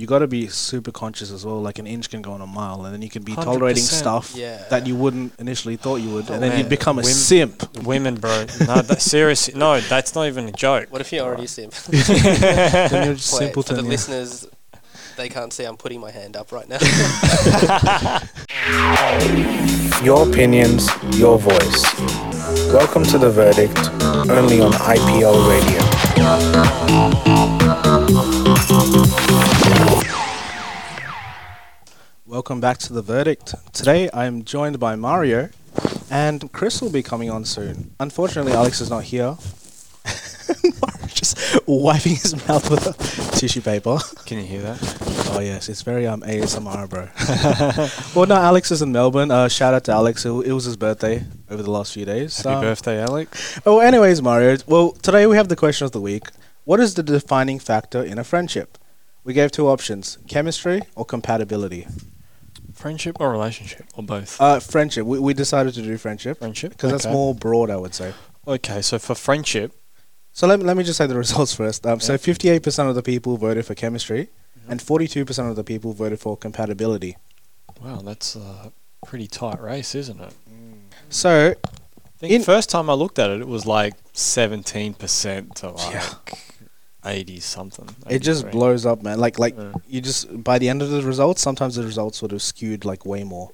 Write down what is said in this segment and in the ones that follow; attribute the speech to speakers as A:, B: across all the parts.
A: you got to be super conscious as well. Like an inch can go on a mile, and then you can be tolerating
B: 100%,
A: stuff
B: yeah.
A: that you wouldn't initially thought you would,
B: Oh,
A: and then
B: man,
A: you'd become a
B: women-
A: simp.
C: Women, bro. No, that, seriously. No, that's not even a joke.
B: What if you're already simp?
A: then you're just
B: Wait,
A: simpleton.
B: for the
A: yeah.
B: listeners, they can't see I'm putting my hand up right now.
D: Your opinions, your voice. Welcome to The Verdict, only on IPL Radio.
A: Welcome back to the verdict. Today I am joined by Mario, and Chris will be coming on soon. Unfortunately, Alex is not here. Mario's just wiping his mouth with a tissue paper.
C: Can you hear that?
A: Oh yes, it's very um ASMR, bro. well, no, Alex is in Melbourne. Uh, shout out to Alex. It, it was his birthday over the last few days.
C: Happy
A: Um,
C: birthday, Alex.
A: Oh, anyways, Mario. Well, today we have the question of the week. What is the defining factor in a friendship? We gave two options: chemistry or compatibility.
C: Friendship or relationship or both?
A: Uh, friendship. We, we decided to do friendship because
C: friendship.
A: that's
C: Okay.
A: more broad, I would say.
C: Okay, so for friendship,
A: So let, me- let me just say the results first. Um, So 58% of the people voted for chemistry,
C: Mm-hmm.
A: and 42% of the people voted for compatibility.
C: wow, that's a pretty tight race, isn't it?
A: So
C: I think
A: In-
C: first time I looked at it, it was like seventeen percent to like
A: Yeah.
C: eighty something.
A: it just
C: 83.
A: blows up, man. Like like
C: Yeah.
A: you just by the end of the results, sometimes the results would have skewed like way more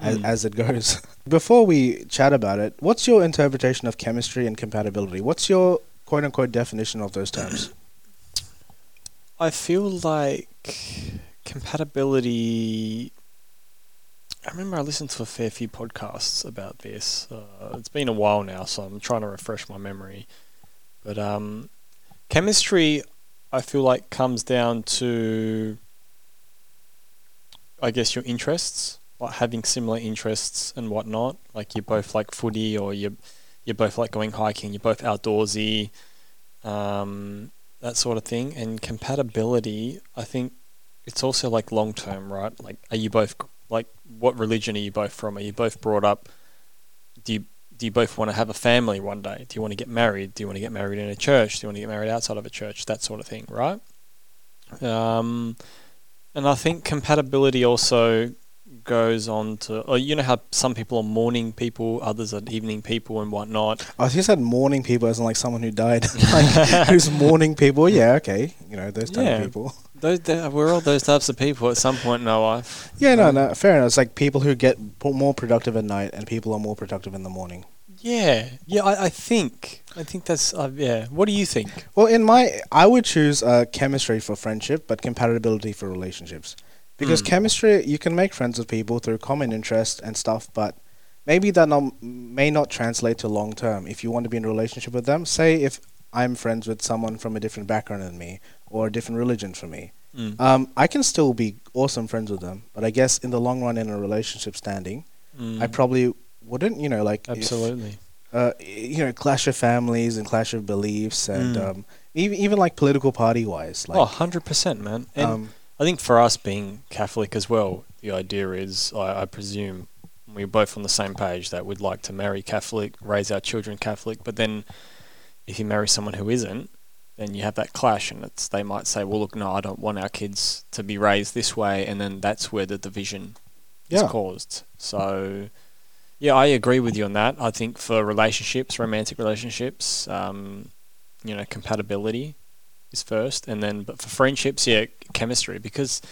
A: as,
C: Mm.
A: as it goes. Before we chat about it, what's your interpretation of chemistry and compatibility? What's your quote unquote definition of those terms?
C: I feel like compatibility. I remember I listened to a fair few podcasts about this. Uh, it's been a while now, so I'm trying to refresh my memory. But um, chemistry, I feel like, comes down to, I guess, your interests, like having similar interests and whatnot. Like you're both like footy, or you're you're both like going hiking. You're both outdoorsy. Um, that sort of thing. And compatibility, I think it's also like long term, right? Like, are you both like what religion are you both from? Are you both brought up? Do you do you both want to have a family one day? Do you want to get married? Do you want to get married in a church? Do you want to get married outside of a church? That sort of thing, right? Um, and I think compatibility also goes on to, oh, you know how some people are morning people, others are evening people, and whatnot.
A: I just said mourning people as in like someone who died, like who's mourning people. Yeah, okay, you know those type
C: Yeah.
A: of people.
C: Those, we're all those types of people at some point in our life.
A: Yeah, no, no, fair enough. It's like people who get p- more productive at night and people are more productive in the morning.
C: Yeah, yeah, I, I think I think that's uh, yeah. What do you think?
A: Well, in my, I would choose uh, chemistry for friendship, but compatibility for relationships. Because
C: Hmm.
A: chemistry, you can make friends with people through common interests and stuff, but maybe that not, may not translate to long term. If you want to be in a relationship with them, say if I'm friends with someone from a different background than me or a different religion from me,
C: Mm.
A: um, I can still be awesome friends with them. But I guess in the long run, in a relationship standing,
C: Mm.
A: I probably wouldn't, you know, like if-
C: Hmm. absolutely.
A: uh, you know, clash of families and clash of beliefs, and
C: Mm.
A: um, even even like political party wise, like
C: oh, 100 percent, man. And
A: um,
C: I think for us being Catholic as well, the idea is, I, I presume, we're both on the same page that we'd like to marry Catholic, raise our children Catholic. But then, if you marry someone who isn't, then you have that clash, and it's they might say, "Well, look, no, I don't want our kids to be raised this way," and then that's where the division
A: yeah,
C: is caused. So, yeah, I agree with you on that. I think for relationships, romantic relationships, um, you know, compatibility is first, and then but for friendships, yeah, chemistry because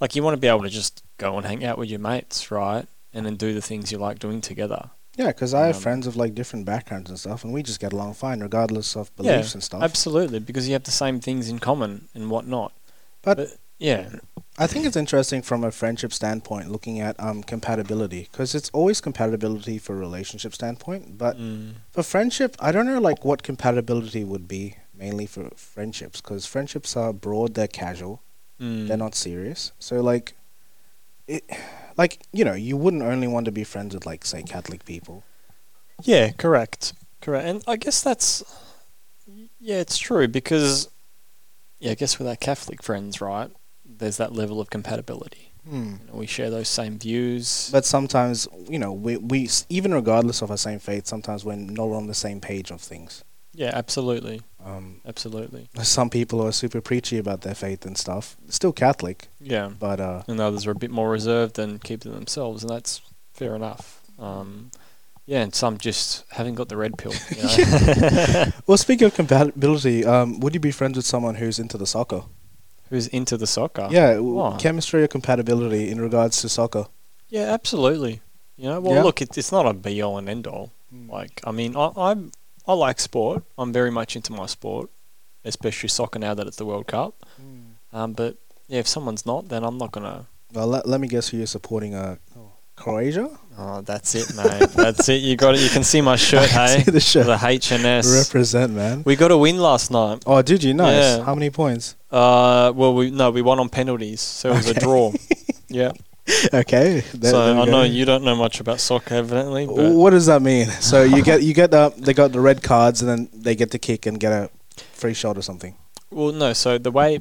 C: like you want to be able to just go and hang out with your mates, right? And then do the things you like doing together.
A: yeah, because I have
C: Um,
A: friends of like different backgrounds and stuff, and we just get along fine regardless of beliefs and stuff.
C: Absolutely, because you have the same things in common and whatnot.
A: But-
C: yeah,
A: I think it's interesting from a friendship standpoint, looking at um, compatibility, because it's always compatibility for relationship standpoint, but
C: Mm.
A: for friendship, I don't know like what compatibility would be mainly for friendships, because friendships are broad, they're casual,
C: Mm.
A: they're not serious. So like, it, like you know, you wouldn't only want to be friends with like say Catholic people.
C: Yeah, correct. Correct. And I guess that's yeah, it's true because yeah, I guess with our Catholic friends, right? There's that level of compatibility. You know, we share those same views.
A: But sometimes you know we we s- even regardless of our same faith, sometimes we're not on the same page of things.
C: yeah, absolutely.
A: Um,
C: Absolutely.
A: some people who are super preachy about their faith and stuff, still Catholic,
C: Yeah.
A: but uh,
C: and others are a bit more reserved and keep to themselves, and that's fair enough. Um, yeah, and some just haven't got the red pill. You know?
A: well, speaking of compatibility, um, would you be friends with someone who's into the soccer?
C: Who's into the soccer?
A: Yeah, w-
C: Oh.
A: chemistry or compatibility in regards to soccer.
C: yeah, absolutely. You know, well,
A: Yeah.
C: look, it, it's not a be all and end all. Hmm. Like, I mean, I, I'm I like sport. I'm very much into my sport, especially soccer now that it's the World Cup. Um, but yeah, if someone's not, then I'm not gonna.
A: Well, let, let me guess who you're supporting. Uh, Croatia.
C: Oh, that's it, mate. that's it. You got it. You can see my shirt, hey?
A: See the shirt.
C: The HNS.
A: Represent, man.
C: we got a win last night.
A: Oh, did you? Nice.
C: Yeah.
A: How many points?
C: Uh, well, we no, we won on penalties, so it was a
A: Okay.
C: draw. yeah.
A: Okay. there-
C: so
A: there we
C: I
A: go.
C: know you don't know much about soccer, evidently, but
A: What does that mean? So you get you get uh, they got the red cards and then they get to kick and get a free shot or something.
C: well, no. So the way,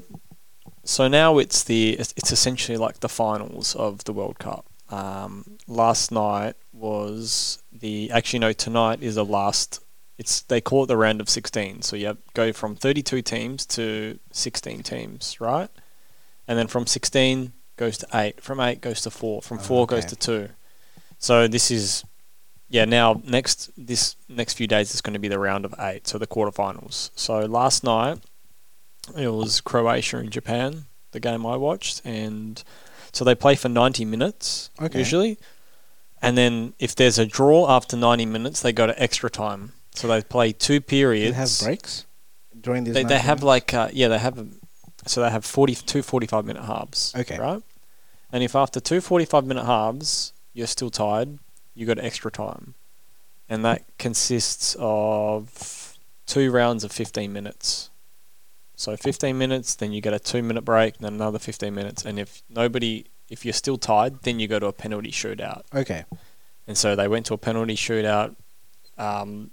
C: so now it's the it's, it's essentially like the finals of the World Cup. Um, last night was the actually no, tonight is the last. It's they call it the round of sixteen. So you have, go from thirty-two teams to sixteen teams, right? And then from sixteen goes to eight. From eight goes to four. From
A: Oh,
C: four goes
A: okay.
C: to two. So this is yeah, now next this next few days is going to be the round of eight, so the quarterfinals. So last night it was Croatia and Japan, the game I watched, and so they play for ninety minutes
A: Okay.
C: usually, and then if there's a draw after ninety minutes, they go to extra time. So they play
A: They
C: two periods.
A: have breaks during these.
C: They, they
A: matches?
C: have like uh, yeah, they have a, so they have 40, two 45 minute halves.
A: Okay.
C: right. And if after two 45 minute halves you're still tired, you got extra time, and that consists of two rounds of fifteen minutes. So fifteen minutes, then you get a two minute break, then another fifteen minutes, and if nobody, if you're still tired, then you go to a penalty shootout.
A: Okay.
C: And so they went to a penalty shootout. Um,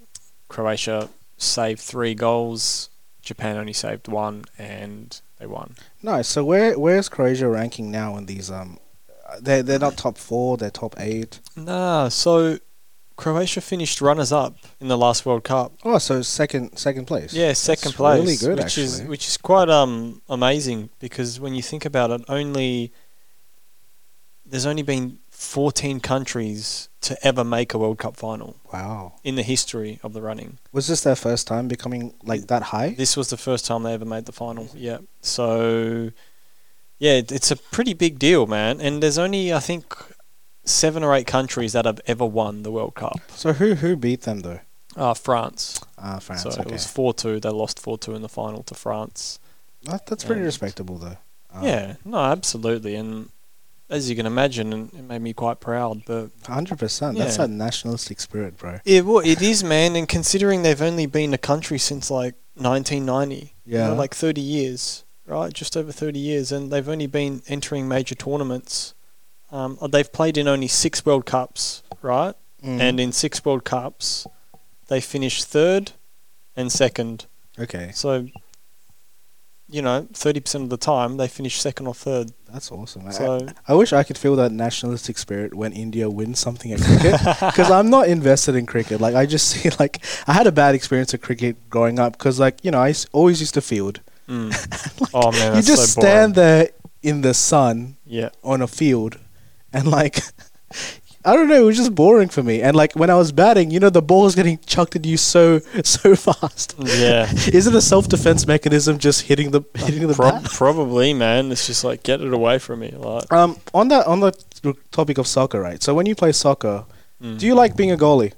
C: Croatia saved three goals. Japan only saved one, and they won.
A: Nice. So where where's Croatia ranking now in these? Um, they they're not top four. They're top eight.
C: Nah, so Croatia finished runners up in the last World Cup.
A: Oh, so second second place.
C: Yeah, second
A: That's
C: place,
A: Really good,
C: which
A: actually.
C: is which is quite um amazing because when you think about it, only there's only been 14 countries to ever make a World Cup final
A: wow.
C: in the history of the running.
A: Was this their first time becoming like that high?
C: This was the first time they ever made the final. Yeah. So, yeah, it- it's a pretty big deal, man. And there's only, I think, seven or eight countries that have ever won the World Cup.
A: So who who beat them though?
C: Uh, France.
A: Ah, France.
C: So it
A: okay.
C: was 4 2. They lost 4 2 in the final to France.
A: That, that's pretty
C: and-
A: respectable though. Um,
C: Yeah. No, absolutely. And as you can imagine, and it made me quite proud. But
A: hundred percent. That's
C: Yeah.
A: that nationalistic spirit, bro.
C: it, well, it is, man. And considering they've only been a country since like 1990. you know,
A: Yeah.
C: like 30 years, right? Just over 30 years, and they've only been entering major tournaments. Um, they've played in only six World Cups, right?
A: Mm.
C: And in six World Cups, they finished third and second.
A: okay,
C: So, you know, 30% of the time they finish second or third.
A: that's awesome. I-
C: So,
A: I, wish I could feel that nationalistic spirit when India wins something at cricket, because I'm not invested in cricket. Like I just see, like I had a bad experience of cricket growing up, because like you know I s- always used to field.
C: mm. oh man,
A: you
C: that's
A: just
C: so boring.
A: stand there in the sun
C: Yeah.
A: on a field and like I don't know, it was just boring for me. And like when I was batting, you know, the ball was getting chucked at you so so fast.
C: Yeah.
A: Is it a self defense mechanism just hitting the hitting the
C: Prob-
A: bat?
C: probably, man. It's just like, get it away from me. Like,
A: Um on that on the t- topic of soccer, right? So when you play soccer,
C: mm.
A: do you like being a goalie?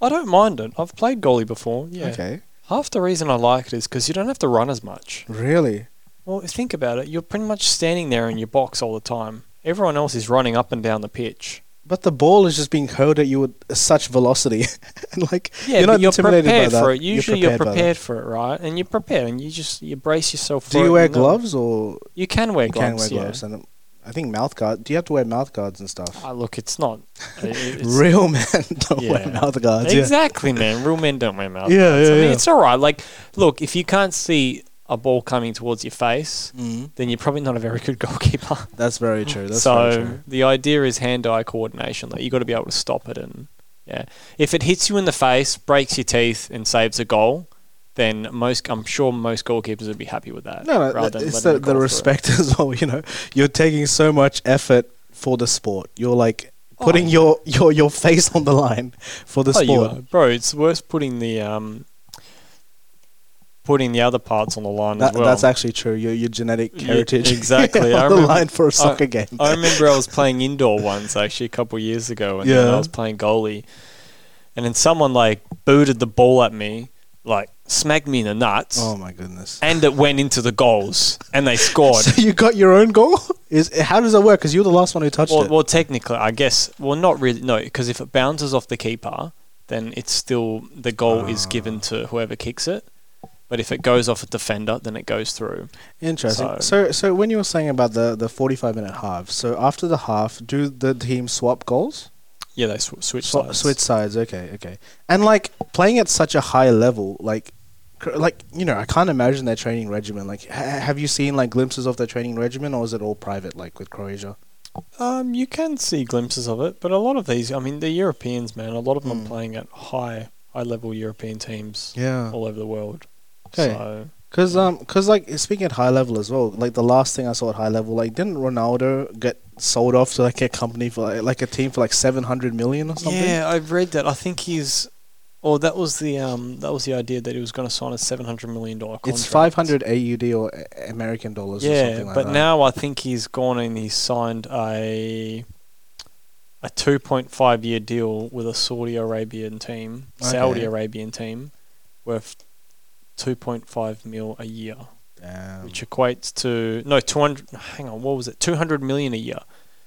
C: I don't mind it. I've played goalie before. Yeah.
A: Okay.
C: Half the reason I like it is because you don't have to run as much.
A: Really?
C: Well, think about it. You're pretty much standing there in your box all the time. Everyone else is running up and down the pitch.
A: But the ball is just being hurled at you with such velocity, and like
C: Yeah,
A: you're
C: but
A: not
C: you're
A: intimidated by
C: prepared
A: that.
C: for it. Usually, you're prepared,
A: by that.
C: for it, right? And you prepare, and you just you brace yourself. for
A: Do
C: it
A: you wear
C: and, uh,
A: gloves or
C: You can wear
A: you
C: gloves.
A: can wear
C: yeah.
A: gloves? And um, I think mouth guard. Do you have to wear mouth guards and stuff?
C: Ah, look, it's not. it- it's-
A: real men don't wear
C: Yeah.
A: mouth guards. Yeah.
C: exactly, man. Real men don't wear mouth
A: Yeah,
C: guards.
A: yeah,
C: I mean,
A: yeah.
C: it's all right. Like, look, if you can't see a ball coming towards your face, then you're probably not a very good goalkeeper.
A: Mm, That's very true. That's
C: so
A: very true.
C: the idea is hand-eye coordination. Like you got to be able to stop it, and yeah, if it hits you in the face, breaks your teeth, and saves a goal, then most I'm sure most goalkeepers would be happy with that.
A: No, no,
C: rather
A: th-
C: than
A: it's
C: letting
A: the,
C: it
A: the
C: go for it.
A: respect as well. You know, you're taking so much effort for the sport. You're like
C: Oh,
A: putting
C: yeah.
A: your, your your face on the line for the
C: Oh, you
A: sport.
C: are. bro. It's worth putting the um, putting the other parts on the line
A: That,
C: as well.
A: That's actually true. Your your genetic
C: Yeah,
A: heritage
C: exactly. I
A: on the
C: remember-
A: line for a soccer game.
C: I remember I was playing indoor once actually a couple of years ago, and
A: Yeah.
C: I was playing goalie, and then someone like booted the ball at me, like smacked me in the nuts,
A: oh my goodness!
C: and it went into the goals, and they scored.
A: So you got your own goal? Is how does that work? Because you're the last one who touched
C: well,
A: it.
C: well, technically, I guess. Well, not really. No, because if it bounces off the keeper, then it's still the goal is
A: Ah.
C: given to whoever kicks it. But if it goes off a defender, then it goes through.
A: Interesting.
C: so-
A: So, so when you were saying about the the 45 minute half, so after the half, do the teams swap goals?
C: Yeah, they sw- switch
A: Swa-
C: sides.
A: Switch sides. Okay, okay. And like playing at such a high level, like, cr- like you know, I can't imagine their training regimen. Like, ha- have you seen like glimpses of their training regimen, or is it all private, like with Croatia?
C: Um, you can see glimpses of it, but a lot of these, I mean, they're Europeans, man. A lot of them
A: Mm.
C: are playing at high, high-level European teams
A: Yeah.
C: all over the world.
A: Okay.
C: So
A: Cause um, cause like speaking at high level as well. Like the last thing I saw at high level, like didn't Ronaldo get sold off to like a company for like, like a team for like 700 million or something?
C: yeah, I've read that. I think he's, or that was the um, that was the idea that he was going to sign a seven hundred million dollar
A: It's
C: contract.
A: 500 AUD or uh, American dollars or
C: Yeah,
A: something like
C: but
A: that.
C: now I think he's gone and he's signed a a two point five year deal with a Saudi Arabian team, Saudi
A: Okay.
C: Arabian team, worth two point five mil a year,
A: Damn.
C: which equates to no two hundred. Hang on, what was it? Two hundred million a year.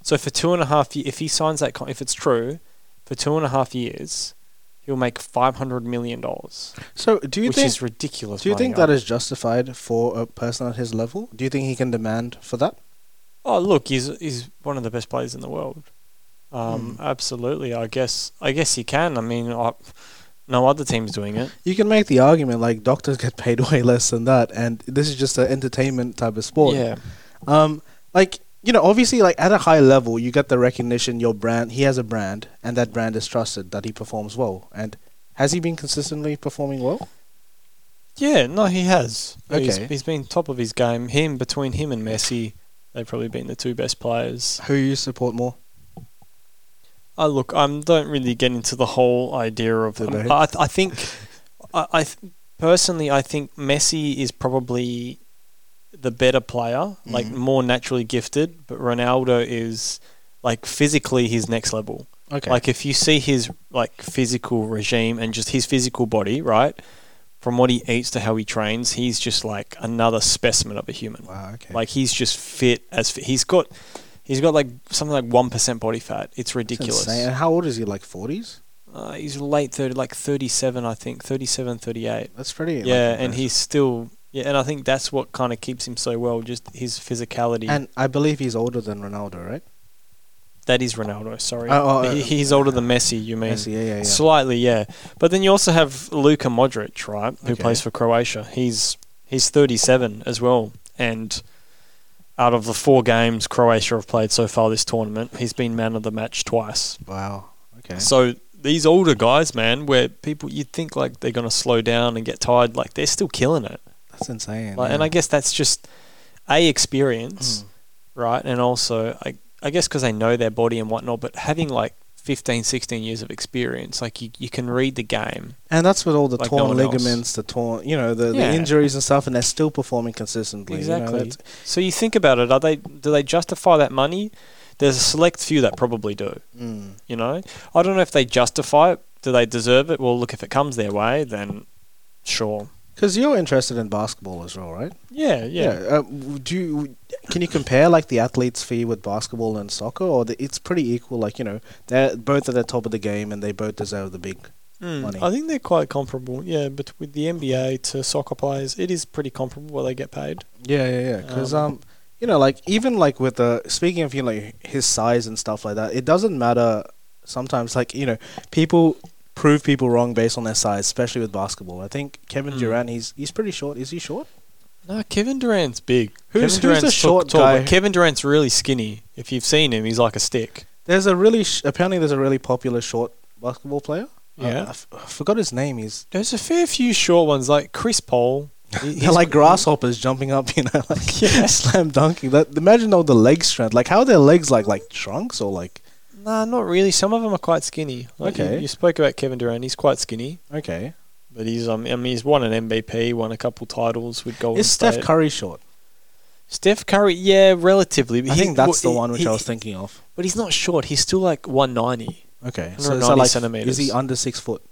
C: So for two and a half, ye- if he signs that, con- if it's true, for two and a half years, he'll make five hundred million dollars,
A: so do you
C: which
A: think
C: is ridiculous.
A: do you
C: money,
A: think
C: I
A: that is justified for a person at his level? Do you think he can demand for that?
C: Oh, look, he's he's one of the best players in the world. Um,
A: Hmm.
C: Absolutely, I guess I guess he can. I mean, I, no other team's doing it.
A: You can make the argument like doctors get paid way less than that, and this is just an entertainment type of sport.
C: yeah,
A: Um, like you know, obviously, like at a high level, you get the recognition. Your brand, he has a brand, and that brand is trusted that he performs well. And has he been consistently performing well?
C: yeah. No, he has. Yeah, he's-
A: Okay.
C: he's been top of his game. Him between him and Messi, they've probably been the two best players.
A: Who you support more?
C: Oh, look, I am don't really get into the whole idea of.
A: The
C: um,
A: debate.
C: I I think, I, I th- personally I think Messi is probably the better player, like
A: Mhm.
C: more naturally gifted. But Ronaldo is like physically his next level.
A: Okay,
C: Like if you see his like physical regime and just his physical body, right? From what he eats to how he trains, he's just like another specimen of a human.
A: wow, okay,
C: Like he's just fit as fit. he's got he's got like something like 1% body fat. It's
A: That's
C: ridiculous.
A: insane. And how old is he? Like forties?
C: Uh, he's late 30 like 37 I think, 37 38.
A: That's pretty. like,
C: yeah, and
A: impressive.
C: he's still yeah, and I think that's what kind of keeps him so well, just his physicality.
A: and I believe he's older than Ronaldo, right?
C: that is Ronaldo, sorry.
A: Oh, oh,
C: he,
A: oh,
C: he's older than Messi, you mean?
A: Yes, yeah, yeah, yeah.
C: Slightly, yeah. But then you also have Luka Modric, right, who
A: Okay.
C: plays for Croatia. He's he's 37 as well, and out of the four games Croatia have played so far this tournament, he's been man of the match twice.
A: wow. Okay.
C: So these older guys, man, where people you'd think like they're gonna slow down and get tired, like they're still killing it.
A: That's insane.
C: Like,
A: yeah.
C: And
A: Mm.
C: I guess that's just a experience, right? And also, I, I guess because they know their body and whatnot, but having like 15, 16 years of experience, like you, you can read the game.
A: and that's with all the
C: like no
A: torn
C: one else.
A: ligaments, the torn, you know, the,
C: Yeah.
A: the injuries and stuff, and they're still performing consistently. you know,
C: Exactly.
A: that's-
C: So you think about it, are they do they justify that money? There's a select few that probably do,
A: Mm.
C: you know? I don't know if they justify it. Do they deserve it? Well, look, if it comes their way, then sure.
A: Because you're interested in basketball as well, right?
C: Yeah, yeah.
A: Uh, w- do you, can you compare like the athletes' fee with basketball and soccer, or the, it's pretty equal? Like you know, they're both at the top of the game, and they both deserve the big.
C: Mm,
A: Money.
C: I think they're quite comparable. Yeah, but with the NBA to soccer players, it is pretty comparable what they get paid.
A: Yeah, yeah, yeah. Because um,
C: Um,
A: you know, like even like with the speaking of you know like, his size and stuff like that, it doesn't matter. Sometimes like you know, people prove people wrong based on their size, especially with basketball. I think Kevin
C: Mm.
A: Durant, he's he's pretty short. Is he short?
C: No, Kevin Durant's big.
A: Who's-
C: Kevin
A: who's the
C: Durant's t-
A: short
C: tall, but
A: guy?
C: Kevin Durant's really skinny. If you've seen him, he's like a stick.
A: There's a really sh- apparently there's a really popular short basketball player. I,
C: Yeah.
A: f- I forgot his name. He's
C: There's a fair few short ones like Chris Paul. He-
A: they're
C: he's-
A: like grasshoppers jumping up, you know, like
C: Yeah.
A: slam dunking. That, imagine all the leg strength. Like how are their legs like like trunks or like
C: Nah, not really. Some of them are quite skinny. Like you-
A: Okay.
C: You, spoke about Kevin Durant. He's quite skinny,
A: okay.
C: but he's um, I mean, he's won an MVP, won a couple titles with Golden
A: Is Steph
C: State.
A: Curry short?
C: Steph Curry, yeah, relatively. but
A: I
C: he-
A: think that's the
C: well, he-
A: one which
C: he-
A: I was thinking of.
C: But he's not short. He's still like 190.
A: Okay,
C: So- so 190 like, centimeters.
A: is he under six foot?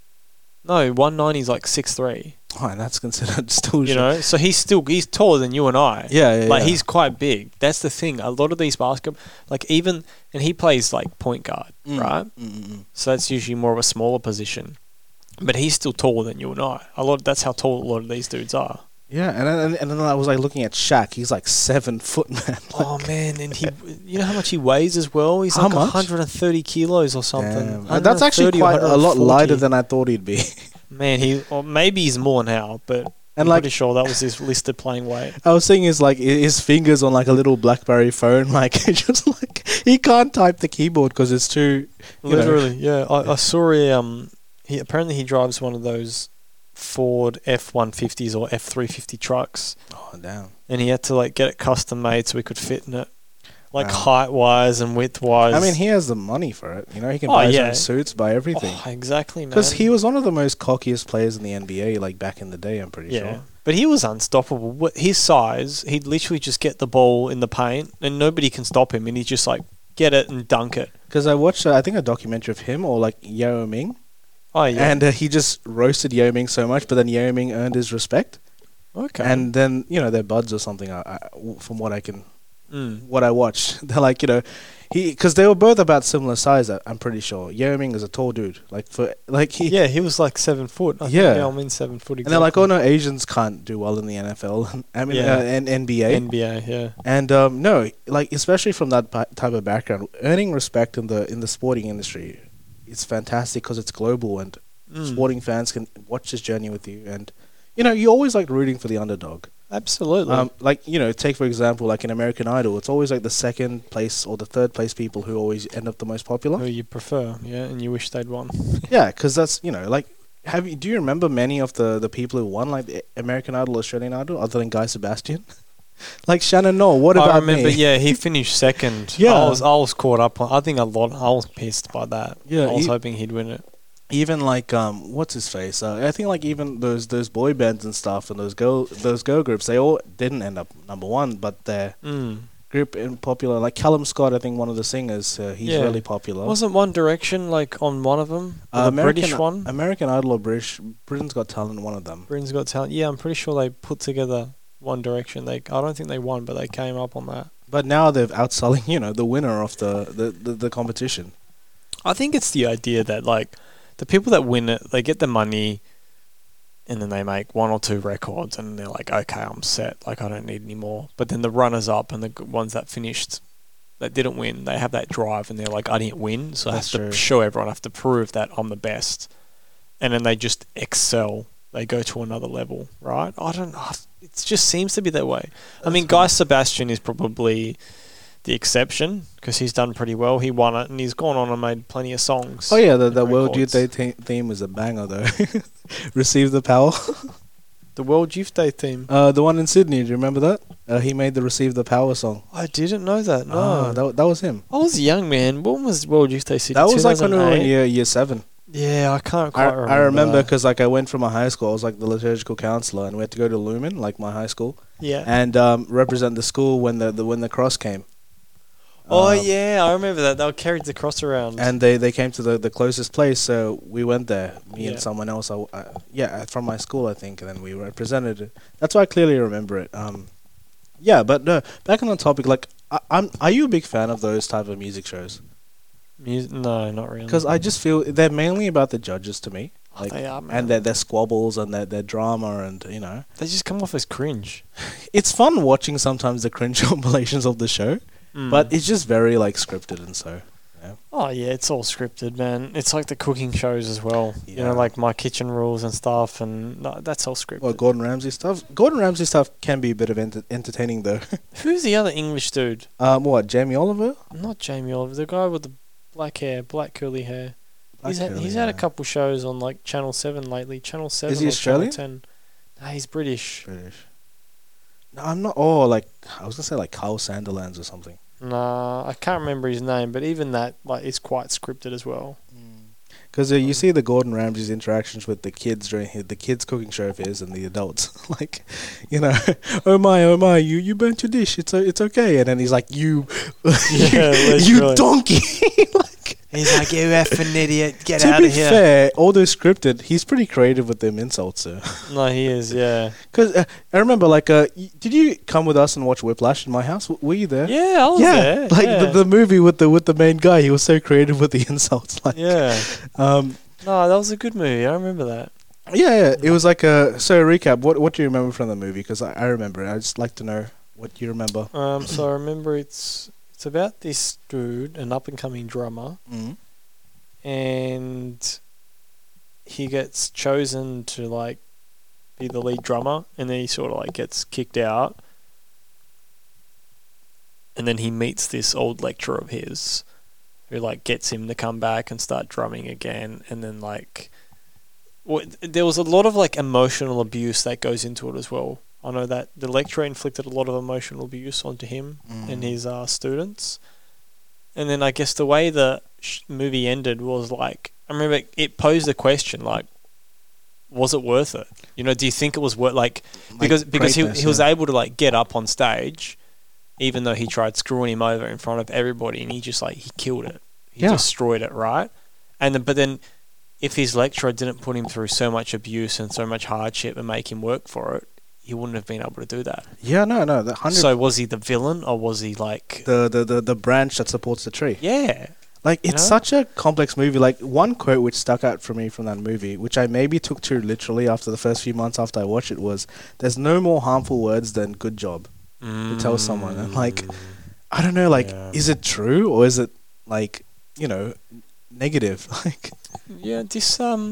C: No, 190 is like six three.
A: Oh, and that's considered still
C: You
A: short.
C: know, so he's still he's taller than you and I.
A: Yeah, yeah,
C: like
A: yeah.
C: he's quite big. That's the thing. A lot of these basketball, like even and he plays like point guard,
A: Mm,
C: right?
A: mm, mm, mm.
C: So that's usually more of a smaller position. But he's still taller than you and I. A lot. That's how tall a lot of these dudes are.
A: Yeah, and then, and- and then I was like looking at Shaq. He's like seven foot man. Like,
C: oh man, and he, you know how much he weighs as well. He's
A: How
C: like
A: much?
C: 130 kilos or something.
A: damn. And that's actually
C: 130 or
A: quite a lot lighter
C: 140.
A: than I thought he'd be.
C: man. He or maybe he's more now, but
A: And
C: I'm
A: like
C: pretty sure that was his listed playing weight.
A: I was seeing his like i- his fingers on like a little BlackBerry phone, like just like he can't type the keyboard because it's too. you know.
C: Literally, yeah. I, I saw a um. He apparently he drives one of those Ford F one fifties or F three fifty trucks,
A: Oh damn!
C: and he had to like get it custom made so he could fit in it, like
A: Wow.
C: height wise and width wise.
A: I mean, he has the money for it. You know, he can
C: Oh,
A: buy his
C: yeah.
A: own suits, buy everything.
C: oh, exactly man.
A: Because he was one of the most cockiest players in the NBA, like back in the day. I'm pretty
C: yeah.
A: sure.
C: But he was unstoppable. Wh- His size, he'd literally just get the ball in the paint, and nobody can stop him. And he just like get it and dunk it.
A: Because I watched, uh, I think, a documentary of him or like Yao Ming,
C: Oh yeah,
A: and uh, he just roasted Yao Ming so much, but then Yao Ming earned his respect,
C: okay.
A: and then you know they're buds or something. I, I, w- from what I can
C: Mm.
A: what I watched. They're like, you know, he because they were both about similar size. I- I'm pretty sure. Yao Ming is a tall dude, like for like he.
C: yeah, he was like seven foot. I
A: Yeah.
C: think, yeah, I mean seven foot. Exactly.
A: And they're like, oh no, Asians can't do well in the NFL. I mean,
C: Yeah.
A: uh, and NBA.
C: NBA, yeah.
A: and um, no, like especially from that pa- type of background, earning respect in the in the sporting industry, it's fantastic because it's global and
C: Mm.
A: sporting fans can watch this journey with you. And you know, you always like rooting for the underdog.
C: Absolutely.
A: Um, like you know, take for example, like an American Idol. It's always like the second place or the third place people who always end up the most
C: Who
A: popular.
C: you prefer, Oh, yeah, and you wish they'd won.
A: yeah, because that's you know, like have you? Do you remember many of the the people who won like the American Idol, Australian Idol, other than Guy Sebastian? like Shannon Noel. What about
C: I remember,
A: me?
C: yeah, he finished second.
A: Yeah.
C: I was, I was caught up on. I think a lot. I was pissed by that.
A: Yeah,
C: I was
A: he-
C: hoping he'd win it.
A: Even like um, what's his face? Uh, I think like even those those boy bands and stuff and those girl those girl groups, they all didn't end up number one, but their
C: Mm.
A: group in popular. Like Callum Scott, I think one of the singers, uh, he's
C: Yeah.
A: really popular.
C: Wasn't One Direction like on one of them? Or
A: Uh,
C: the
A: American,
C: British one.
A: American Idol or British Britain's Got Talent, one of them.
C: Britain's Got Talent. Yeah, I'm pretty sure they put together One Direction. They, I don't think they won, but they came up on that.
A: But now they're outselling, you know, the winner of the the, the, the competition.
C: I think it's the idea that like the people that win it, they get the money, and then they make one or two records, and they're like, okay, I'm set. Like I don't need any more. But then the runners up and the g- ones that finished that didn't win, they have that drive, and they're like, I didn't win, so I have
A: That's true.
C: to show everyone, I have to prove that I'm the best, and then they just excel. They go to another level, right? I don't know. It just seems to be that way. I mean, Guy Sebastian is probably the exception because he's done pretty well. He won it, and he's gone on and made plenty of songs.
A: Oh yeah, the, the World Youth
C: Records.
A: Day the- theme was a banger though. Receive the power.
C: the World Youth Day theme.
A: Uh, the one in Sydney. Do you remember that? Uh, he made the Receive the Power song.
C: I didn't know that. No,
A: Ah, that that was him.
C: I was a young man. When was World Youth Day? Sydney?
A: That was like when we were in
C: 2008?
A: year year seven.
C: Yeah, I can't
A: I,
C: quite
A: I remember
C: that.
A: because like I went from a high school. I was like the liturgical counselor, and we had to go to Lumen, like my high school,
C: Yeah.
A: and um, represent the school when the, the when the cross came.
C: oh
A: Um,
C: yeah, I remember that. They were carried the cross around.
A: and they, they came to the, the closest place, so we went there. Me
C: Yeah.
A: and someone else, I, I, yeah, uh, from my school, I think, and then we represented it. That's why I clearly remember it. Um, yeah, but no, back on the topic, like, I, I'm, are you a big fan of those type of music shows?
C: Mus- no, not really.
A: Because I just feel they're mainly about the judges to me, like,
C: they are, man.
A: and their their squabbles and their their drama, and you know,
C: they just come off as cringe.
A: it's fun watching sometimes the cringe compilations of the show,
C: Hmm.
A: but it's just very like scripted and so.
C: Mm. Oh yeah, it's all scripted, man. It's like the cooking shows as well. You
A: Yeah.
C: know, like My Kitchen Rules and stuff, and no, that's all scripted.
A: Well, Gordon Ramsay stuff. Gordon Ramsay stuff can be a bit of enter- entertaining though.
C: Who's the other English dude?
A: Um, what Jamie Oliver?
C: Not Jamie Oliver, the guy with the black hair, black curly hair.
A: Black
C: he's had, he's
A: Curly,
C: had a
A: yeah.
C: couple shows on like Channel Seven lately. Channel Seven.
A: he
C: or
A: Australian?
C: Channel 10. Nah, he's British.
A: British. No, I'm not. Oh, like I was gonna say like Kyle Sanderlands or something.
C: Nah, I can't remember his name, but even that like is quite scripted as well.
A: Because uh,
C: Hmm.
A: you see the Gordon Ramsay's interactions with the kids during his, the kids' cooking show of his and the adults, like, you know, oh my, oh my, you you burnt your dish, it's o- it's okay, and then he's like, you,
C: Yeah,
A: you,
C: literally.
A: donkey. like,
E: He's like, you effing idiot, get
A: to
E: out
A: be
E: of here.
A: fair, although scripted, he's pretty creative with them insults.
C: No, he is. Yeah.
A: Because uh, I remember, like, uh, y- did you come with us and watch Whiplash in my house? W- were you there?
C: Yeah, I was
A: Yeah,
C: there.
A: like
C: yeah.
A: The, the movie with the with the main guy, he was so creative with the insults. Like,
C: yeah.
A: um,
C: No, that was a good movie. I remember that.
A: Yeah, yeah. It was like a so recap. What what do you remember from the movie? Because I, I remember it. I just like to know what you remember.
C: Um, so I remember it's it's about this dude, an up and coming drummer,
A: Mm.
C: and he gets chosen to like be the lead drummer, and then he sort of like gets kicked out, and then he meets this old lecturer of his, who like gets him to come back and start drumming again, and then like. wha- There was a lot of like emotional abuse that goes into it as well. I know that the lecturer inflicted a lot of emotional abuse onto him and his uh, students. And then I guess the way the sh- movie ended was like I remember it posed a question like, was it worth it? You know, do you think it was worth like because because he he was able to like get up on stage, even though he tried screwing him over in front of everybody, and he just like he killed it, he
A: Yeah.
C: destroyed it, right? And then, but then, if his lecturer didn't put him through so much abuse and so much hardship and make him work for it, he wouldn't have been able to do that.
A: yeah no no the hundred
C: So was he the villain or was he like
A: the, the the the branch that supports the tree.
C: yeah?
A: Like
C: You
A: it's
C: know?
A: such a complex movie. Like one quote which stuck out for me from that movie, which I maybe took too literally after the first few months after I watched it, was "There's no more harmful words than good job." to tell someone.
C: Mm.
A: And like, I don't know. Like,
C: Yeah.
A: is it true or is it like you know negative? Like.
C: yeah, this um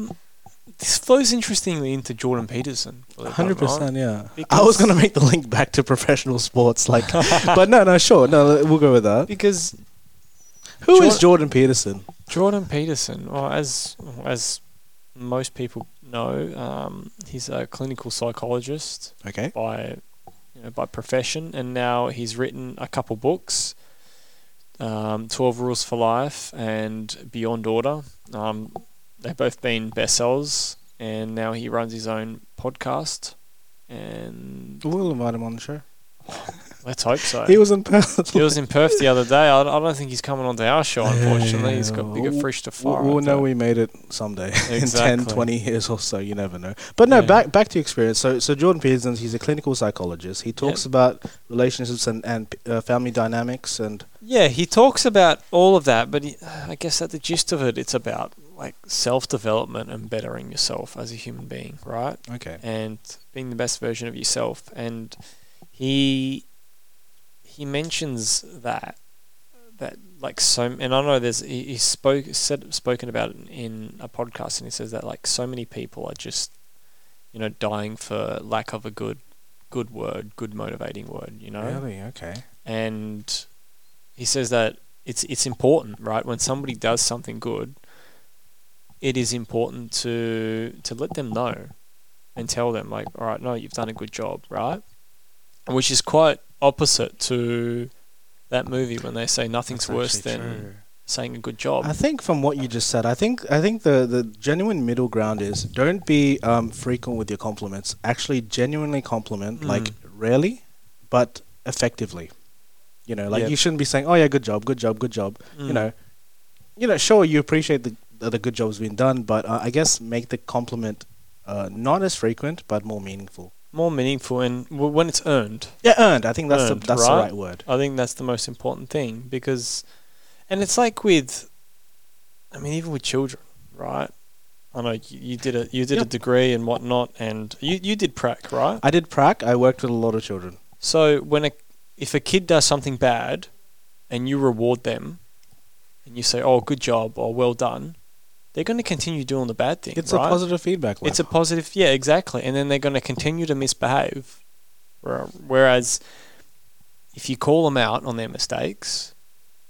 C: this flows interestingly into Jordan Peterson. believe it or
A: Hundred
C: not.
A: percent, yeah. I
C: Because-
A: was gonna make the link back to professional sports, like, but no, no, sure, no, we'll go with that.
C: because
A: Who is
C: Jor-
A: Jordan Peterson?
C: Jordan Peterson, or as as most people know, um, he's a clinical psychologist
A: Okay,
C: by you know, by profession, and now he's written a couple books, um, Twelve Rules for Life and Beyond Order. Um, they've both been bestsellers, and now he runs his own podcast. And
A: we'll invite him on the show.
C: let's hope so.
A: He was in Perth.
C: He was in Perth the other day. I, I don't think he's coming onto our show, unfortunately.
A: Yeah.
C: He's got bigger fish to fry.
A: We'll, we'll
C: I
A: know
C: think.
A: we made it someday in 10,
C: Exactly.
A: 20 years or so. You never know. But no,
C: Yeah.
A: back back to your experience. So, so Jordan Peterson, he's a clinical psychologist. He talks
C: Yep.
A: about relationships and and uh, family dynamics and
C: Yeah, he talks about all of that, but he, I guess at the gist of it, it's about like self development and bettering yourself as a human being, right?
A: okay,
C: and being the best version of yourself. And he he mentions that that like so, and I know there's he, he spoke said spoken about it in a podcast, and he says that like so many people are just you know dying for lack of a good good word, good motivating word, you know
A: really okay.
C: and he says that it's it's important, right? When somebody does something good, it is important to to let them know and tell them like, all right, no, you've done a good job, right? Which is quite opposite to that movie when they say nothing's worse than saying a good job.
A: I think from what you just said, I think I think the, the genuine middle ground is don't be um, frequent with your compliments. Actually, genuinely compliment like
C: Mm.
A: rarely, but effectively. You know, like
C: Yep.
A: you shouldn't be saying, "Oh yeah, good job, good job, good job." You
C: Mm.
A: know, you know, sure you appreciate the that the good job's been done, but uh, I guess make the compliment uh, not as frequent but more meaningful.
C: More meaningful and w- when it's earned.
A: Yeah, earned. I think that's
C: Earned,
A: the that's the
C: right?
A: right word.
C: I think that's the most important thing because, and it's like with, I mean, even with children, right? I know you, you did a you did a
A: Yep.
C: degree and whatnot, and you you did prac, right?
A: I did prac. I worked with a lot of children.
C: So when a if a kid does something bad, and you reward them, and you say, "Oh, good job," or "Well done," they're going to continue doing the bad thing.
A: It's
C: right?
A: a positive feedback loop.
C: It's a positive, yeah, exactly. And then they're going to continue to misbehave. Where- Whereas if you call them out on their mistakes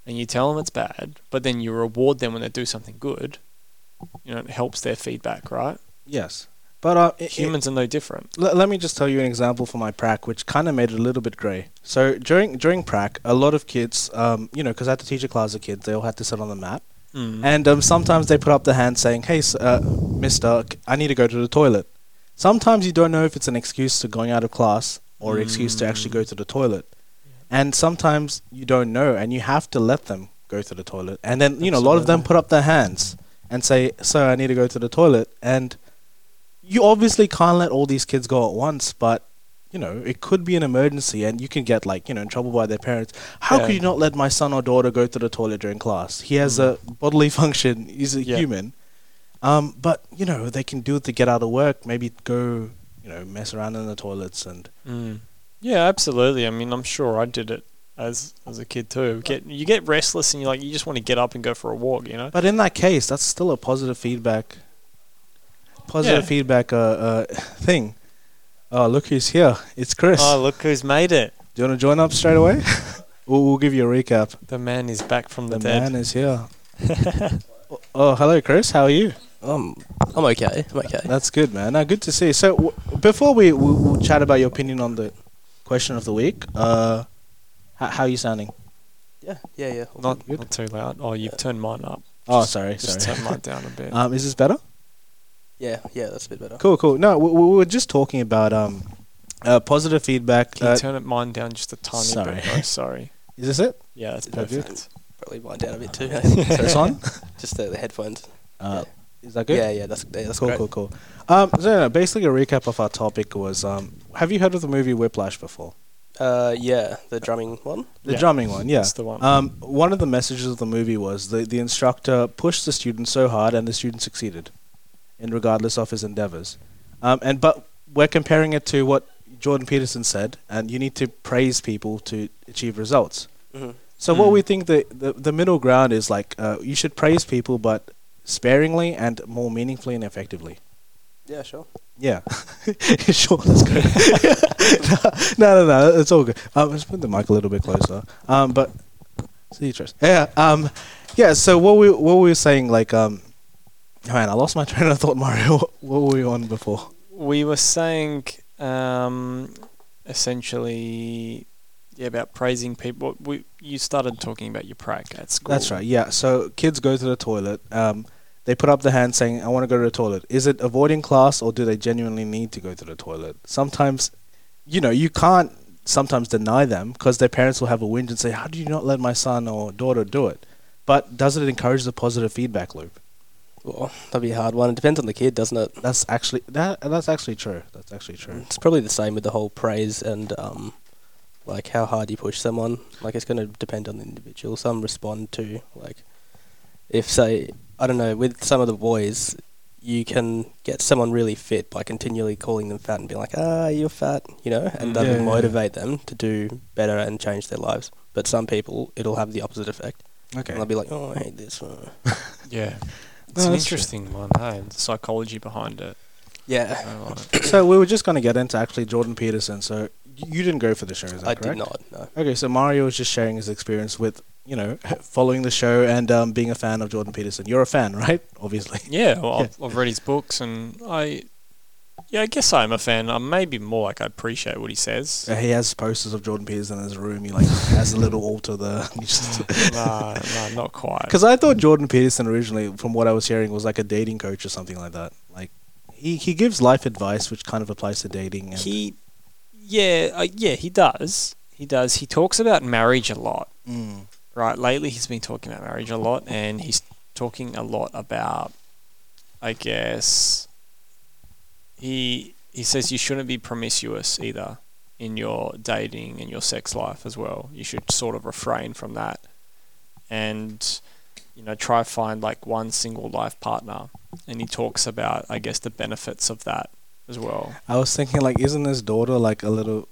C: and you tell them it's bad, but then you reward them when they do something good, you know, it helps their feedback, right?
A: Yes. But uh, i- i-
C: Humans are no different.
A: Let, let me just tell you an example for my prac, which kind of made it a little bit grey. So during during prac, a lot of kids, um, you know, because I had to teach a class of kids, they all had to sit on the mat,
C: Mm.
A: and um, sometimes they put up their hand saying, "Hey, s- uh, Mister, c- I need to go to the toilet." Sometimes you don't know if it's an excuse to going out of class or an excuse to actually go to the toilet,
C: Mm.
A: and sometimes you don't know, and you have to let them go to the toilet. And then you know, a lot of them
C: Absolutely.
A: put up their hands and say, "Sir, I need to go to the toilet," and you obviously can't let all these kids go at once, but you know, it could be an emergency and you can get like, you know, in trouble by their parents. How
C: Yeah.
A: could you not let my son or daughter go to the toilet during class? He has uh, a bodily function, he's a
C: Yeah.
A: human. Um, but, you know, they can do it to get out of work, maybe go, you know, mess around in the toilets and
C: Mm. Yeah, absolutely. I mean, I'm sure I did it as as a kid too. Get you get restless and you like you just want to get up and go for a walk, you know.
A: but in that case, that's still a positive feedback positive
C: Yeah.
A: feedback uh, uh thing. Oh, look who's here. It's Chris.
C: Oh, look who's made it!
A: do you want to join up straight away? we'll, we'll give you a recap.
C: The man is back from the,
A: The
C: dead.
A: man is here. oh, oh, hello, Chris. How are you?
B: Um, I'm okay. I'm okay.
A: That's good, man. Now, good to see you. So, w- before we we- we'll chat about your opinion on the question of the week, uh, h- how are you sounding?
B: Yeah, yeah, yeah. all
C: Not,
A: Good.
C: not too loud. Oh, you've turned mine up.
A: Oh, sorry,
C: Just
A: sorry.
C: turn mine down a bit.
A: Um, is this better?
B: good. Yeah, yeah. That's a bit better.
A: Cool, cool. No, we, we were just talking about um, uh, positive feedback.
C: Can you
A: Uh,
C: turn it mine down just a tiny
A: sorry.
C: bit? Oh, sorry.
A: is this it?
C: Yeah, that's
A: Is that good?
C: perfect.
B: Probably wind down a bit too.
A: This one?
B: Just the, the headphones.
A: Uh, is that good?
B: Yeah, yeah. That's yeah, that's
A: cool,
B: great.
A: cool, cool. Um, so, no, basically, a recap of our topic was: um, Have you heard of the movie Whiplash before?
B: Uh, yeah, the drumming one.
A: The
C: Yeah.
A: drumming one, yeah.
C: That's the one.
A: Um, one of the messages of the movie was the, the instructor pushed the student so hard, and the student succeeded, in regardless of his endeavors. Um, and but we're comparing it to what Jordan Peterson said, and you need to praise people to achieve results.
B: Mhm.
A: So what
C: Mm.
A: we think the, the the middle ground is like uh, you should praise people, but sparingly and more meaningfully and effectively.
B: Yeah, sure.
A: Yeah, sure. That's good. no, no, no, no. It's all good. Um, let's put the mic a little bit closer. Um, but see you, Tris. Yeah. Um, yeah. So what we what we were saying, like, um, man, I lost my train of thought, Mario. What were we on before?
C: we were saying um, essentially yeah about praising people we you started talking about your prac at school
A: That's right. Yeah. So kids go to the toilet. Um, they put up the hand saying, "I want to go to the toilet." Is it avoiding class, or do they genuinely need to go to the toilet? Sometimes, you know, you can't sometimes deny them because their parents will have a whinge and say, "How do you not let my son or daughter do it?" But does it encourage the positive feedback loop?
B: Well, that'd be a hard one. It depends on the kid, doesn't it?
A: That's actually that. That's actually true. That's actually true.
B: It's probably the same with the whole praise and um, like how hard you push someone. Like it's going to depend on the individual. Some respond to like if say I don't know with some of the boys, you can get someone really fit by continually calling them fat and being like, ah, you're fat, you know, and that
A: Yeah,
B: will
A: yeah,
B: motivate them to do better and change their lives. But some people, it'll have the opposite effect,
A: Mm. Okay.
B: and they'll be like, oh, I hate this. uh."
C: yeah it's
A: No,
C: an
A: that's true.
C: interesting one hey the psychology behind it
B: Yeah,
C: I like it.
A: So we were just going to get into actually Jordan Peterson. So y- you didn't go for the show, is that
B: I
A: correct?
B: did not. No.
A: Okay, so Mario was just sharing his experience with you know following the show and um, being a fan of Jordan Peterson. You're a fan, right? Obviously.
C: yeah well I've, I've read his books and i yeah i guess i'm a fan i'm maybe more like i appreciate what he says
A: Uh, he has posters of Jordan Peterson in his room. He like has a little altar there.
C: nah, nah not quite
A: Because I thought Jordan Peterson originally, from what I was hearing, was like a dating coach or something like that. Like he, he gives life advice, which kind of applies to dating. And,
C: he yeah uh, yeah he does he does he talks about marriage a lot
A: Mm,
C: right lately he's been talking about marriage a lot and he's talking a lot about i guess he he says you shouldn't be promiscuous either in your dating and your sex life as well you should sort of refrain from that and you know try find like one single life partner and he talks about i guess the benefits of that as well
A: I was thinking like, isn't his daughter like a little.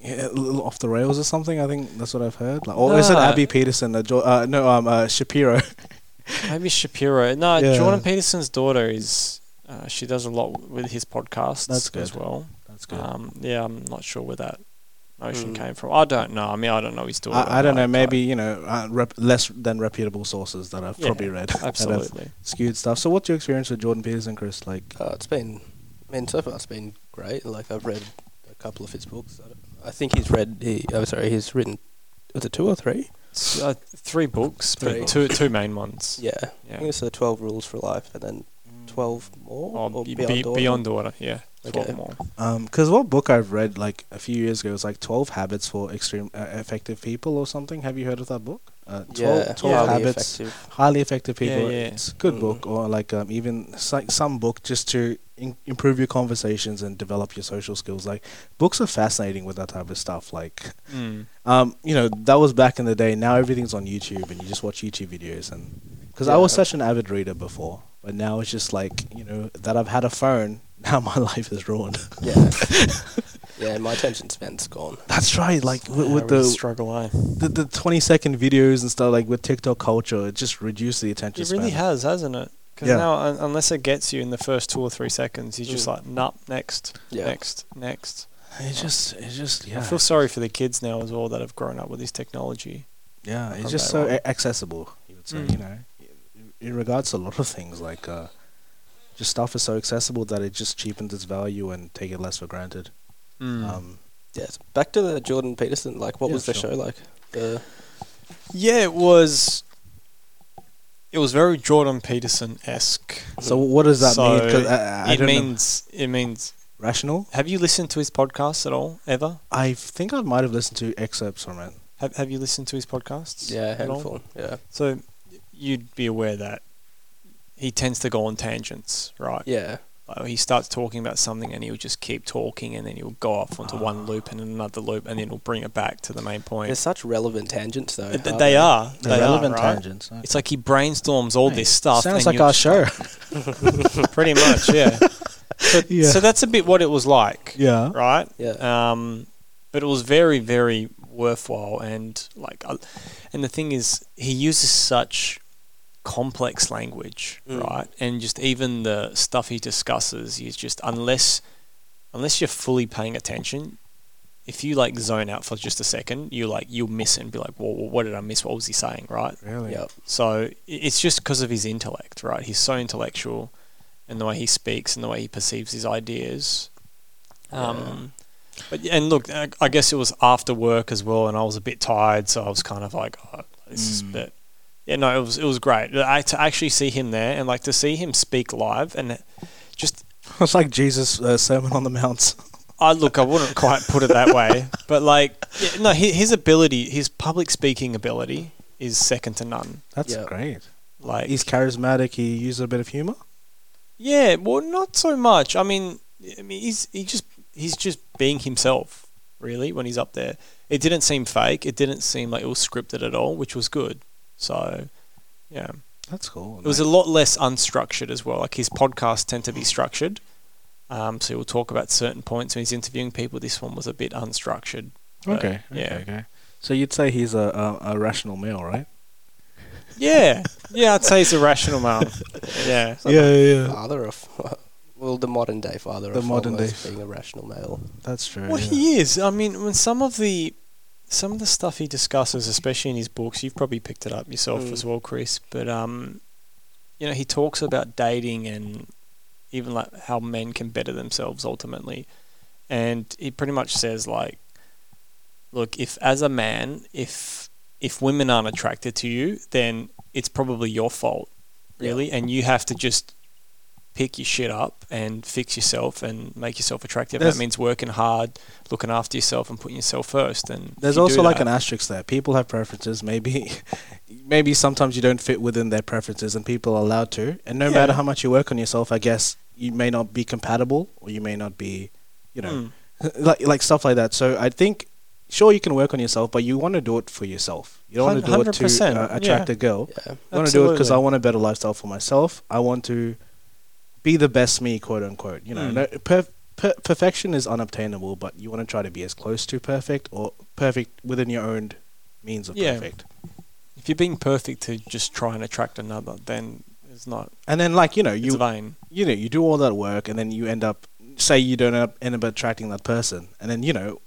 A: yeah, a little off the rails or something. I think that's what I've heard. Like, or is it
C: Nah.
A: Abby Peterson? Uh, jo- uh, no, um, uh, Shapiro.
C: maybe shapiro no
A: Yeah.
C: jordan peterson's daughter is uh, she does a lot with his podcasts
A: That's
C: as
A: good.
C: well
A: That's
C: Um, yeah, I'm not sure where that notion
B: Mm.
C: came from. I don't know. I mean, I don't know his story.
A: I, I don't know.
C: but-
A: Maybe you know uh, rep- less than reputable sources that I've
C: Yeah,
A: probably read that have
C: absolutely.
A: skewed stuff. So, what's your experience with Jordan Peterson, Chris? Like,
B: Uh, it's been, I mean, so far it's been great. Like I've read a couple of his books. I, don't- I think he's read. He, oh, sorry, he's written. Was it two or three?
C: S- uh, three books,
B: Three.
C: but two two main ones.
B: Yeah, I
C: Yeah.
B: think it's the Twelve Rules for Life, and then Twelve more
C: Or
B: or
C: Oh, be-
B: Beyond
C: be-
B: Dawn?
C: beyond order. Yeah.
B: Okay.
C: Twelve more.
A: because um, what book I've read like a few years ago was like Twelve Habits for Extreme uh, Effective People or something. Have you heard of that book? Uh, 12,
B: Yeah,
A: 12
B: highly
A: Habits.
B: effective.
A: Highly effective
C: Yeah,
A: people.
C: yeah.
A: It's a good
B: Mm.
A: book, or like um, even s- like some book just to in- improve your conversations and develop your social skills. Like books are fascinating with that type of stuff. Like
B: Hmm.
C: Mm.
A: um, you know, that was back in the day. Now everything's on YouTube, and you just watch YouTube videos. And because I was
B: Yeah.
A: such an avid reader before, but now it's just like you know that I've had a phone. Now my life is ruined.
B: Yeah, yeah. My attention span's gone.
A: That's right. Like with,
C: Yeah,
A: with
C: really
A: the,
C: struggle, eh? I.
A: the the twenty second videos and stuff, like with TikTok culture, it just reduced the attention.
C: It really
A: span.
C: has, hasn't it? Because
A: Yeah.
C: now, un- unless it gets you in the first two or three seconds, you're just
B: Mm.
C: like, nah, next,
B: Yeah.
C: next, next.
A: It just, it just, yeah,
C: I feel sorry for the kids now as well that have grown up with this technology.
A: yeah. It's
C: from
A: just
C: day
A: so
C: one.
A: a- accessible. You would say,
C: Mm.
A: you know, in- in regards to a lot of things, like uh, just stuff is so accessible that it just cheapens its value and take it less for granted. Um,
B: Yes. Back to the Jordan Peterson. Like, what
A: Yeah,
B: was the
A: sure.
B: show like? The
C: yeah, it was. It was very Jordan Peterson esque.
A: so
B: hmm.
A: what does that
C: So
A: mean? 'Cause I, I, I
C: It
A: don't know.
C: means it means.
A: rational.
C: Have you listened to his podcast at all ever?
A: I think I might have listened to excerpts from it.
C: Have Have you listened to his podcasts?
B: yeah
C: at all?
B: handful. Yeah,
C: So you'd be aware that he tends to go on tangents, right?
B: yeah.
C: Like he starts talking about something and he'll just keep talking and then he'll go off onto
A: Ah.
C: one loop and another loop and then he'll bring it back to the main point.
B: They're such relevant tangents, though.
C: Th-
B: aren't
C: they are.
A: The
C: they
A: relevant
C: are, right?
A: tangents.
C: It's like he brainstorms all this stuff.
A: Sounds
C: and
A: like
C: you're
A: our
C: just
A: show.
C: like- pretty much, yeah. So,
A: Yeah.
C: so that's a bit what it was like,
A: yeah.
C: right?
B: Yeah.
C: Um, but it was very, very worthwhile and like, I and the thing is, he uses such complex language,
B: Mm.
C: right? And just even the stuff he discusses, he's just unless unless you're fully paying attention, if you like zone out for just a second, you like you'll miss it and be like, "Well, what did I miss? What was he saying?" Right?
A: Really.
B: Yep.
C: So i- it's just because of his intellect, right? He's so intellectual, and the way he speaks and the way he perceives his ideas.
B: Ah.
C: Um, But yeah, and look, I I guess it was after work as well, and I was a bit tired, so I was kind of like, oh, this is
A: Mm.
C: but yeah, no, it was it was great. I to actually see him there and like to see him speak live and just
A: it's like Jesus' uh, Sermon on the Mount.
C: I look, I wouldn't quite put it that way, but like yeah, no, his, his ability, his public speaking ability is second to none.
A: That's
B: Yeah.
A: great.
C: Like
A: He's charismatic. He uses a bit of humor.
C: Yeah, well, not so much. I mean, I mean, he's he just he's just being himself, really, when he's up there. It didn't seem fake. It didn't seem like it was scripted at all, which was good. So, yeah,
A: That's cool.
C: it was a lot less unstructured as well. Like his podcasts tend to be structured, um, so he'll talk about certain points when he's interviewing people. This one was a bit unstructured. but
A: okay. okay,
C: yeah.
A: Okay. So you'd say he's a, a, a rational male, right?
C: Yeah, yeah, I'd say he's a rational man. Yeah,
B: It's like the
A: yeah.
B: Father of, well, the modern day father
A: The
B: of
A: modern day
B: almost
A: f-
B: being a rational male.
A: That's true.
C: Well,
A: yeah.
C: he is. I mean, when some of the some of the stuff he discusses, especially in his books, you've probably picked it up yourself
B: Mm.
C: as well, Chris. But um, you know, he talks about dating and even like how men can better themselves ultimately, and he pretty much says like, look, if as a man, if if women aren't attracted to you, then it's probably your fault,
B: Yeah.
C: really, and you have to just pick your shit up and fix yourself and make yourself attractive.
A: There's-
C: that means working hard, looking after yourself, and putting yourself first. And if
A: There's
C: you
A: also
C: do
A: like
C: that-
A: an asterisk there. People have preferences. Maybe, maybe sometimes you don't fit within their preferences, and people are allowed to. And no
C: Yeah.
A: matter how much you work on yourself, I guess you may not be compatible, or you may not be, you know,
C: Mm.
A: like like stuff like that. So I think, sure, you can work on yourself, but you want to do it for yourself. You don't want to do it to
C: 100%,
A: uh, attract
C: yeah.
A: a girl.
B: Yeah.
A: I want to do it because I
C: Absolutely.
A: want a better lifestyle for myself. I want to be the best me, quote unquote. You know,
C: Mm.
A: no, per- per- perfection is unobtainable, but you want to try to be as close to perfect or perfect within your own means of
C: Yeah.
A: perfect.
C: If you're being perfect to just try and attract another, then it's not.
A: And then, like you know,
C: it's
A: you
C: vain.
A: you know, you do all that work, and then you end up say you don't end up, end up attracting that person, and then you know,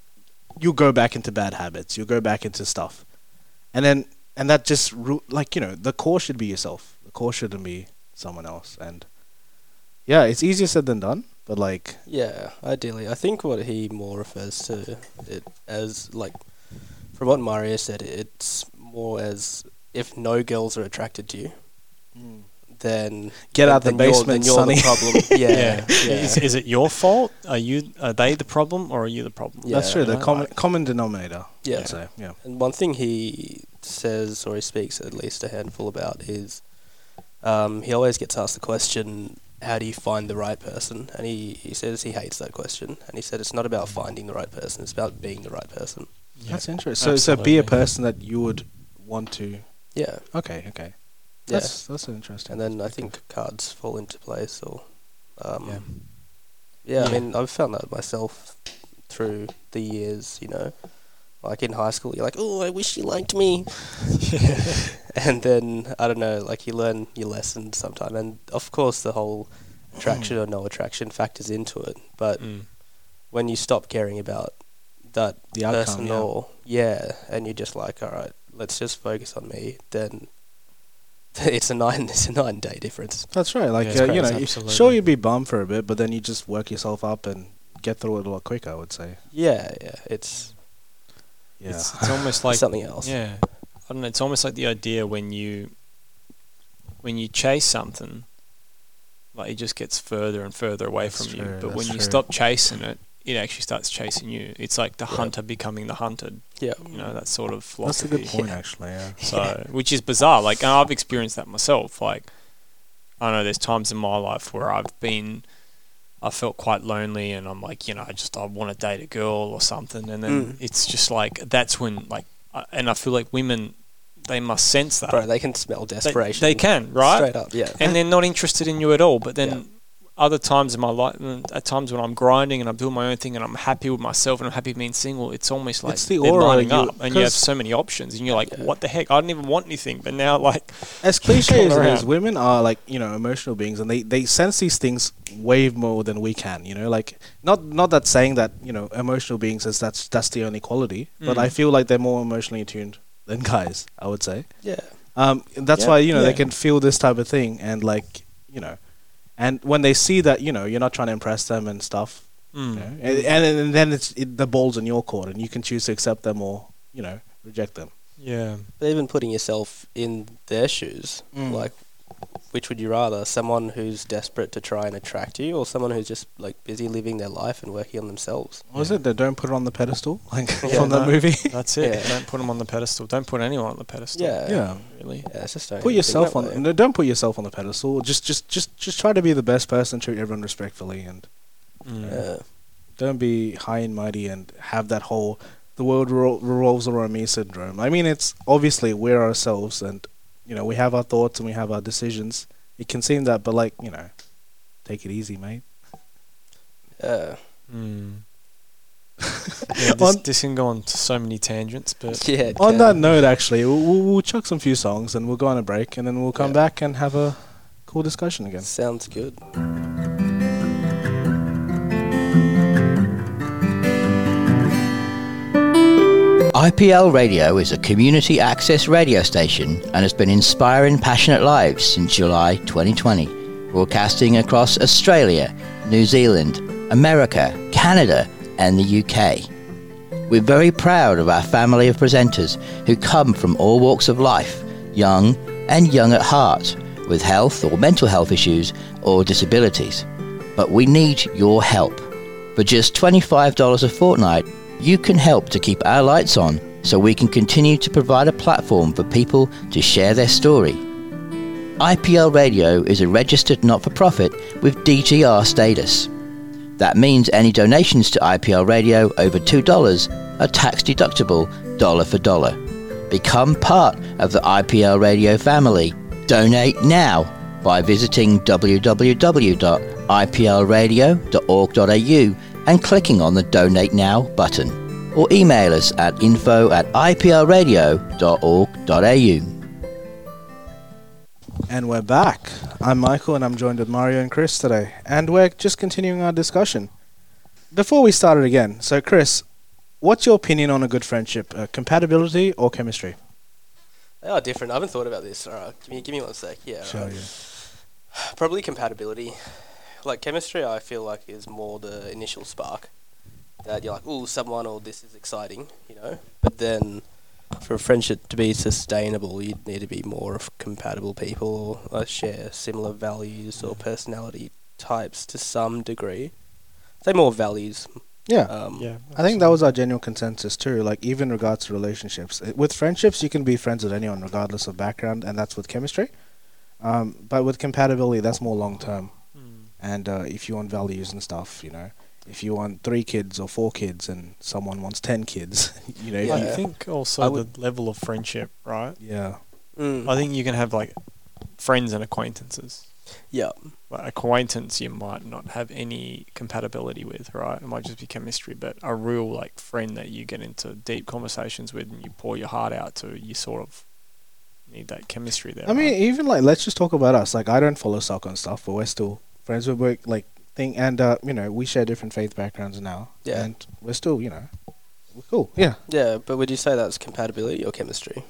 A: you go back into bad habits. You go back into stuff, and then and that just ru- like you know the core should be yourself. The core shouldn't be someone else. And yeah, it's easier said than done. But like
B: Yeah, ideally. I think what he more refers to it as, like, from what Mario said, it's more as if no girls are attracted to you, Mm. then
A: Get out the
B: then you're-
A: basement,
B: then you're
A: sonny.
B: the problem. Yeah,
C: Is,
B: yeah.
C: is it your fault? Are you? Are they the problem, or are you the problem?
B: Yeah.
A: that's true. The
C: I
A: common
C: like-
A: common denominator.
B: Yeah.
A: I'd say. yeah.
B: And one thing he says, or he speaks at least a handful about, is um, he always gets asked the question, How do you find the right person? And he, he says he hates that question. And he said it's not about finding the right person, it's about being the right person.
C: Yeah.
A: That's interesting. So so be
C: Absolutely.
A: a person that you would want to.
B: Yeah.
A: Okay, okay.
B: Yeah.
A: That's that's interesting.
B: and then I think cards fall into place. Or, um,
C: Yeah.
B: yeah. I
C: Yeah.
B: mean, I've found that myself through the years. You know, like in high school, you're like, "Oh, I wish she liked me," and then I don't know, like you learn your lesson sometime, and of course the whole attraction or no attraction factors into it. But
C: Mm.
B: when you stop caring about that
A: the
B: person
A: outcome. yeah.
B: or yeah, and you're just like, all right, let's just focus on me. Then it's a nine, it's a nine day difference.
A: That's right. Like
C: Yeah,
A: uh, you
C: it's
A: know, you-
C: absolutely.
A: sure you'd be bummed for a bit, but then you just work yourself up and get through it a lot quicker. I would say.
B: Yeah, yeah, it's
A: Yeah.
C: It's, it's almost like
B: something else.
C: Yeah, I don't know. It's almost like the idea when you when you chase something, like it just gets further and further away
A: That's
C: from you.
A: true,
C: But
A: that's
C: when you
A: true.
C: stop chasing it, it actually starts chasing you. It's like the hunter becoming the hunted.
B: Yeah.
C: You know that sort of
A: that's a
C: philosophy.
A: good point, actually. Yeah.
C: So, which is bizarre. Like and I've experienced that myself. Like I know there's times in my life where I've been. I felt quite lonely, and I'm like, you know, I just I want to date a girl or something, and then
B: Mm.
C: it's just like that's when like, I, and I feel like women, they must sense that
A: Uh,
B: Bro, they can smell
C: They-
B: desperation.
C: They, can, right?
B: Straight up, yeah.
C: And they're not interested in you at all. But then
B: Yeah.
C: other times in my life, mm, at times when I'm grinding and I'm doing my own thing and I'm happy with myself and I'm happy being single, it's almost like
A: It's the
C: they're
A: aura
C: lining
A: you-
C: up and you have
A: 'cause-
C: so many options and you're like,
B: Yeah.
C: what the heck? I don't even want anything. But now, like,
A: As cliche
C: Come
A: as it is,
C: around.
A: women are like you know emotional beings, and they they sense these things way more than we can. You know, like not not that saying that you know emotional beings is that's that's the only quality, but
C: Mm.
A: I feel like they're more emotionally attuned than guys. I would say.
B: yeah,
A: Um, and that's
C: Yeah,
A: why you know
C: yeah.
A: they can feel this type of thing, and like you know, and when they see that you know you're not trying to impress them and stuff,
C: mm,
A: you know, and, and and then it's it, the ball's in your court, and you can choose to accept them or you know reject them.
C: yeah.
B: but even putting yourself in their shoes,
A: Mm.
B: like, which would you rather? Someone who's desperate to try and attract you, or someone who's just like busy living their life and working on themselves?
A: What Was it the don't put it on the pedestal like
B: Yeah, Uh,
A: from that
C: no.
A: movie?
C: That's it.
B: Yeah.
C: Don't put them on the pedestal. Don't put anyone on the pedestal.
B: Yeah,
A: yeah.
C: Really.
B: Yeah, it's just don't
A: Put
B: even think
A: yourself
B: that way.
A: on. No, don't put yourself on the pedestal. Just, just, just, just try to be the best person. Treat everyone respectfully, and
C: Mm.
B: Yeah.
A: don't be high and mighty and have that whole the world revol- revolves around me syndrome. I mean, it's obviously we're ourselves and you know we have our thoughts and we have our decisions. It can seem that, but like you know, take it easy, mate.
B: Yeah.
C: Mm. yeah, this,
A: On-
C: this can go on to so many tangents, but
B: yeah. it
A: On
B: can.
A: that note, actually, we'll, we'll, we'll chuck some few songs and we'll go on a break and then we'll come
B: Yeah.
A: back and have a cool discussion again.
B: sounds good.
F: IPL Radio is a community access radio station and has been inspiring passionate lives since July 2020, broadcasting across Australia, New Zealand, America, Canada, and the UK. We're very proud of our family of presenters who come from all walks of life, young and young at heart, with health or mental health issues or disabilities. But we need your help. For just $25 a fortnight, you can help to keep our lights on so we can continue to provide a platform for people to share their story. IPL Radio is a registered not for profit with DTR status. That means any donations to IPL Radio over $2 are tax deductible dollar for dollar. Become part of the IPL Radio family. Donate now by visiting www.iplradio.org.au and clicking on the Donate Now button. Or email us at info at iplradio.org.au.
A: And we're back. I'm Michael and I'm joined with Mario and Chris today. And we're just continuing our discussion. Before we started again, so Chris, What's your opinion on a good friendship? Uh, compatibility or chemistry?
B: They are different. I haven't thought about this. All right, give me give me one sec. Yeah, all right. probably compatibility. Like chemistry, I feel like is more the initial spark that you're like, "Ooh, someone," or "This is exciting," you know. But then, for a friendship to be sustainable, you need to be more of compatible people or uh, share similar values or personality types to some degree. Say more values.
A: Yeah.
B: Um,
C: Yeah,
A: I think that was our general consensus too. Like even regards to relationships, Uh, with friendships you can be friends with anyone regardless of background, and that's with chemistry. Um, but with compatibility, that's more long term.
C: hmm.
A: And uh, if you want values and stuff, you know, if you want three kids or four kids, and someone wants ten kids, you know, if
C: I
A: you-
C: think also
B: I
C: the level of friendship, right?
A: yeah,
B: Mm.
C: I think you can have like friends and acquaintances.
B: yeah.
C: Like acquaintance, you might not have any compatibility with, right? It might just be chemistry, but a real like friend that you get into deep conversations with and you pour your heart out to, you sort of need that chemistry there.
A: I mean,
C: right?
A: even like let's just talk about us. Like I don't follow soccer and stuff, but we're still friends with work, like thing, and uh, you know, we share different faith backgrounds now,
B: Yeah.
A: and we're still, you know, we're cool. Yeah,
B: Yeah, but would you say that's compatibility or chemistry?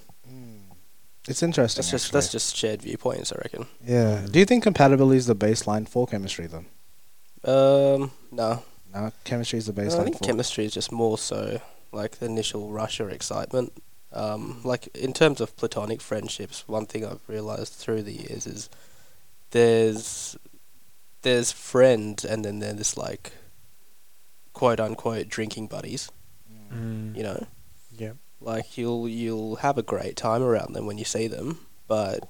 A: it's interesting.
B: Hmm. That's just
A: actually.
B: that's just shared viewpoints, I reckon.
A: Yeah. Do you think compatibility is the baseline for chemistry then?
B: Um, no,
A: No, chemistry is the
B: Uh, I
A: baseline
B: think
A: for
B: chemistry is just more so like the initial rush or excitement. Um, like in terms of platonic friendships, one thing I've realized through the years is there's there's friend and then there's this like quote unquote drinking buddies,
C: Mm.
B: you know.
C: Yeah.
B: Like you'll you'll have a great time around them when you see them, but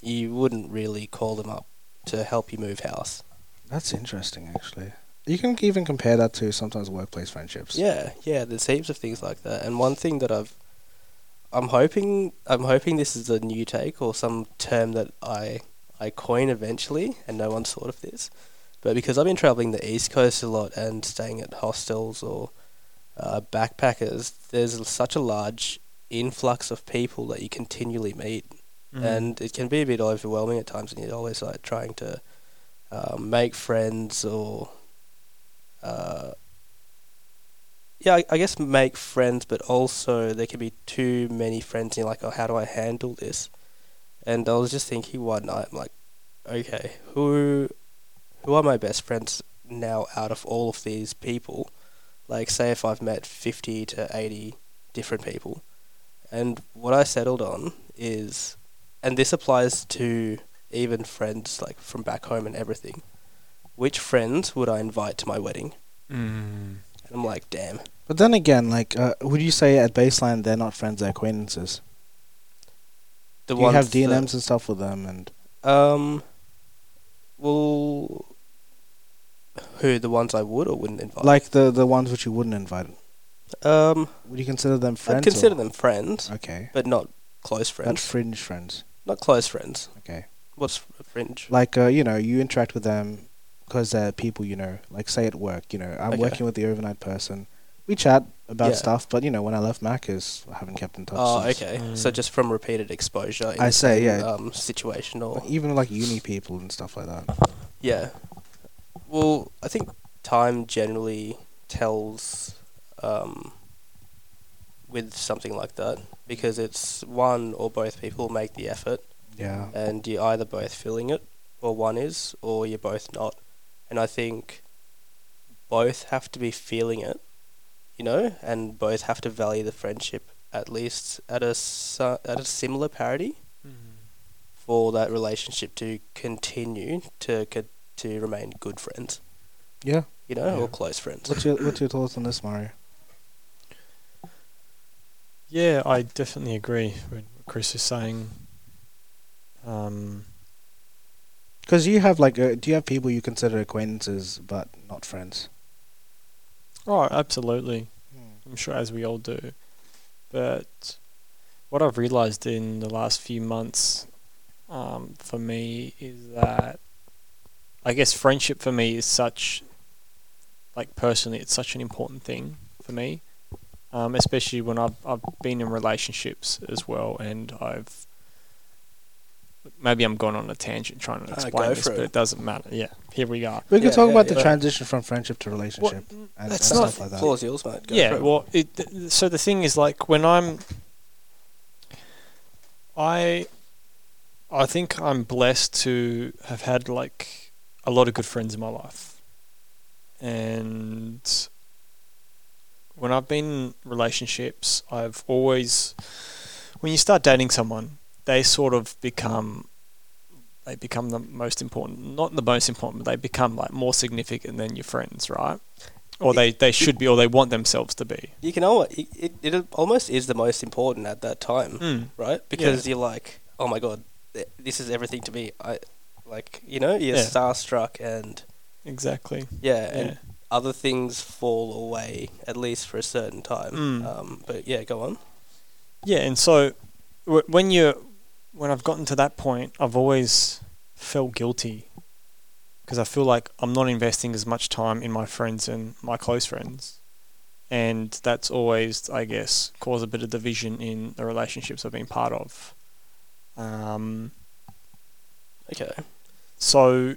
B: you wouldn't really call them up to help you move house.
A: That's interesting actually. You can even compare that to sometimes workplace friendships.
B: Yeah, yeah. There's heaps of things like that. And one thing that I've, I'm hoping, I'm hoping this is a new take or some term that I, I coin eventually, and no one's thought of this, but because I've been traveling the east coast a lot and staying at hostels or uh, backpackers, there's such a large influx of people that you continually meet
C: Mm-hmm. Mm.
B: and it can be a bit overwhelming at times, and you're always like trying to uh, make friends or, uh, yeah, I, I guess make friends, but also there can be too many friends, and you're like, oh, how do I handle this? And I was just thinking one night, I'm like, okay, who, who are my best friends now out of all of these people? Like, say if I've met fifty to eighty different people, and what I settled on is and this applies to even friends like from back home and everything. Which friends would I invite to my wedding?
C: Mm.
B: And I'm like, damn.
A: But then again, like, uh, would you say at baseline they're not friends, they're acquaintances?
B: The
A: Do you have
B: that-
A: DNMs and stuff with them, and
B: um, well, who the ones I would or wouldn't invite?
A: like the the ones which you wouldn't invite.
B: um,
A: Would you consider them friends?
B: I'd consider
A: or-
B: them friends,
A: okay,
B: but not close
A: but
B: friends.
A: fringe friends.
B: not close friends.
A: Okay.
B: What's a fringe?
A: like uh, you know you interact with them because they're people you know like say at work you know i'm
B: Okay.
A: working with the overnight person we chat about
B: Yeah.
A: stuff but you know when i left macca's i haven't kept in touch
B: Oh,
A: since.
B: okay. So just from repeated exposure. In
A: I
B: the
A: say,
B: same,
A: yeah.
B: Um, situation or
A: Like, even like uni people and stuff like that
B: Yeah. Well, I think time generally tells um, with something like that because it's one or both people make the effort
A: yeah
B: and you're either both feeling it or one is or you're both not. And I think both have to be feeling it, you know, and both have to value the friendship at least at a, si- at a similar parity for that relationship to continue to co- to remain good friends,
A: yeah
B: you know,
C: Yeah.
B: or close friends.
A: what's your what's your thoughts on this mario
C: Yeah, I definitely agree with what Chris is saying. Um,
A: because you have like uh, do you have people you consider acquaintances but not friends
C: Right, oh, absolutely. I'm sure as we all do. But what I've realized in the last few months um, for me is that I guess friendship for me is such, like personally, it's such an important thing for me, um, especially when I've, I've been in relationships as well and I've maybe I'm going on a tangent trying to
B: Uh,
C: explain
B: go
C: this,
B: for
C: but
B: it.
C: it doesn't matter. Yeah, here we are.
A: We could
B: Yeah,
A: talk
B: yeah,
A: about the
B: yeah.
A: transition from friendship to
C: Well,
A: relationship and,
C: that's
A: and
C: not-
A: stuff like that.
B: Floor's yours, mate. Go
C: yeah,
B: for it.
C: well, it, th- th- so the thing is, like, when I'm, I, I think I'm blessed to have had like a lot of good friends in my life, and when I've been in relationships, I've always, when you start dating someone, they sort of become. They become the most important, not the most important, but they become like more significant than your friends, right? Or they, they should be, or they want themselves to be.
B: you can almost it, it, it almost is the most important at that time,
C: Mm.
B: right? Because you're like, oh my god, th- this is everything to me. I like, you know, you're
C: Yeah.
B: starstruck, and
C: Exactly.
B: yeah,
C: Yeah.
B: and other things fall away at least for a certain time.
C: Mm.
B: Um, but yeah, go on.
C: Yeah, and so w- when you when I've gotten to that point, I've always felt guilty because I feel like I'm not investing as much time in my friends and my close friends. And that's always, I guess, caused a bit of division in the relationships I've been part of. Um,
B: Okay.
C: so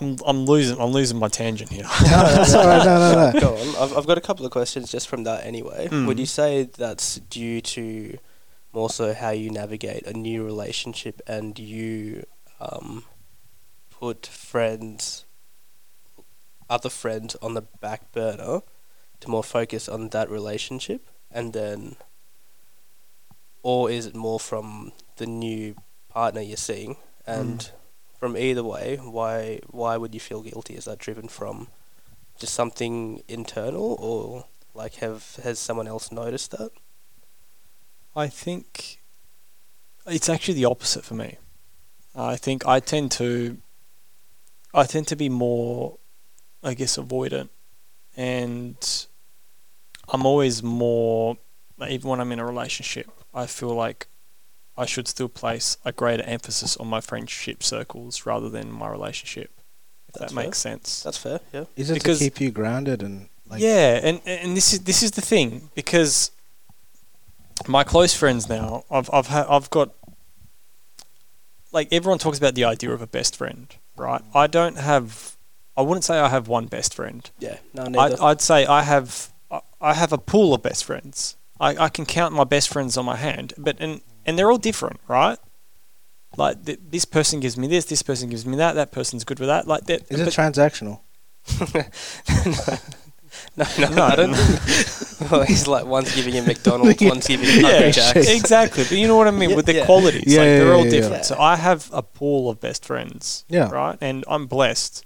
C: I'm I'm losing I'm losing my tangent here.
A: That's all right, no, no, no.
B: go on. I've, I've got a couple of questions just from that anyway.
C: Mm.
B: Would you say that's due to more so how you navigate a new relationship and you um, put friends, other friends on the back burner to more focus on that relationship and then, or is it more from the new partner you're seeing and from either way, why why would you feel guilty? Is that driven from just something internal, or like have has someone else noticed that?
C: I think it's actually the opposite for me. I think I tend to I tend to be more I guess avoidant and I'm always more like, even when I'm in a relationship, I feel like I should still place a greater emphasis on my friendship circles rather than my relationship. If
B: That's
C: that
B: fair.
C: makes sense.
B: That's fair. Yeah.
A: Is it
C: Because-
A: to keep you grounded and like
C: yeah, and and this is this is the thing because my close friends now, I've I've ha- I've got like everyone talks about the idea of a best friend, right? I don't have, I wouldn't say I have one best friend.
B: Yeah. No.
C: I,
B: Neither.
C: I'd say I have I- I have a pool of best friends. I, I can count my best friends on my hand, but and and they're all different, right? Like th- this person gives me this, this person gives me that, that person's good with that. Like that.
A: is
C: but-
A: it transactional?
B: no, no, I don't. think- well, he's like one's giving him McDonald's, one's giving him
C: yeah,
B: Hungry Jacks.
C: exactly. But you know what I mean
B: Yeah,
C: with the
B: yeah.
C: qualities.
A: Yeah,
C: like
A: yeah,
C: they're all
A: yeah, yeah.
C: different. So I have a pool of best friends,
A: Yeah.
C: right? And I'm blessed.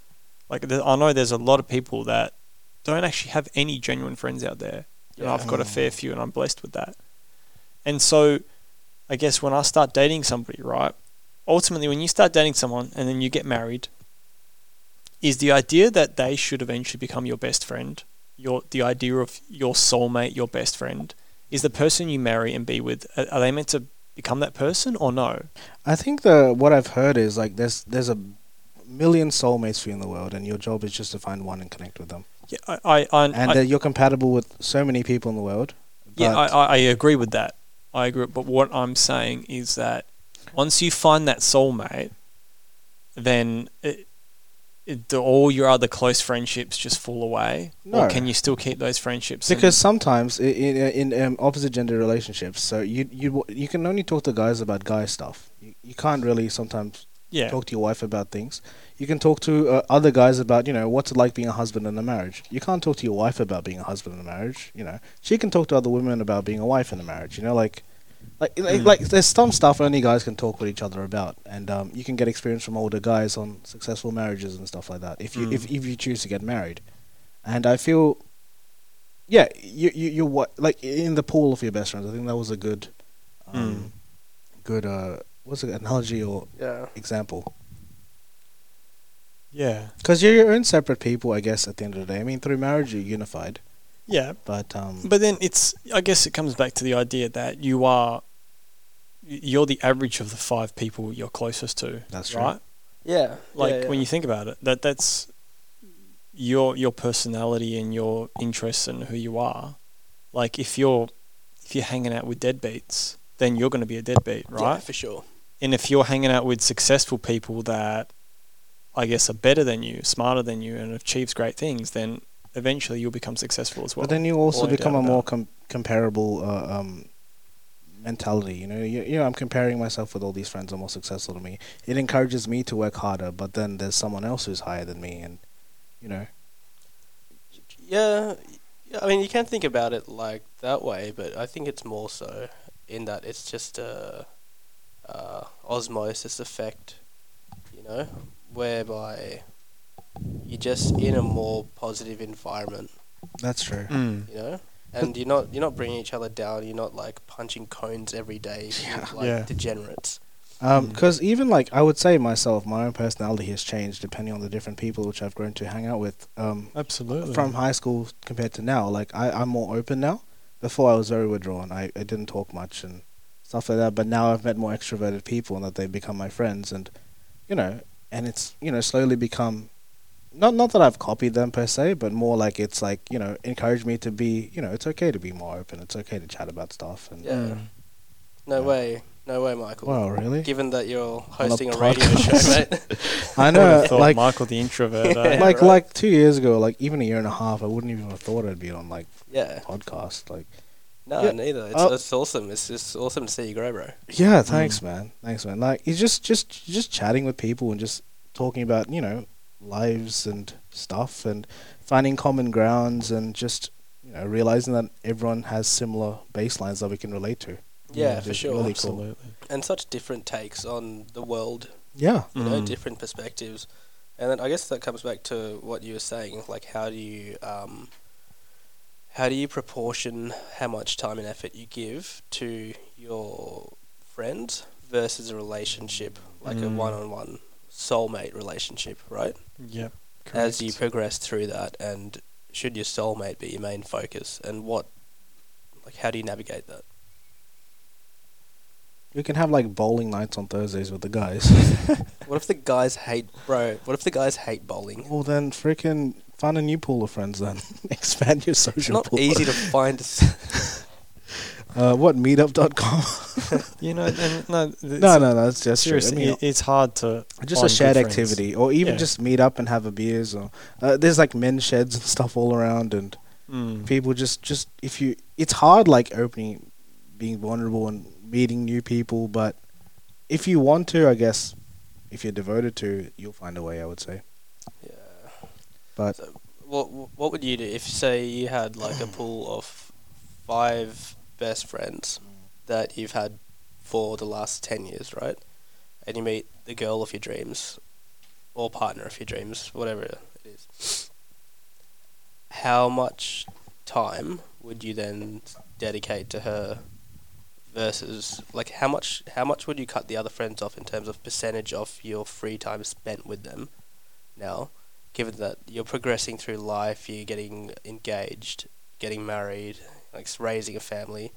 C: Like th- I know there's a lot of people that don't actually have any genuine friends out there, and
B: Yeah.
C: I've got a fair few, and I'm blessed with that. And so, I guess when I start dating somebody, right? Ultimately, when you start dating someone and then you get married, is the idea that they should eventually become your best friend, your the idea of your soulmate, your best friend, is the person you marry and be with. Are, are they meant to become that person or no?
A: I think the what I've heard is like there's there's a million soulmates for you in the world, and your job is just to find one and connect with them.
C: Yeah, I, I, I,
A: And
C: Mm, I-
A: that you're compatible with so many people in the world.
C: yeah, I,
A: but-
C: I, I agree with that. I agree. But what I'm saying is that once you find that soulmate, then it, it, do all your other close friendships just fall away,
A: No.
C: or can you still keep those friendships? and-
A: because sometimes i- in in um, opposite gender relationships, so you you w- you can only talk to guys about guy stuff. You, you can't really sometimes
C: yeah,
A: talk to your wife about things. You can talk to uh, other guys about, you know, what's it like being a husband in a marriage. You can't talk to your wife about being a husband in a marriage, you know. She can talk to other women about being a wife in a marriage, you know, like like like, like there's some stuff only guys can talk with each other about and um, you can get experience from older guys on successful marriages and stuff like that if you if, if you choose to get married. And I feel yeah, you you you what like in the pool of your best friends. I think that was a good um, good uh what's it analogy or
B: Yeah.
A: example.
C: yeah,
A: Because you're your own separate people, I guess, at the end of the day. I mean, through marriage, you're unified.
C: yeah.
A: But, um,
C: But then it's, I guess it comes back to the idea that you are, you're the average of the five people you're closest to.
A: That's true.
C: right.
B: Yeah.
C: Like when you think about it, that that's your your personality and your interests and who you are. Like if you're if you're hanging out with deadbeats, then you're going to be a deadbeat, right?
B: for sure.
C: and if you're hanging out with successful people that I guess are better than you, smarter than you, and achieves great things, then eventually you'll become successful as well.
A: but then you also
C: Without
A: become a
C: doubt.
A: more com- comparable uh, um, mentality. You know, you, you know, I'm comparing myself with all these friends who are more successful than me. It encourages me to work harder, but then there's someone else who's higher than me, and you know,
B: Yeah, yeah, I mean, you can think about it like that way, but I think it's more so in that it's just a uh, osmosis effect, you know, whereby you're just in a more positive environment,
A: that's true.
C: Mm.
B: you know, and you're not you're not bringing each other down. You're not like punching cones every day, with, like
C: Yeah.
B: degenerates.
C: Mm.
A: Because Um, even like I would say myself, my own personality has changed depending on the different people which I've grown to hang out with. Um,
C: Absolutely.
A: from high school compared to now, like I, I'm more open now. Before I was very withdrawn. I, I didn't talk much and stuff like that. But now I've met more extroverted people and that they've become my friends and you know, and it's you know, slowly become not not that I've copied them per se, but more like it's like, you know, encouraged me to be you know, it's okay to be more open, it's okay to chat about stuff and
B: Yeah. No
A: Yeah.
B: way, no way, Michael.
A: Wow, really?
B: Given that you're hosting a, radio show,
A: podcast.
B: mate.
A: I
C: I
A: know
C: thought
A: like
C: Michael the introvert. eh?
B: Yeah,
A: like
B: right.
A: like two years ago, like even a year and a half, I wouldn't even have thought I'd be on like
B: yeah.
A: podcast. Like
B: No,
A: Yeah.
B: neither. It's,
A: Oh.
B: it's awesome. It's just awesome to see you grow, bro.
A: Yeah, thanks, man. Thanks, man. Like it's just just just chatting with people and just talking about you know lives and stuff and finding common grounds and just you know realizing that everyone has similar baselines that we can relate to.
B: Yeah, for
A: just
B: sure.
A: really cool.
C: Absolutely.
B: And such different takes on the world,
A: Yeah,
B: you know,
C: Mm.
B: different perspectives. And then I guess that comes back to what you were saying, like how do you um, how do you proportion how much time and effort you give to your friend versus a relationship, like a
C: Mm.
B: one-on-one soulmate relationship, right?
C: Yep.
B: as you
C: correct.
B: progress through that and should your soulmate be your main focus and what like how do you navigate that
A: we can have like bowling nights on Thursdays with the guys.
B: what if the guys hate bro what if the guys hate bowling
A: well, then freaking find a new pool of friends. Then expand your social.
B: it's not
A: pool.
B: easy to find s-
A: Uh, what meetup.com?
C: you know, and, no, th-
A: no, no, no. It's just true. I
C: seriously,
A: mean,
C: it- it's hard to
A: just a
C: find good
A: shared
C: friends.
A: activity, or even
C: Yeah.
A: just meet up and have a beers. Or uh, there's like men's sheds and stuff all around, and
C: Mm.
A: people just just if you, it's hard like opening, being vulnerable and meeting new people. But if you want to, I guess if you're devoted to, you'll find a way. I would say.
B: yeah
A: But
B: what what would you do if say you had like a pool of five best friends that you've had for the last 10 years right and you meet the girl of your dreams or partner of your dreams whatever it is how much time would you then dedicate to her versus like how much how much would you cut the other friends off in terms of percentage of your free time spent with them now given that you're progressing through life, you're getting engaged, getting married, like s- raising a family,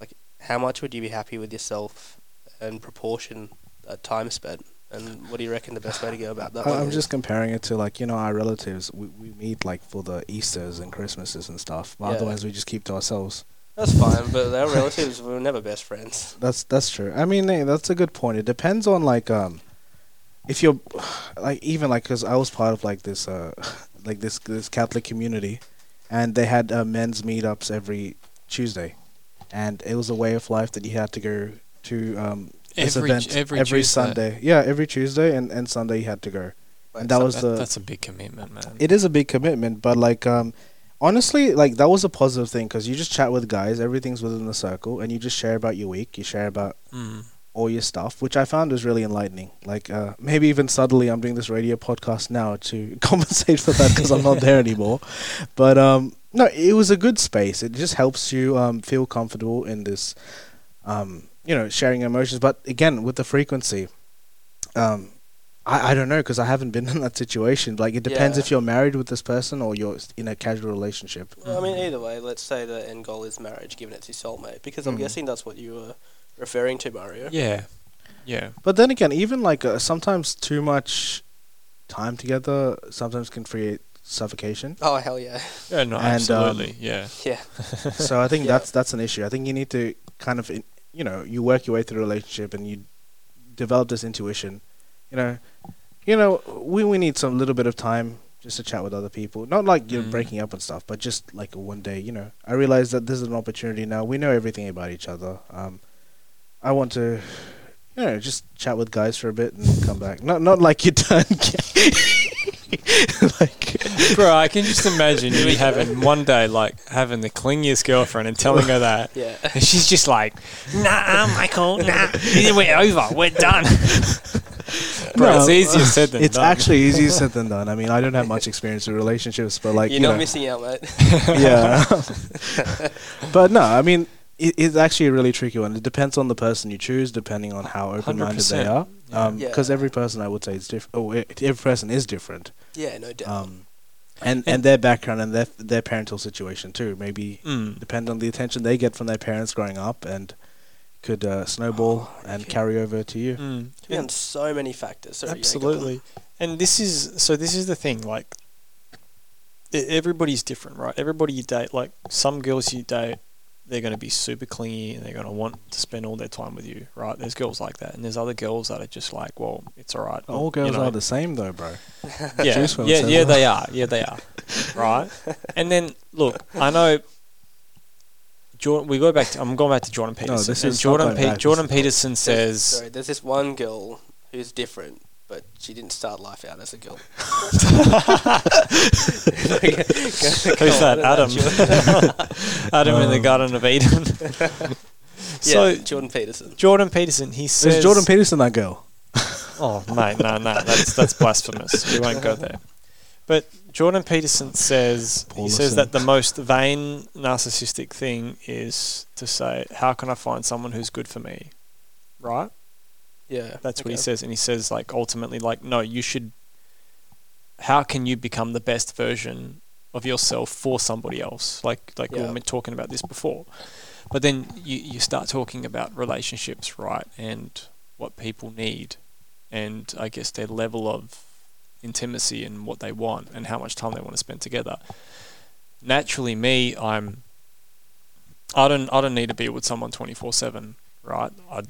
B: like how much would you be happy with yourself and proportion that time spent? And what do you reckon the best way to go about that?
A: I,
B: one
A: I'm
B: is?
A: just comparing it to like you know our relatives. We we meet like for the Easter's and Christmases and stuff. But
B: Yeah.
A: otherwise, we just keep to ourselves.
B: that's fine, but they're relatives. we were never best friends.
A: That's that's true. I mean, eh, that's a good point. It depends on like um, if you're like even like because I was part of like this uh, like this this Catholic community, and they had uh, men's meetups every Tuesday, and it was a way of life that you had to go to um this
G: Every-
A: event
G: every Tuesday.
A: Sunday. Yeah, every Tuesday and and Sunday you had to go, and that
G: So
A: was the
G: that's a big commitment, man.
A: it is a big commitment but like um honestly like that was a positive thing because you just chat with guys everything's within the circle and you just share about your week you share about
G: Mm.
A: all your stuff which i found was really enlightening like uh maybe even suddenly i'm doing this radio podcast now to compensate for that because i'm not there anymore but um no it was a good space it just helps you um feel comfortable in this um you know sharing emotions but again with the frequency um I, I don't know because I haven't been in that situation. Like it depends
B: Yeah.
A: if you're married with this person or you're s- in a casual relationship.
B: Well, I mean,
C: Mm.
B: either way, let's say the end goal is marriage, given it's your soulmate, because I'm
A: Mm.
B: guessing that's what you were referring to, Mario.
G: Yeah, yeah.
A: But then again, even like uh, sometimes too much time together sometimes can create suffocation.
B: Oh hell yeah,
G: Yeah, no,
A: And, um,
G: absolutely. yeah,
B: yeah.
A: so I think
B: Yeah.
A: that's that's an issue. I think you need to kind of in, you know, you work your way through the relationship and you develop this intuition. You know, you know, we we need some little bit of time just to chat with other people. Not like you're
G: Mm.
A: breaking up and stuff, but just like one day, you know, I realize that this is an opportunity now. We know everything about each other. Um, I want to, you know, just chat with guys for a bit and come back. Not not like you're done. like
C: Bro, I can just imagine you having one day like having the clingiest girlfriend and telling her that.
B: Yeah.
C: And she's just like, nah, Michael, nah, we're over, we're done. Bro,
A: No,
C: it's easier said than
A: it's
C: done.
A: actually easier said than done. I mean, I don't have much experience with relationships, but like
B: You're
A: you
B: not
A: know,
B: missing out, mate.
A: yeah. but no, I mean, it, it's actually a really tricky one. It depends on the person you choose, depending on how open-minded they
C: 100%,
A: are.
C: yeah.
A: Because
B: Yeah.
A: every person, I would say, is different. Oh, e- every person is different.
B: Yeah, no doubt.
A: Um, and and their background and their their parental situation too. Maybe
C: Mm.
A: depend on the attention they get from their parents growing up, and could uh, snowball and carry over to you.
C: Oh, Mm.
B: yeah, on so many factors. Sorry, yeah, go on.
C: Absolutely. And this is so this is the thing like e- everybody's different, right? Everybody you date like some girls you date they're going to be super clingy and they're going to want to spend all their time with you, right? There's girls like that. And there's other girls that are just like, well, it's all right.
A: All
C: you
A: girls
C: know.
A: are the same though, bro.
C: yeah,
A: Juice WRLD
C: yeah,
A: says
C: yeah,
A: that.
C: they are. Yeah, they are. right. And then look, I know. Jordan, we go back. To, I'm going back to Jordan Peterson.
A: this
C: and
A: is not
C: Jordan.
A: going
C: Pe-
A: back,
C: Jordan
A: this is-
C: Peterson
B: There's-
C: says.
B: Sorry, there's this one girl who's different, but she didn't start life out as a girl.
C: Who's that? Adam. Adam in the Garden of Eden. so
B: yeah, Jordan Peterson.
C: Jordan Peterson, he says.
A: Is Jordan Peterson that girl?
C: Oh mate, no, no, that's that's blasphemous. We won't go there. But Jordan Peterson says he says
A: Paulison.
C: that the most vain narcissistic thing is to say, "How can I find someone who's good for me?" Right?
B: Yeah,
C: That's what he
B: okay.
C: says, and he says like ultimately, like, no, you should. How can you become the best version of yourself for somebody else? Like, like
B: Yeah.
C: we've been talking about this before, but then you you start talking about relationships, right, and what people need, and I guess their level of intimacy and what they want and how much time they want to spend together. Naturally, me, I'm. I don't. I don't need to be with someone twenty four seven, right? I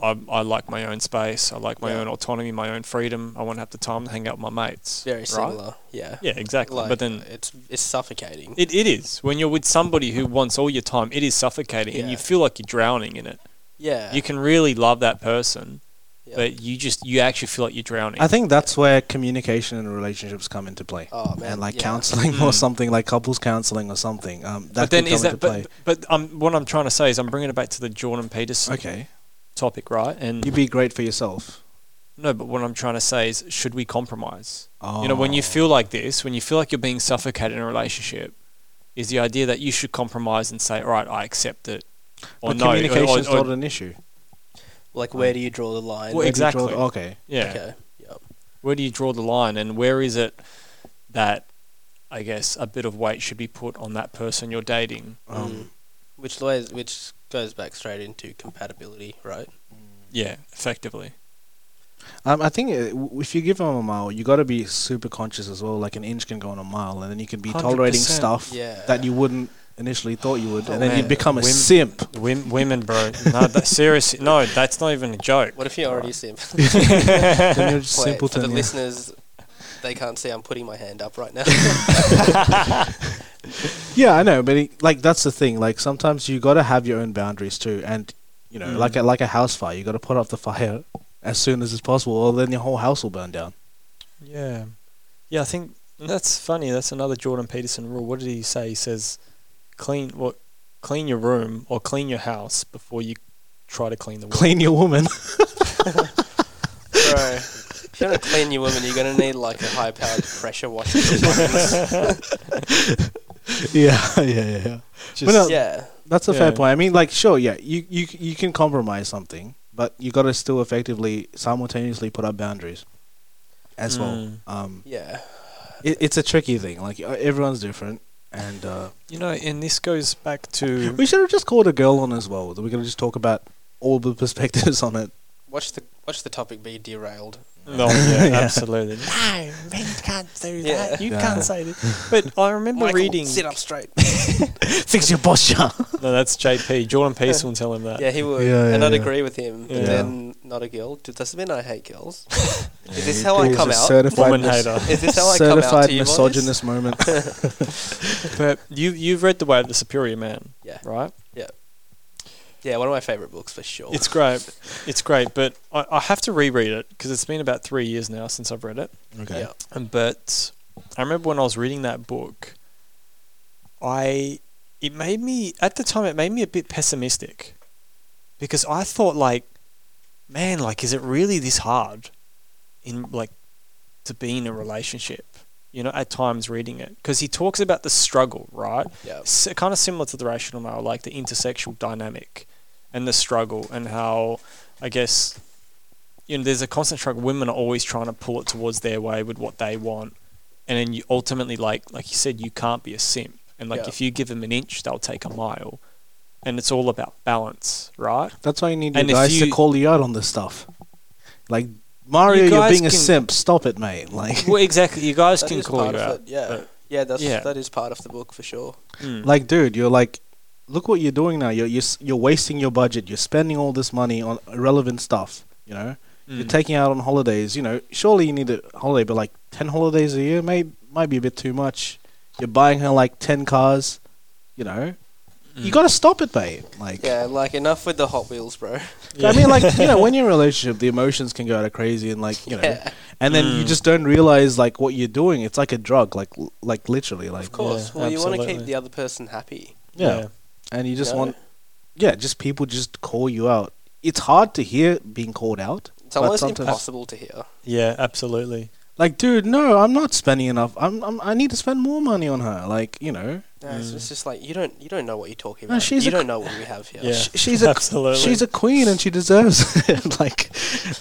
C: I, I like my own space. I like my
B: Yeah.
C: own autonomy, my own freedom. I want to have the time to hang out with my mates.
B: Very
C: right?
B: similar. Yeah.
C: Yeah, exactly.
B: Like,
C: but then
B: it's it's suffocating.
C: it, it is. When you're with somebody who wants all your time, it is suffocating and you
B: Yeah.
C: feel like you're drowning in it.
B: yeah.
C: You can really love that person,
B: yeah.
C: but you just, you actually feel like you're drowning.
A: I think that's where communication and relationships come into play.
B: oh man,
A: and like
B: yeah.
A: counseling or
C: Mm.
A: something like couples counseling or something. Um, that
C: but then
A: could come
C: is that,
A: into play.
C: but, but um, what I'm trying to say is I'm bringing it back to the Jordan Peterson
A: okay,
C: topic, right? And
A: you be great for yourself.
C: no, but what I'm trying to say is should we compromise?
A: Oh.
C: You know, when you feel like this, when you feel like you're being suffocated in a relationship, is the idea that you should compromise and say, "All right, I accept it," or
A: but
C: "No," or-
A: communication is
C: or- or-
A: not an issue.
B: Like, where do you draw the line?
C: Well,
A: Where
B: Like,
A: do you draw
C: exactly.
A: the- okay.
C: yeah.
B: Okay. Yeah.
C: Where do you draw the line, and where is it that I guess a bit of weight should be put on that person you're dating?
A: Um,
B: Mm. Which lawyers, which goes back straight into compatibility, right?
C: Yeah, effectively.
B: Hmm.
A: um, I think uh, w- if you give them a mile, you got to be super conscious as well. Like an inch can go on a mile, and then you can be tolerating
C: 100%.
A: stuff
B: Yeah.
A: that you wouldn't initially thought you would,
C: Oh,
A: and then you
C: man.
A: become a
C: Women-
A: simp.
C: Wim, women, bro. No, that, seriously, no, that's not even a joke.
B: What if you're already simp?
A: then you're just
B: Wait, for
A: simpleton.
B: the
A: yeah.
B: listeners, they can't see I'm putting my hand up right now.
A: Yeah, I know, but it, like that's the thing. Like sometimes you got to have your own boundaries too, and you know,
C: Mm.
A: like a, like a house fire, you got to put out the fire as soon as it's possible, or then your whole house will burn down.
C: Yeah. Yeah, I think that's funny. That's another Jordan Peterson rule. What did he say? He says clean what clean your room or clean your house before you try to clean the world.
A: Clean your woman.
B: Bro, if you're gonna clean your woman, you're gonna need like a high powered pressure washer. for buttons.
A: yeah, yeah, yeah. yeah.
C: Just-
A: no,
B: yeah,
A: That's a fair
C: Yeah.
A: point. I mean, like, sure, yeah, you you c- you can compromise something, but you got to still effectively simultaneously put up boundaries as well.
C: Mm.
A: Um,
B: yeah,
A: it, it's a tricky thing. Like uh, everyone's different, and uh,
C: You know, and this goes back to
A: we should have just called a girl on as well. We're gonna just talk about all the perspectives on it.
B: watch the watch the topic be derailed.
C: No, yeah, absolutely. No, men can't do
B: Yeah.
C: that. You
A: Yeah.
C: can't say this. But I remember reading.
B: up straight.
F: Fix your posture.
C: No, that's JP. Jordan Peterson will tell him that.
B: Yeah, he would,
A: Yeah,
B: and
A: yeah,
B: I'd
A: yeah.
B: agree with him.
C: Yeah.
B: But then not a girl. Does this mean I hate girls? Is this how I
A: He's
B: come
A: a
B: out?
A: certified
C: Woman
A: mis-
C: hater.
B: Is this how I come out
A: certified
B: to you? boys?
A: misogynist moment.
C: But you you've read The Way of the Superior Man,
B: Yeah,
C: right?
B: yeah, one of my favorite books for sure.
C: It's great. It's great, but I, I have to reread it because it's been about three years now since I've read it.
A: okay.
B: Yeah.
C: And- But I remember when I was reading that book, I it made me at the time it made me a bit pessimistic because I thought like, man, like is it really this hard in like to be in a relationship? You know, at times reading it because he talks about the struggle, right?
B: yeah,
C: s- kind of similar to the rational male, like the intersexual dynamic and the struggle, and how I guess you know there's a constant struggle. Women are always trying to pull it towards their way with what they want, and then you ultimately, like like you said, you can't be a simp, and like
B: Yeah.
C: if you give them an inch, they'll take a mile, and it's all about balance, right?
A: That's why you need your
C: And if
A: guys to
C: you-
A: call you out on this stuff. Like Mario, you are
C: guys
A: being a
C: can-
A: simp. Stop it, mate. Like,
C: well, exactly. You guys
B: That
C: can
B: is
C: call
B: part
C: you
B: of
C: out.
B: it, Yeah,
C: but-
B: yeah, that's
C: Yeah.
B: that is part of the book for sure.
C: Mm.
A: like, dude, you're like, look what you're doing now. You're you're, s- you're wasting your budget. You're spending all this money on irrelevant stuff. You know, you're
C: Mm.
B: Hmm.
A: taking out on holidays. You know, surely you need a holiday, but like ten holidays a year, may might be a bit too much. You're buying her like ten cars. You know, you
C: Mm.
A: gotta stop it, mate. Like,
B: Hmm. Yeah, like enough with the Hot Wheels, bro.
A: I mean, like, you know, when you're in a relationship, the emotions can go out of crazy and like, you know,
B: Yeah,
A: and then you
C: Mm.
A: just don't realize like what you're doing. It's like a drug, like l- like literally, like
B: of course.
C: Yeah,
B: well, you want to keep
C: absolutely.
B: the other person happy.
A: yeah. And you just
B: Yeah.
A: want, yeah, just people just call you out. It's hard to hear being called out.
B: It's
A: But
B: almost
A: sometimes-
B: impossible to hear.
C: yeah, absolutely.
A: Like, dude, no, I'm not spending enough. I'm, I'm I need to spend more money on her. Like, you know,
B: No, it's,
C: Mm.
B: it's just like you don't you don't know what you're talking
A: No,
B: about.
A: she's
B: you
A: a
B: don't know what we have here.
C: Yeah,
A: sh- she's a
C: absolutely.
A: she's a queen and she deserves it. like,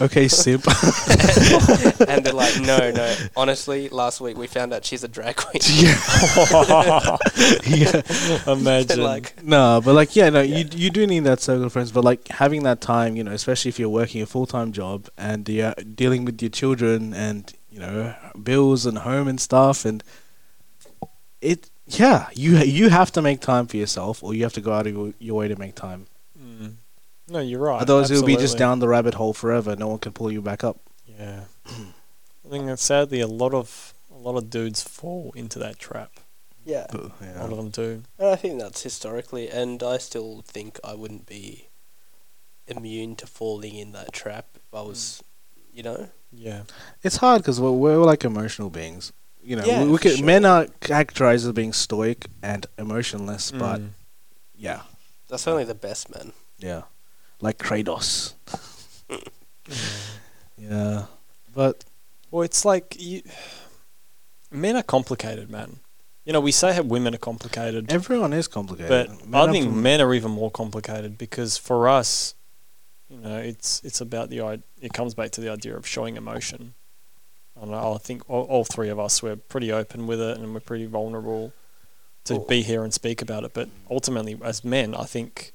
A: okay, simp.
B: and they're like, no, no. Honestly, last week we found out she's a drag queen.
A: yeah.
B: They're
C: Imagine.
B: like,
A: No, but like yeah, no, you you do need that circle of friends, but like having that time, you know, especially if you're working a full time job and you're dealing with your children and you know bills and home and stuff, and it yeah, you you have to make time for yourself, or you have to go out of your, your way to make time.
C: Mm. No, you're right.
A: Otherwise, you'll be just
C: absolutely.
A: down the rabbit hole forever. No one can pull you back up.
C: Yeah, I think that sadly a lot of a lot of dudes fall into that trap.
B: yeah.
C: A lot of them do.
B: And I think that's historically, and I still think I wouldn't be immune to falling in that trap if I was,
C: Mm.
B: you know.
C: Yeah,
A: It's hard because we're, we're like emotional beings. You know,
B: Yeah,
A: we, we
B: for
A: could,
B: sure.
A: men are characterized as being stoic and emotionless, but
C: Mm.
A: yeah,
B: That's only the best man.
A: Yeah. Like Kratos. yeah. But
C: well, it's like you, men are complicated, man. You know, we say how women are complicated,
A: everyone is complicated.
C: but
A: Men
C: I
A: are
C: think
A: from-
C: men are even more complicated because for us, you know, it's it's about the i- it comes back to the idea of showing emotion. I don't know. I think all, all three of us we're pretty open with it and we're pretty vulnerable to
B: Well-
C: be here and speak about it. But ultimately, as men, I think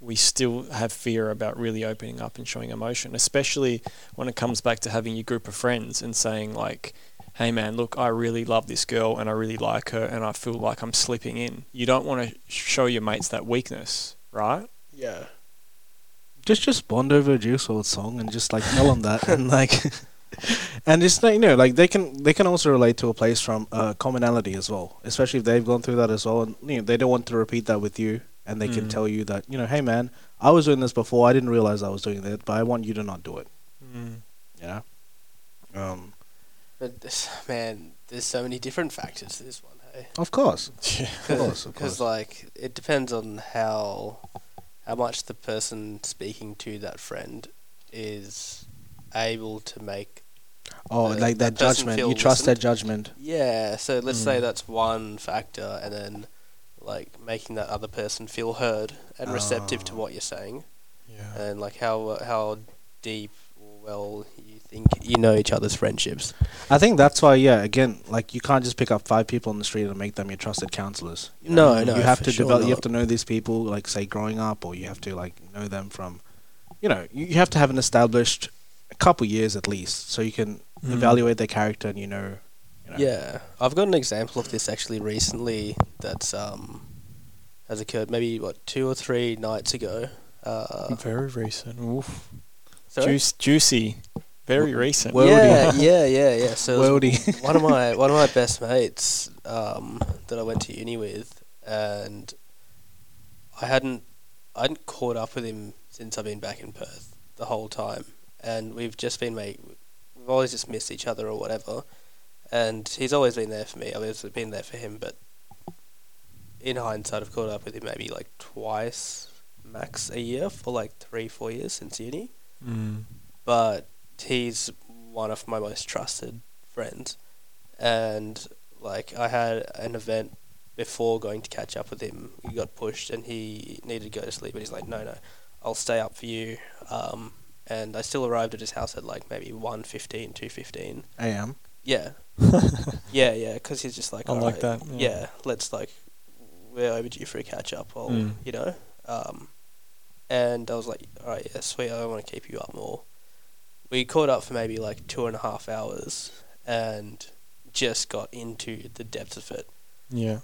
C: we still have fear about really opening up and showing emotion, especially when it comes back to having your group of friends and saying like, "Hey, man, look, I really love this girl and I really like her and I feel like I'm slipping in." You don't want to show your mates that weakness, right?
B: Yeah.
A: just just bond over a Juice WRLD song and just like tell them that and like and it's like you know like they can they can also relate to a place from uh, commonality as well, especially if they've gone through that as well and you know they don't want to repeat that with you and they can
C: Mm.
A: tell you that you know hey man I was doing this before I didn't realize I was doing that but I want you to not do it
C: Mm.
A: you know um
B: But this, man, there's so many different factors to this one, hey.
A: of course
C: Yeah.
A: of course of course
B: Because like it depends on how how much the person speaking to that friend is able to make.
A: Oh,
B: the-
A: like
B: that
A: that
B: person
A: judgment.
B: feel
A: You trust that judgment.
B: Yeah. So let's say
A: Hmm.
C: Mm.
B: that's one factor, and then like making that other person feel heard and receptive to
A: Ah.
B: what you're saying,
C: Yeah.
B: and like how how deep or well you think you know each other's friendships.
A: I think that's why, yeah, again, like you can't just pick up five people on the street and make them your trusted counselors. you know?
B: No, no,
A: You have
B: for
A: to
B: sure
A: develop, you have
B: not.
A: to know these people, like, say, growing up, or you have to, like, know them from, you know, you you have to have an established couple years at least, so you can
C: Mm.
A: evaluate their character and you know. You know.
B: Mm-hmm. Yeah, I've got an example of this actually recently that's um has occurred maybe what two or three nights ago. Uh,
C: Very recent. Oof.
B: sorry?
C: Juice, juicy. Very recent.
B: Yeah, yeah, yeah, yeah. So it was
A: Worldy.
B: one of my one of my best mates um, that I went to uni with, and I hadn't I hadn't caught up with him since I've been back in Perth the whole time, and we've just been mate. We've always just missed each other or whatever, and he's always been there for me. I've always been there for him, but in hindsight, I've caught up with him maybe like twice max a year for like three four years since uni
C: Mm.
B: but he's one of my most trusted friends. And like I had an event before going to catch up with him. He got pushed and he needed to go to sleep, but he's like, "No, no, I'll stay up for you." Um, and I still arrived at his house at like maybe 1.15, 2.15.
A: AM.
B: Yeah, yeah, yeah, because he's just like,
C: I like
B: "Alright,
C: that,
B: Yeah.
C: Uh, yeah.
B: let's like, we're overdue for a catch up, or
C: Mm.
B: you know. Um, and I was like, all right, yeah, sweet. I want to keep you up more. We caught up for maybe like two and a half hours, and just got into the depths of it.
C: Yeah.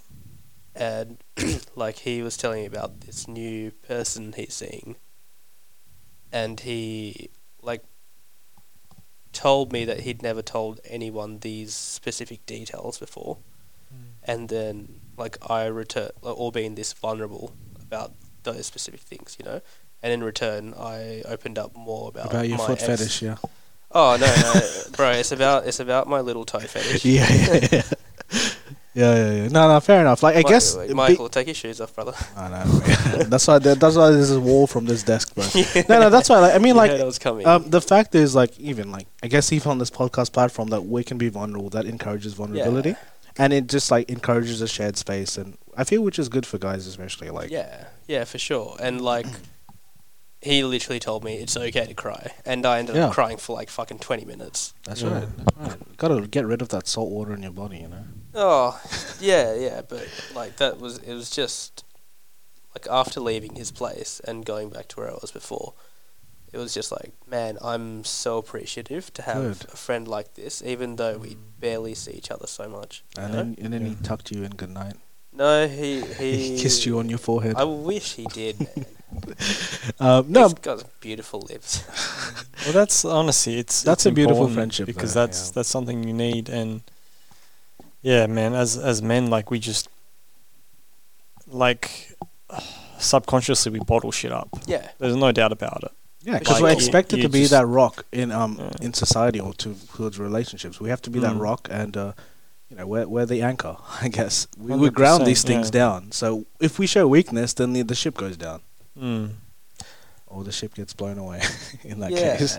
B: And like he was telling me about this new person he's seeing, and he like told me that he'd never told anyone these specific details before
C: Mm.
B: and then like I return like, or being this vulnerable about those specific things, you know. And in return, I opened up more about,
A: About your
B: my
A: foot
B: ex-
A: fetish, yeah.
B: Oh no, no, bro! It's about it's about my little toe fetish.
A: yeah, yeah, yeah. Yeah, yeah, yeah. No, no, fair enough. Like, I
B: Mi-
A: guess.
B: wait,
A: be-
B: Michael, take your shoes off, brother.
A: I know. that's why. That, that's why there's a wall from this desk, bro. No, no, that's why. Like, I mean,
B: You
A: like,
B: heard I was coming.
A: um, the fact is, like, even like, I guess even on this podcast platform, that we can be vulnerable. That encourages vulnerability, and it just like encourages a shared space, and I feel which is good for guys, especially like.
B: yeah, yeah, for sure. And like, he literally told me it's okay to cry, and I ended
A: Yeah.
B: up crying for like fucking twenty minutes.
A: That's
C: Yeah.
A: right. right. Got to get rid of that salt water in your body, you know.
B: Oh, yeah, yeah, but like that was it was just like after leaving his place and going back to where I was before. It was just like, man, I'm so appreciative to have
A: Good.
B: a friend like this, even though we barely see each other so much. you
A: And
B: know?
A: then and then he tucked you in good night.
B: no, he he
A: He kissed you on your forehead.
B: I wish he did. Man.
A: Um, no,
B: no, he's got beautiful lips.
C: Well, that's honestly, it's
A: That's
C: it's
A: a beautiful
C: important
A: friendship,
C: because
A: though,
C: that's
A: yeah.
C: that's something you need, and yeah, man, as as men, like we just like subconsciously we bottle shit up.
B: Yeah,
C: There's no doubt about it.
A: Yeah, because we're
C: Like,
A: expected to
C: you- you
A: be
C: just-
A: that rock in um
C: Yeah.
A: in society or to, towards relationships. We have to be that
C: Mm.
A: rock, and uh, you know we're we're the anchor, I guess. We, we
C: 100%,
A: ground these things
C: yeah.
A: down. So if we show weakness, then the, the ship goes down,
C: Mm.
A: or the ship gets blown away. in that
B: yeah,
A: case,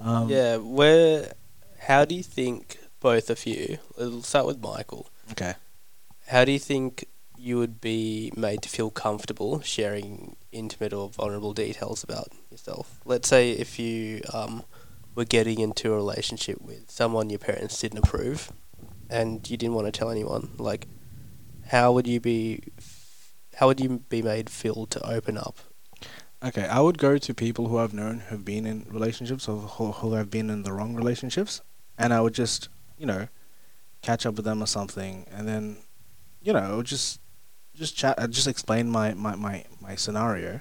A: um,
B: yeah. Where? How do you think both of you? We'll start with Michael.
A: Okay.
B: How do you think you would be made to feel comfortable sharing intimate or vulnerable details about yourself? Let's say if you um, were getting into a relationship with someone your parents didn't approve and you didn't want to tell anyone, like, how would you be. How would you be made feel to open up?
A: Okay, I would go to people who I've known who've been in relationships or who, who have been in the wrong relationships, and I would just, you know, catch up with them or something, and then, you know, I would just just chat, uh, just explain my my my, my scenario,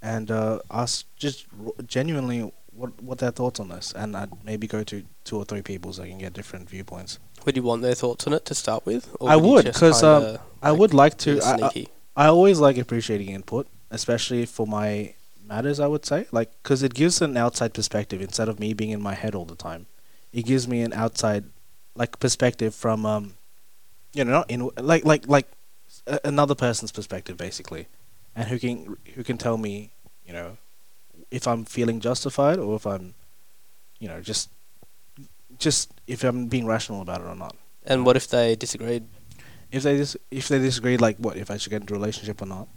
A: and uh, ask just r- genuinely what what their thoughts on this, and I'd maybe go to two or three people so I can get different viewpoints.
B: Would you want their thoughts on it to start with?
A: I
B: you
A: would,
B: just
A: 'cause, um,
B: kinda
A: I would like to.
B: be
A: I- I-
B: sneaky.
A: I always like appreciating input, especially for my matters. I would say, like, because it gives an outside perspective instead of me being in my head all the time. It gives me an outside, like, perspective from, um, you know, not in like like like a- another person's perspective basically, and who can who can tell me, you know, if I'm feeling justified or if I'm, you know, just just if I'm being rational about it or not.
B: and what if they disagreed?
A: If they dis- if they disagree, like, what if I should get into a relationship or not?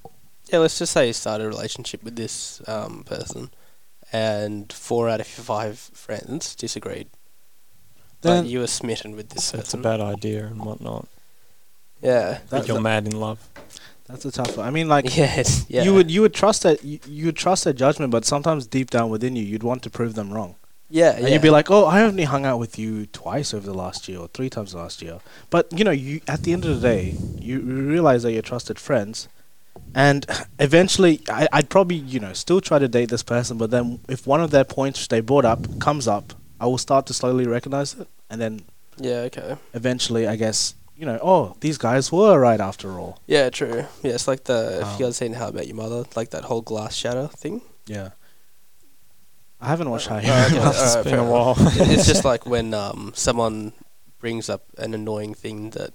B: yeah, let's just say you start a relationship with this um, person, and four out of your five friends disagreed.
A: Then-
B: but you were smitten with this
C: So it's a
B: person.
C: bad idea and whatnot.
B: yeah.
A: That-
C: But you're
A: that-
C: mad in love.
A: That's a tough one. I mean, like,
B: yes. Yeah.
A: you would you would trust that you, you would trust their judgment, but sometimes deep down within you, you'd want to prove them wrong.
B: Uh, Yeah,
A: And you'd be like, "Oh, I only hung out with you twice over the last year, or three times last year." But you know, you at the end of the day, you realize that you're trusted friends, and eventually, I, I'd probably you know still try to date this person. But then, if one of their points they brought up comes up, I will start to slowly recognize it, and then
B: yeah, okay,
A: eventually, I guess you know, oh, these guys were right after all.
B: yeah, true. Yeah, it's like
A: Um,
B: the if you guys seen How About Your Mother, like that whole glass shatter thing.
A: Yeah. I haven't watched High.
B: Oh,
C: it's
B: okay. Alright,
C: been
B: fair
C: a while.
B: it's just like when um, someone brings up an annoying thing that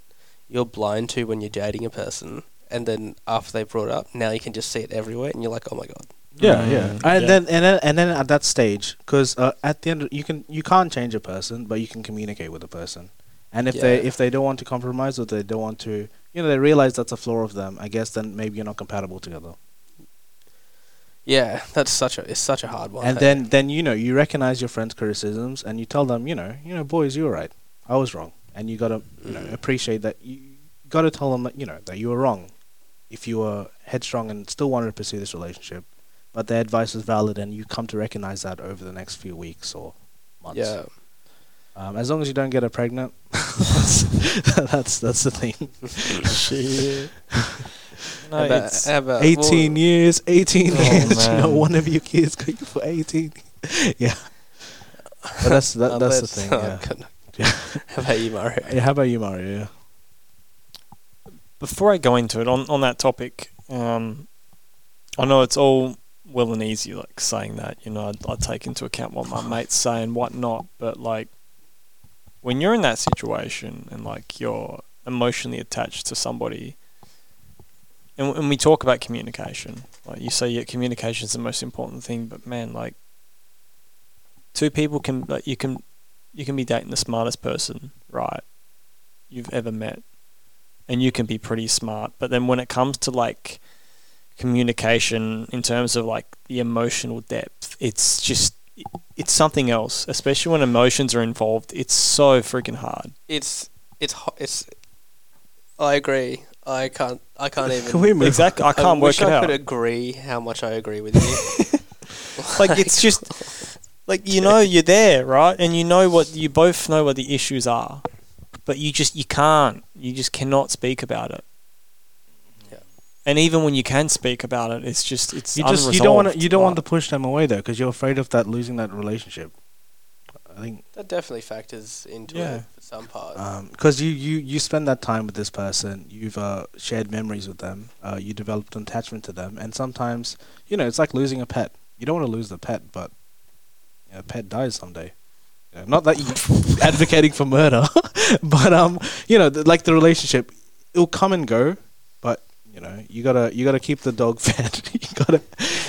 B: you're blind to when you're dating a person, and then after they brought it up, now you can just see it everywhere, and you're like, oh my god.
A: Yeah, yeah.
C: Mm,
A: And
C: yeah.
A: then and then and then at that stage, because uh, at the end you can you can't change a person, but you can communicate with a person. And if they
B: Yeah.
A: if they don't want to compromise or they don't want to, you know, they realize that's a flaw of them. I guess then maybe you're not compatible together.
B: Yeah, that's such a it's such a hard one.
A: and
B: hey?
A: then then you know you recognize your friend's criticisms and you tell them, you know, you know, boys, you're right. I was wrong, and you gotta you know appreciate that. You gotta tell them that you know that you were wrong. If you were headstrong and still wanted to pursue this relationship, but their advice was valid, and you come to recognize that over the next few weeks or months.
B: yeah,
A: Um, as long as you don't get her pregnant, that's that's the thing.
C: no,
B: How about-
C: it's,
B: how about-
A: Eighteen
B: well,
A: years, eighteen
C: Oh,
A: years. You know,
C: man.
A: one of your kids got you for eighteen. yeah, but that's that,
B: uh,
A: that's the
B: let's-
A: thing.
B: oh,
A: Yeah.
B: goodness.
A: Yeah.
B: How about you, Mario?
A: Yeah, how about you, Mario? Yeah.
C: before I go into it on on that topic, um, I know it's all well and easy like saying that. You know, I, I take into account what my mates say and whatnot, but like when you're in that situation and like you're emotionally attached to somebody, and, and we talk about communication, like you say, yeah, communication is the most important thing, but man, like two people can like you can you can be dating the smartest person, right? You've ever met and you can be pretty smart. But then when it comes to like communication in terms of like the emotional depth, it's just it's something else. Especially when emotions are involved, it's so freaking hard.
B: It's it's ho- it's. I agree. I can't. I can't even.
A: Can we move?
C: Exactly, I can't work
B: wish
C: it
B: I
C: out.
B: could agree how much I agree with you.
C: Like it's just like you know you're there, right? And you know what you both know what the issues are, but you just you can't. You just cannot speak about it.
B: Yeah.
C: And even when you can speak about it, it's just it's
A: You just you don't want to you don't
C: unresolved,
A: want
C: right?
A: to push them away though, because you're afraid of that losing that relationship. I think
B: that definitely factors into
C: Yeah.
B: it for some part.
A: because Um, you you you spend that time with this person, you've uh, shared memories with them, uh, you developed an attachment to them, and sometimes you know it's like losing a pet. You don't want to lose the pet, but you know, a pet dies someday. You know, not that you advocating for murder, but um, you know, th- like the relationship, it'll come and go, but you know, you gotta you gotta keep the dog fed. you gotta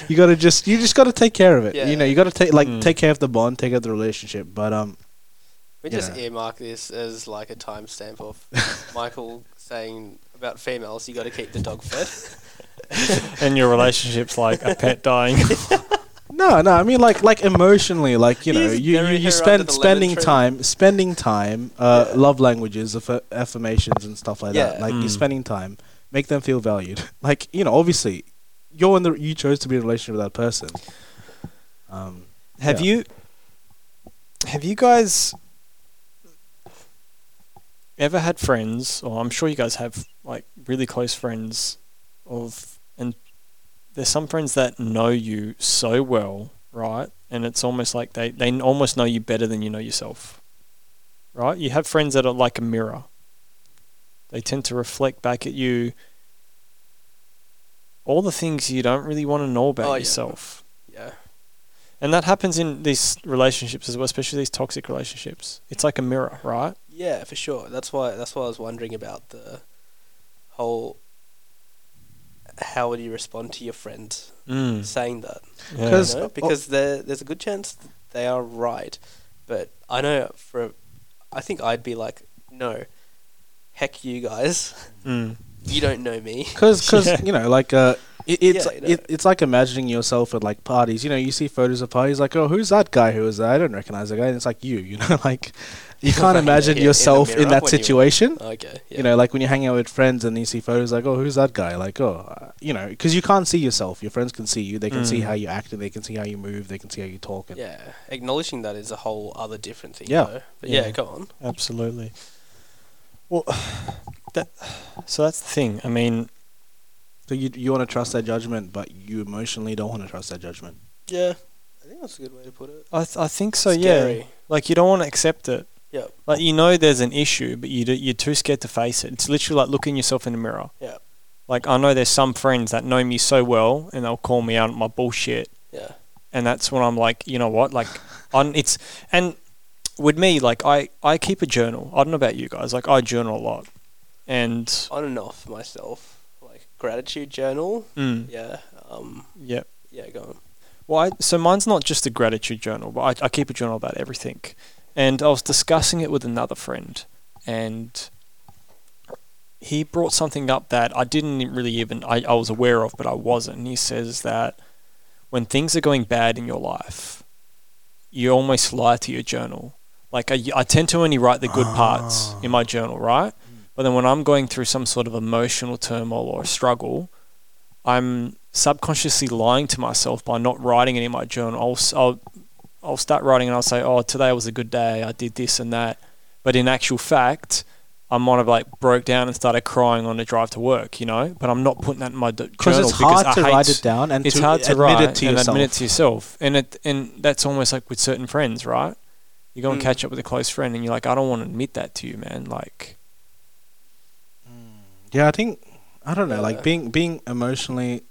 A: you gotta just you just gotta take care of it.
B: Yeah.
A: You know, you gotta take like
C: Mm.
A: take care of the bond, take care of the relationship, but um.
B: we just
A: yeah.
B: earmark this as like a timestamp of Michael saying about females, you got to keep the dog fed.
C: And your relationship's like a pet dying.
A: No, no. I mean, like, like emotionally, like you know,
B: He's
A: you, you,
B: burying
A: you
B: her under
A: spend
B: the lemon
A: spending
B: tree.
A: time, spending time, uh, love languages, aff- affirmations, and stuff like that.
B: Yeah.
A: Like you're
C: Mm.
A: spending time, make them feel valued. Like you know, obviously, you're in the you chose to be in a relationship with that person. Um,
C: Have
A: Yeah.
C: you have you guys ever had friends or I'm sure you guys have like really close friends of and there's some friends that know you so well, right? And it's almost like they they n- almost know you better than you know yourself. Right? You have friends that are like a mirror. They tend to reflect back at you all the things you don't really want to know about
B: Oh, yeah.
C: yourself.
B: yeah.
C: And that happens in these relationships as well, especially these toxic relationships. It's like a mirror, right?
B: Yeah, for sure. That's why. That's why I was wondering about the whole. How would you respond to your friends
A: Hmm.
C: Mm.
B: saying that?
C: Yeah.
A: 'Cause- oh
B: you know? because there there's a good chance th- they are right, but I know for, I think I'd be like, no, heck you guys,
C: Mm.
B: you don't know me.
A: Because, cause,
C: Yeah.
A: you know, like uh, it, it's
B: Yeah, you know.
A: it, it's like imagining yourself at like parties. You know, you see photos of parties, like, oh, who's that guy? Who is that? I don't recognize the guy. And it's like you, you know, like You can't imagine
G: Yeah, in the
A: yourself in,
G: mirror
A: that
G: when you-
A: situation.
B: Okay. Yeah.
A: You know, like when you're hanging out with friends and you see photos, like, oh, who's that guy? Like, oh, uh, you know, because you can't see yourself. Your friends can see you. They can see
C: Mm.
A: how you act and they can see how you move. They can see how you talk. And
B: yeah. Acknowledging that is a whole other different thing.
A: Yeah.
B: Though. But yeah.
C: Yeah.
B: go on.
C: Absolutely. Well, that so that's the thing. I mean,
A: So you you want to trust their judgment, but you emotionally don't want to trust their judgment.
B: Yeah. I think that's a good way to put it.
C: I th- I think so. Yeah.
B: Scary.
C: Like you don't want to accept it.
B: Yep.
C: Like you know there's an issue, but you do, you're too scared to face it. It's literally like looking yourself in the mirror.
B: Yep.
C: Like I know there's some friends that know me so well, and they'll call me out on my bullshit,
B: Yeah.
C: and that's when I'm like, you know what? Like, on it's and with me, like I I keep a journal. I don't know about you guys. Like I journal a lot, and
B: On and off myself. Like gratitude journal.
C: mm,
B: Yeah. Um.
C: yeah.
B: Yeah. Go on.
C: Well, I, so mine's not just a gratitude journal, but I, I keep a journal about everything. And I was discussing it with another friend, and he brought something up that I didn't really even I, I was aware of, but I wasn't. And he says that when things are going bad in your life, you almost lie to your journal. Like I, I tend to only write the good parts
A: Ah.
C: in my journal, right? But then when I'm going through some sort of emotional turmoil or struggle, I'm subconsciously lying to myself by not writing it in my journal. I'll, s- I'll, I'll start writing and I'll say, oh, today was a good day. I did this and that. But in actual fact, I might have like broke down and started crying on the drive to work, you know, but I'm not putting that in my d-
A: Because
C: journal
A: it's hard
C: because
A: to
C: I hate,
A: write it down and
C: it's
A: to
C: hard to
A: admit
C: write
A: it to
C: and
A: yourself.
C: admit it to yourself, and it and that's almost like with certain friends, right? You go and
B: Mm.
C: catch up with a close friend, and you're like, I don't want to admit that to you, man. Like,
A: Yeah, I think I don't know. Like
B: Yeah.
A: being being emotionally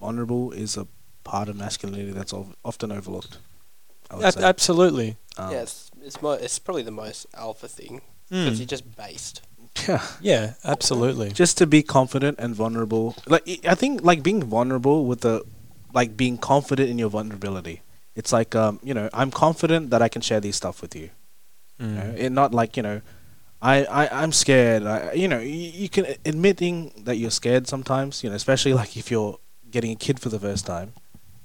A: vulnerable is a part of masculinity that's of, often overlooked. I would
C: ab-
A: say.
C: absolutely.
A: Um,
B: yeah. It's it's, mo- it's probably the most alpha thing because
C: Mm.
B: you're just based.
A: yeah.
C: Yeah, absolutely.
A: Just to be confident and vulnerable. Like I- I think like being vulnerable with the like being confident in your vulnerability. It's like um, you know, I'm confident that I can share these stuff with you. you know?
C: Mm.
A: It not like you know, I I I'm scared. I, you know, you, you can uh, admitting that you're scared sometimes. You know, especially like if you're getting a kid for the first time.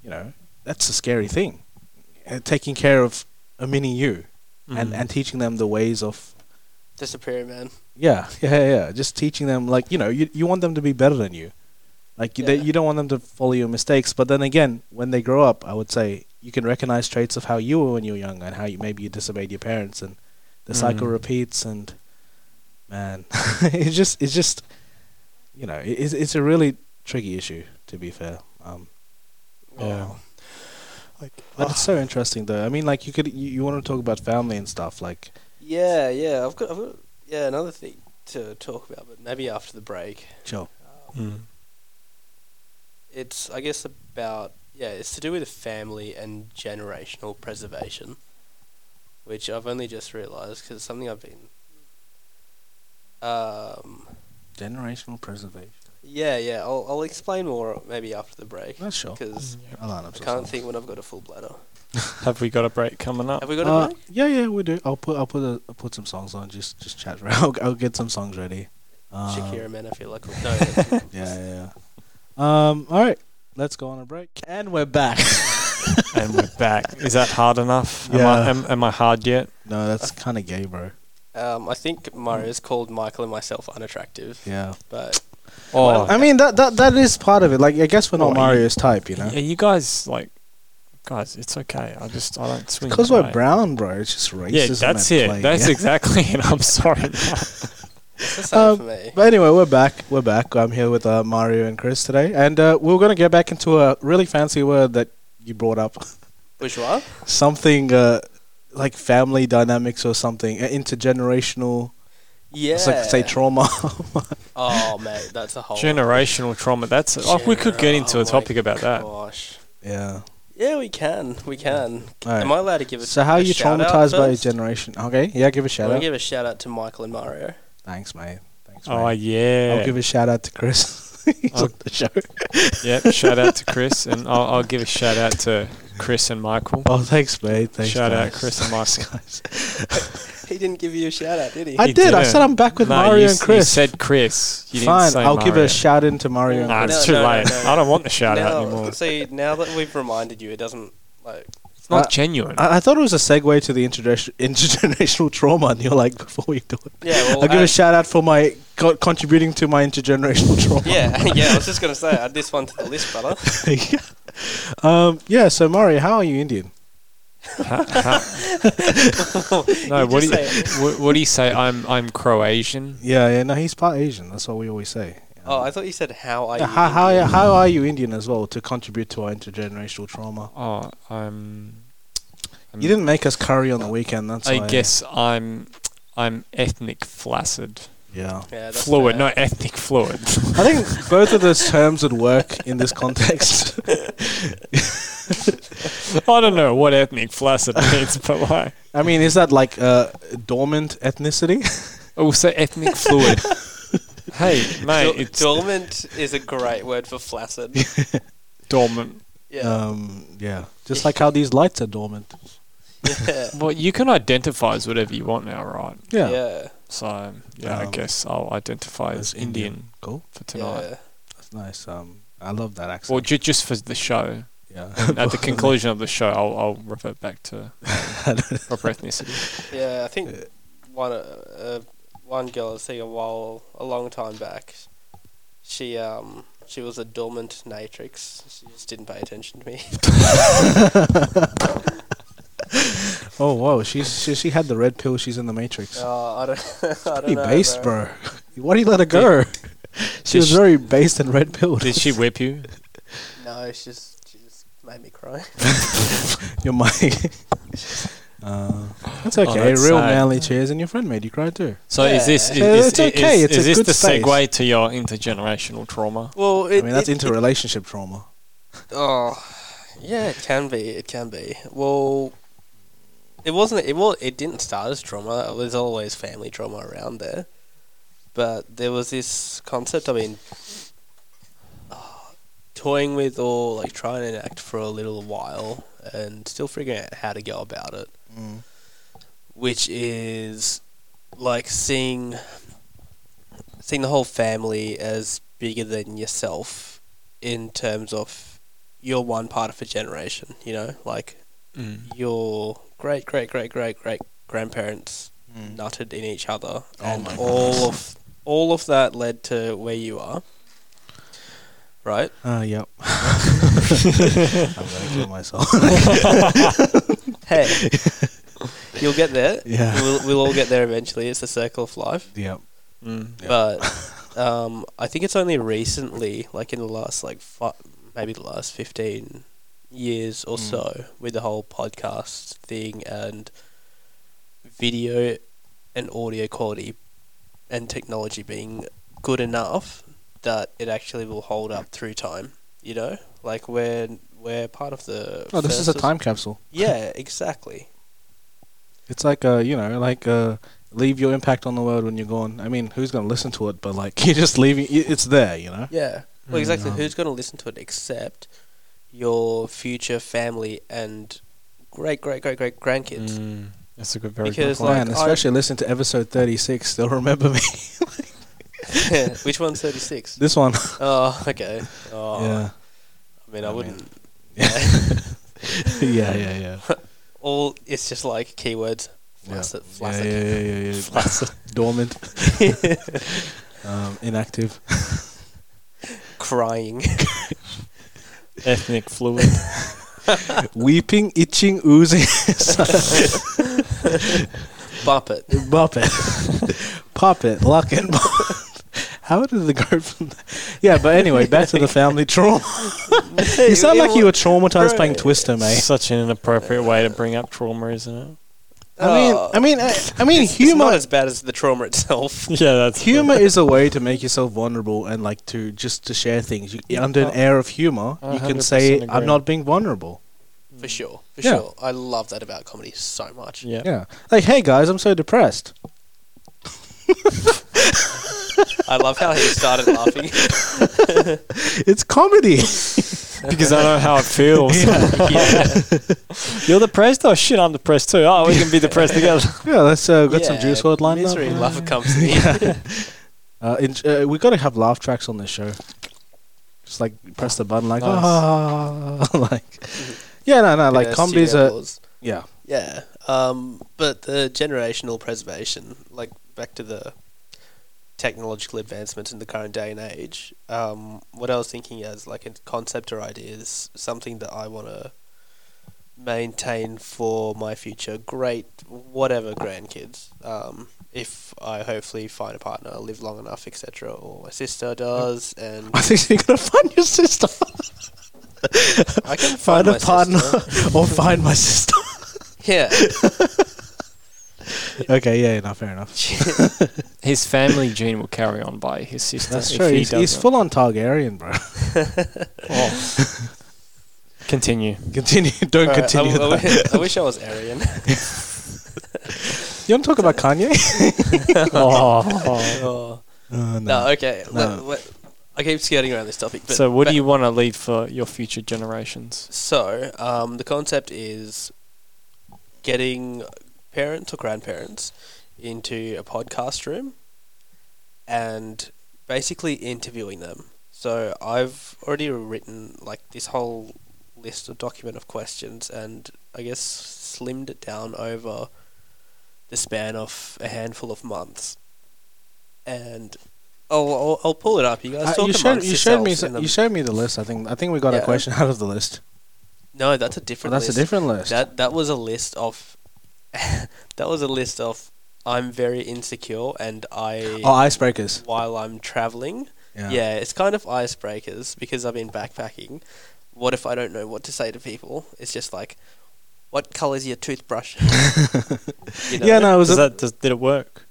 A: You know, that's a scary thing. Uh, taking care of a mini you and
C: Mm.
A: and teaching them the ways of
B: Disappearing man.
A: yeah yeah yeah, yeah. Just teaching them like you know you you want them to be better than you. Like you they,
B: Yeah.
A: you don't want them to follow your mistakes, but then again, when they grow up, I would say you can recognize traits of how you were when you were young and how you maybe you disobeyed your parents, and the cycle
C: Mm.
A: repeats. And man, it's just it's just you know it, it's it's a really tricky issue to be fair. Um, oh.
C: Yeah.
A: but it's so interesting though. I mean, like you could you, you want to talk about family and stuff like
B: Yeah. Yeah. I've got. I've got. Yeah. Another thing to talk about, but maybe after the break. Um,
A: sure
C: Mm.
B: it's I guess about yeah, it's to do with family and generational preservation, which I've only just realised because it's something I've been. Um.
A: generational preservation.
B: Yeah, yeah. I'll I'll explain more maybe after the break
A: That's sure.
C: Mm.
B: because
A: I'll line up
B: I
A: some
B: can't
A: stuff.
B: think when I've got a full bladder.
C: Have we got a break coming up?
B: Have we got
A: Uh,
B: a break?
A: yeah, yeah, we do. I'll put I'll put a, I'll put some songs on. Just just chat. around. I'll, I'll get some songs ready. Um,
B: Shakira, man, I feel like no. that's-
A: Yeah, yeah. yeah. Um. All right. Let's go on a break. And we're back.
C: and we're back. Is that hard enough? Am,
A: Yeah.
C: I, am, am I hard yet?
A: no, that's kind of gay, bro.
B: um, I think Mario's called Michael and myself unattractive,
A: Yeah.
B: but
C: Oh,
A: I mean that that that is part of it. Like I guess we're not
C: Well, you-
A: Mario's type, you know.
C: yeah, you guys like, guys, it's okay. I just I don't swing.
A: Because
C: that
A: we're
C: way.
A: brown, bro. It's just racism.
C: Yeah, that's
A: at
C: it.
A: play,
C: that's
A: yeah.
C: exactly it. I'm sorry.
B: it's the same
A: Um,
B: for me.
A: But anyway, we're back. We're back. I'm here with uh, Mario and Chris today, and uh, we're gonna get back into a really fancy word that you brought up.
B: Bourgeois.
A: something uh, like family dynamics or something uh, intergenerational
B: Yeah.
A: it's like say trauma
B: oh, mate, that's a whole.
C: Generational trauma. That's oh, we could get into
B: Oh
C: a
B: my
C: topic about that.
B: Gosh.
A: yeah
B: Yeah, we can. We can.
A: Alright.
B: Am I allowed to give a
A: so how
B: a
A: are you
B: shout out
A: traumatized by your
B: first?
A: generation okay yeah give a
B: I
A: shout
B: want
A: out
B: to give a shout out to Michael and Mario.
A: thanks mate thanks
C: Oh
A: mate.
C: yeah.
A: i'll give a shout out to chris he's
C: Oh.
A: on the show
C: yep. Shout out to Chris, and I'll, I'll give a shout out to Chris and Michael.
A: oh thanks mate thanks
C: shout out
A: guys.
C: Chris and
A: Thanks,
C: Michael.
A: guys.
B: He didn't give you a shout out, did he?
A: i
C: He
A: did i said
C: didn't.
A: i'm back with
C: No, you,
A: mario
C: s-
A: and chris
C: You said Chris. You
A: fine
C: Didn't say
A: i'll give a
C: Mario.
A: shout in to mario and
C: Nah,
A: chris
C: it's
B: No,
C: too
B: no,
C: late.
B: no, no.
C: I don't want the shout out
B: now,
C: anymore.
B: see, now that we've reminded you, it doesn't like
C: It's not
A: Uh,
C: genuine.
A: I, I thought it was a segue to the intergener- intergenerational trauma, and you're like, before we do it,
B: Yeah, well,
A: I'll give
B: uh,
A: a shout out for my co- contributing to my intergenerational trauma.
B: yeah, yeah. I was just gonna say, add this one to the list, brother.
A: Yeah. um, yeah. So, Mari, how are you Indian?
C: no,
B: you
C: what do
B: just
C: you what, what do you say? I'm I'm Croatian.
A: Yeah, yeah. No, he's part Asian. That's what we always say.
B: Oh, I thought you said how are
A: Yeah,
B: you?
A: how, how,
B: Indian?"
A: how are you Indian as well to contribute to our intergenerational trauma?
C: Oh, I'm. I'm
B: Mm.
A: You didn't make us curry on the weekend, that's
C: I
A: why.
C: guess I'm I'm ethnic flaccid.
A: Yeah.
B: Yeah, that's
C: fluid,
B: fair.
C: no ethnic fluid.
A: I think both of those terms would work in this context.
C: I don't know what ethnic flaccid means, but like
A: I mean, is that like uh, dormant ethnicity?
C: also ethnic fluid. hey, mate,
B: Dor-
C: it's
B: dormant is a great word for flaccid.
C: dormant.
B: Yeah,
A: Um, yeah. Just like how these lights are dormant.
B: yeah,
C: Well, you can identify as whatever you want now, right?
A: Yeah.
B: yeah,
C: So yeah, I
A: Um,
C: guess I'll identify as
A: That's
C: Indian,
A: Cool.
C: for tonight,
B: yeah.
A: That's nice. Um, I love that accent.
C: or ju- just for the show.
A: yeah.
C: At the conclusion of the show, I'll, I'll revert back to proper ethnicity.
B: Yeah, I think one uh, uh, one girl I was seeing a while a long time back. She um she was a dormant natrix. She just didn't pay attention to me.
A: oh, whoa. She's, she, she had the red pill. She's in the Matrix.
B: oh, I don't. I don't
A: Pretty
B: know,
A: based,
B: bro.
A: bro. Why do you let her go? She was
C: she-
A: very based and red pilled.
C: Did she whip you?
B: No, she just she just made me cry.
A: your money. uh, that's okay.
C: that's
A: Real
C: sad.
A: manly cheers, and your friend made you cry too.
C: So is this is,
A: Yeah,
C: is,
A: it's okay,
C: is-
A: it's
C: is
A: a
C: this
A: good
C: the
A: space.
C: segue to your intergenerational trauma?
B: Well, it,
A: I mean, that's
B: it- it-
A: interrelationship trauma.
B: Oh, yeah, it can be. It can be. Well, it wasn't. It was. It didn't start as trauma. It was always family trauma around there. But there was this concept. I mean, toying with or like trying to enact for a little while, and still figuring out how to go about it
A: Mm.
B: which is like seeing seeing the whole family as bigger than yourself in terms of you're one part of a generation, you know, like
A: Mm.
B: your great great great great great grandparents
A: Mm.
B: nutted in each other and all of all of that led to where you are. Right?
A: Uh, yep. I'm gonna kill myself.
B: Hey. You'll get there.
A: yeah.
B: We'll, we'll all get there eventually. It's the circle of life.
A: Yep.
C: Mm.
B: but um, I think it's only recently, like in the last like fi- maybe the last fifteen years or
A: Mm.
B: so, with the whole podcast thing and video and audio quality and technology being good enough that it actually will hold up through time. You know, like we're we're part of the.
A: Oh, this is a
B: first-
A: time capsule.
B: Yeah, exactly.
A: It's like uh, you know, like uh, leave your impact on the world when you're gone. I mean, who's gonna listen to it? But like, you're just leaving. i- It's there, you know.
B: Yeah. Well,
C: Mm,
B: exactly.
A: um,
B: Who's going to listen to it except your future family and great, great, great, great grandkids?
C: Mm. That's a good, very
B: Because,
C: good point.
B: like,
A: Man,
B: I-
A: especially listen to episode 36. They'll remember me.
B: Which one's 36?
A: this one.
B: Oh, okay. Oh,
A: Yeah.
B: I mean, I,
A: I
B: wouldn't.
A: yeah. Yeah. Yeah.
B: All it's just like keywords.
A: Yeah.
B: Flaccid,
A: Yeah,
B: flaccid.
A: yeah, yeah, yeah, yeah. Dormant. um, inactive.
B: Crying.
C: ethnic fluid.
A: Weeping, itching, oozing.
B: Bump it.
A: Bop it. Pop it. Lock it. How did it go from that? Yeah, but anyway, back to the family trauma. You sound like you were traumatized playing Twister, mate.
C: Such an inappropriate way to bring up trauma, isn't
A: I mean, I mean, I, I mean,
B: Oh. It's, it's not
A: humor.
B: as bad as the trauma itself.
C: it? Yeah, that's
A: Humor is a way to make yourself vulnerable and like to just to share things. You, under an air of humor,
C: I
A: you can say
C: 100%
A: I'm
C: agree.
A: not being vulnerable.
B: For sure. For
A: Mm. Yeah.
B: sure. I love that about comedy so much.
C: Yeah.
A: Yeah, like hey guys, I'm so depressed.
B: I love how he started laughing.
A: It's comedy.
C: because I know how it feels.
B: yeah.
C: You're depressed? Oh shit, I'm depressed too. Oh, we can be depressed together.
A: Yeah, let's uh, got some
B: Yeah,
A: juice word lined
B: Misery
A: up.
B: lover company.
A: Uh, in, uh, we got to have laugh tracks on this show. Just like press the button, like
C: Nice.
A: ah, like Yeah, no, no. Like
B: know,
A: comedies
B: studio
A: are.
B: laws.
A: Yeah,
B: Yeah, um, but the generational preservation, like back to the technological advancements in the current day and age. Um, what I was thinking as like a concept or idea is something that I want to maintain for my future great whatever grandkids. Um, if I hopefully find a partner, live long enough, etc., or my sister does, and
A: I think you're gonna find your sister.
B: I can find,
A: find a
B: my
A: partner
B: sister.
A: or find my sister.
B: Yeah,
A: okay, yeah, no, fair enough.
C: His family gene will carry on by his sister.
A: That's
C: if
A: true.
C: He
A: He's, he's
C: doesn't.
A: full on Targaryen, bro.
C: Continue.
A: Continue. Don't
B: Alright, I-
A: continue.
B: I,
A: that.
B: wish, I wish I was Aryan.
A: You want to talk about Kanye?
B: Oh.
A: Uh,
B: No, okay.
A: No.
B: Let- let- I keep skirting around this topic. But
C: so, what
B: ba-
C: do you want to leave for your future generations?
B: So, um, the concept is getting parents or grandparents into a podcast room and basically interviewing them. So, I've already written like this whole list of document of questions and I guess slimmed it down over the span of a handful of months. And I'll, I'll, I'll pull it up. You guys
A: Uh,
B: talk
A: you showed,
B: amongst
A: you showed me
B: yourselves
A: so-
B: in the-
A: you showed me the list. I think I think we got a
B: Yeah.
A: question out of the list.
B: no, that's a
A: But
B: different
A: Oh, that's
B: list.
A: a different list.
B: That that was a list of that was a list of I'm very insecure and I
A: oh, icebreakers.
B: while I'm traveling.
A: Yeah.
B: Yeah. it's kind of icebreakers because I've been backpacking. What if I don't know what to say to people? It's just like what color's your toothbrush? You know?
A: Yeah, no, it was.
C: Does
A: a-
C: that, does, did it work?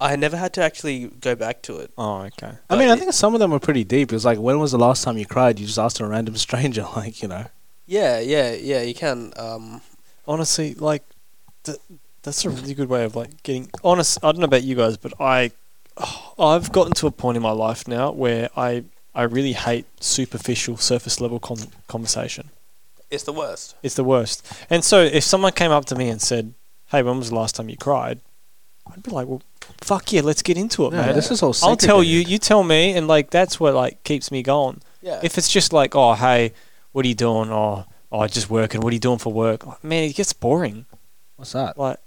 B: I never had to actually go back to it.
C: Oh, okay.
A: I mean,
B: but
A: I
B: it-
A: think some of them were pretty deep. It was like, when was the last time you cried? You just asked a random stranger, like you know.
B: Yeah, yeah, yeah, you can um
C: Honestly, like, th- that's a really good way of like getting honest. I don't know about you guys, but I, oh, I've gotten to a point in my life now where I, I really hate superficial, surface level con- conversation.
B: it's the worst.
C: It's the worst. And so if someone came up to me and said, "Hey, when was the last time you cried?" I'd be like, "Well, fuck yeah, let's get into it,
A: No,
C: man.
A: this is all.
C: I'll tell you,
A: segregated.
C: you tell me, and like that's what like keeps me going.
B: Yeah.
A: Uh,
C: If it's just like, "Oh, hey, what are you doing?" or "Oh, just working. What are you doing for work?" Like, man, it gets boring.
A: What's that?
C: Like,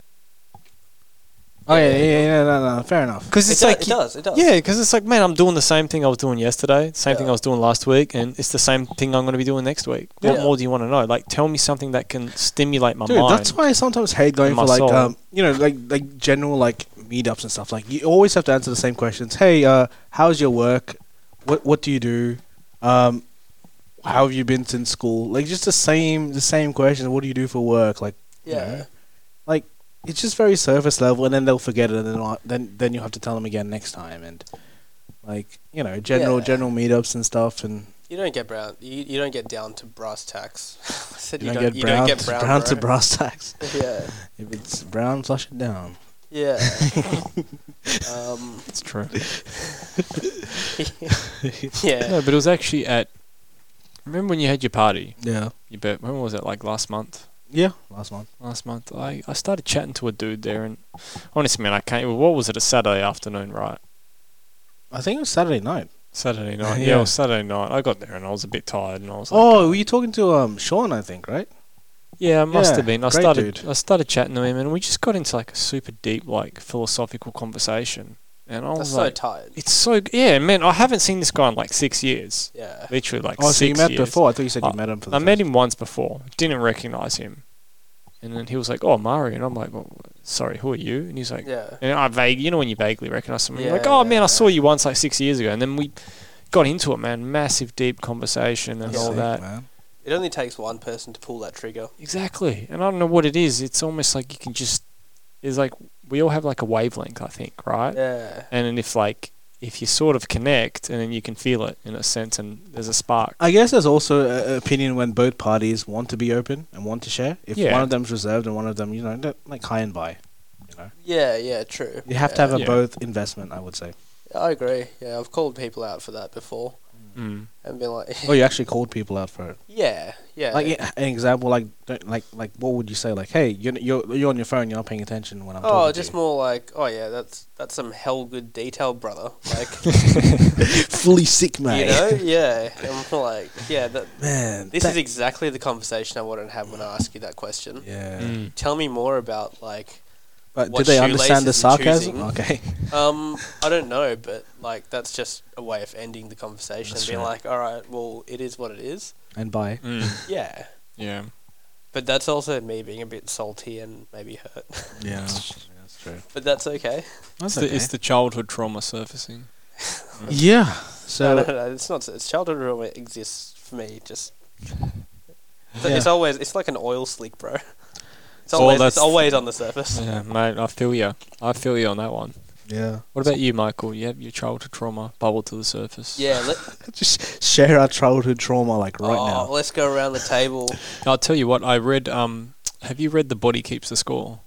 A: Oh yeah, yeah, yeah, yeah, no, no, fair enough.
C: because
B: it,
C: it's
B: do-
C: like,
B: it does, it does.
C: yeah, because it's like, man, I'm doing the same thing I was doing yesterday, same thing I
B: Yeah.
C: was doing last week, and it's the same thing I'm going to be doing next week. What
B: Yeah.
C: more do you want to know? Like, tell me something that can stimulate my
A: Dude,
C: mind.
A: that's why I sometimes hate going
C: And my
A: for like,
C: soul.
A: um, you know, like like general like meetups and stuff. Like you always have to answer the same questions. Hey, uh, how's your work? What what do you do? Um, how have you been since school? Like just the same the same questions. What do you do for work? Like
B: Yeah.
A: it's just very surface level, and then they'll forget it, and then I'll- then then you have to tell them again next time, and like you know, general
B: Yeah.
A: general meetups and stuff, and
B: You don't get brown. You, you don't get down to brass tacks. I said
A: you, don't, get brown, to, brown, to
B: bro.
A: brass tacks.
B: Yeah,
A: if it's brown, flush it down.
B: yeah. um,
C: It's true.
B: yeah.
C: No, but it was actually at. Remember when you had your party?
A: Yeah,
C: You bet. When was it? Like last month.
A: yeah. Last one.
C: Last month, I, I started chatting to a dude there, and honestly, man, I can't. What was it? A Saturday afternoon, right?
A: I think it was Saturday night.
C: Saturday night.
A: Yeah.
C: yeah. it was Saturday night. I got there and I was a bit tired, and I was like,
A: Oh, were you talking to um Sean? I think right.
C: yeah, it must
A: yeah,
C: have been. I
A: great
C: started.
A: dude.
C: I started chatting to him, and we just got into like a super deep, like philosophical conversation, and I
B: I'm
C: was
B: so
C: like,
B: tired.
C: it's so yeah, man. I haven't seen this guy in like six years,
B: Yeah.
C: literally like
A: oh,
C: six
A: so you met
C: years.
A: before? I thought you said you
C: I-
A: met him for the
C: I met him once before, didn't recognize him. And then he was like, Oh, Mario. And I'm like, well, Sorry, who are you? And he's like,
B: Yeah.
C: And I vague, you know, when you vaguely recognize someone, you're like, Oh, man, I saw you once like six years ago. And then we got into it, man. Massive, deep conversation and
A: That's
C: all
A: sick,
C: that.
A: man.
B: It only takes one person to pull that trigger.
C: Exactly. And I don't know what it is. It's almost like you can just, it's like we all have like a wavelength, I think, right?
B: Yeah.
C: And then if like, if you sort of connect and then you can feel it in a sense and there's a spark.
A: I guess there's also a- a opinion when both parties want to be open and want to share. If
C: Yeah.
A: one of them's reserved and one of them, you know, don't- like high and by, you know,
B: Yeah. Yeah. True.
A: you have to have a
C: Yeah.
A: both investment. I would say.
B: I agree. Yeah, I've called people out for that before.
C: Mm.
B: and be like,
A: Oh, you actually called people out for it.
B: yeah, yeah,
A: Like yeah, an example, like don't, like like what would you say? Like, hey, you're you're, you're on your phone. You're not paying attention when I'm talking.
B: Oh,
A: to
B: just
A: you.
B: more like, oh yeah, that's that's some hell good detail, brother. Like,
A: fully sick, mate.
B: you know, yeah. I'm like, yeah, that,
A: Man,
B: this
A: is
B: is exactly the conversation I wanted to have when I ask you that question.
A: yeah.
C: Mm.
B: Tell me more about like,
A: But
B: What
A: did they understand the
B: shoelaces
A: sarcasm?
B: you're
A: Okay.
B: um, I don't know, but like that's just a way of ending the conversation
A: That's
B: and being
A: right.
B: like, all right, well, it is what it is.
A: And bye.
C: Mm.
B: Yeah.
C: Yeah.
B: But that's also me being a bit salty and maybe hurt.
A: Yeah, that's true.
B: But that's okay.
C: It's,
A: That's
C: the, it's the childhood trauma surfacing.
A: yeah.
B: No,
A: So
B: no, no, it's not. It's childhood trauma exists for me. Just it's,
A: Yeah.
B: it's always it's like an oil slick, bro. It's
C: Oh,
B: always
C: that's-
B: it's always on the surface.
C: Yeah, mate, I feel you. I feel you on that one.
A: yeah,
C: What about you, Michael? You have your childhood trauma bubble to the surface.
B: Yeah, let,
A: just share our childhood trauma like right
B: oh,
A: now.
B: let's go around the table.
C: I'll tell you what. I read. Um, have you read The Body Keeps the Score?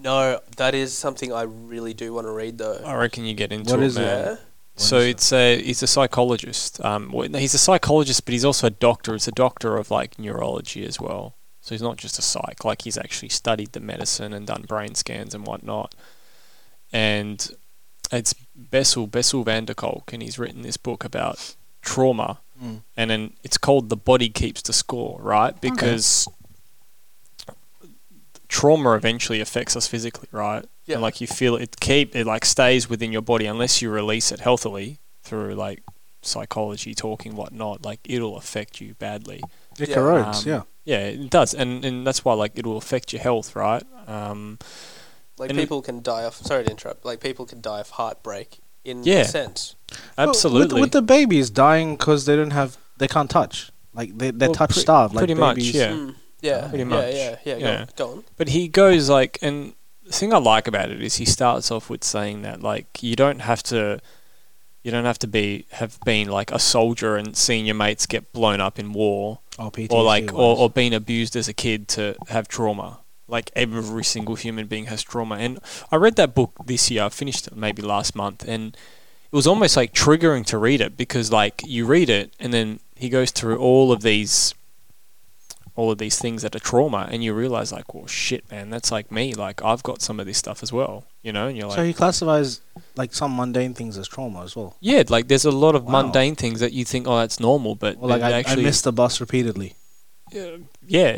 B: No, that is something I really do want to read though.
C: I reckon you get into
A: What
C: it,
A: is it?
C: man.
B: Yeah.
C: So
A: is it?
C: it's a he's a psychologist. Um, well, no, he's a psychologist, but he's also a doctor. It's a doctor of like neurology as well. So he's not just a psych. Like he's actually studied the medicine and done brain scans and whatnot. And it's Bessel Bessel van der Kolk, and he's written this book about trauma,
A: Mm.
C: and then it's called "The Body Keeps the Score," right? Because trauma eventually affects us physically, right?
B: Yeah.
C: And like you feel it keep it like stays within your body unless you release it healthily through like psychology, talking, whatnot. Like it'll affect you badly.
A: It
B: yeah,
A: corrodes.
C: um,
A: yeah.
C: Yeah, it does, and and that's why like it'll affect your health, right? Um,
B: Like
C: And-
B: people can die of sorry to interrupt. Like people can die of heartbreak in
C: Yeah.
B: a sense.
C: absolutely.
A: With, with the babies dying because they don't have, they can't touch. Like they, they're
C: Well,
A: touch
C: pre-
A: starved. Like
C: pretty much,
A: babies,
C: yeah.
B: Mm, yeah.
C: Pretty
B: yeah,
C: much.
B: Yeah. Yeah.
C: Yeah.
B: Go, on, go on.
C: But he goes like, and the thing I like about it is he starts off with saying that like you don't have to, you don't have to be have been like a soldier and seen your mates get blown up in war
A: Or, PTSD
C: or like or, or
A: wise.
C: being abused as a kid to have trauma. Like every single human being has trauma. And I read that book this year. I finished it maybe last month, and it was almost like triggering to read it because like you read it, and then he goes through all of these, all of these things that are trauma, and you realize like, well, shit, man, that's like me. Like I've got some of this stuff as well, you know. And you're like,
A: so he classifies like some mundane things as trauma as well.
C: yeah, like there's a lot of
A: Wow.
C: mundane things that you think, oh, that's normal, but
A: Or like
C: they
A: I, I
C: actually,
A: missed the bus repeatedly.
C: yeah, yeah.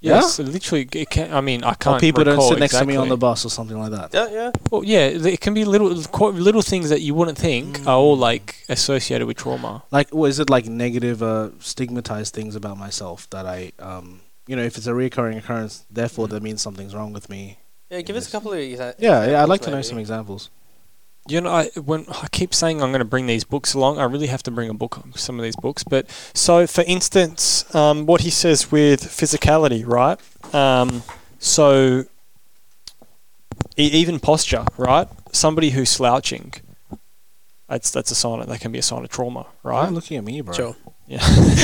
A: Yeah?
C: Yes, literally. It can, I mean, I can't.
A: Or people don't
C: recall
A: sit next to me on the
C: exactly.
A: bus or something like that.
B: Yeah. Yeah.
C: Well, yeah, it can be little, quite little things that you wouldn't think
A: Mm.
C: are all like associated with trauma.
A: like or is it like negative uh stigmatized things about myself that i um you know if it's a recurring occurrence therefore that means something's wrong with me
B: Yeah. Give us a couple of exa-
A: Mm-hmm. yeah yeah i'd like to know
B: examples,
A: some
B: maybe.
A: examples
C: You know, I when I keep saying I'm going to bring these books along, I really have to bring a book, some of these books. But
G: So, for instance, um, what he says with physicality, right? Um, so, e- even posture, right? Somebody who's slouching, that's that's a sign. Of, that can be a sign of trauma,
A: why are
G: right?
A: you looking at me bro
B: Sure.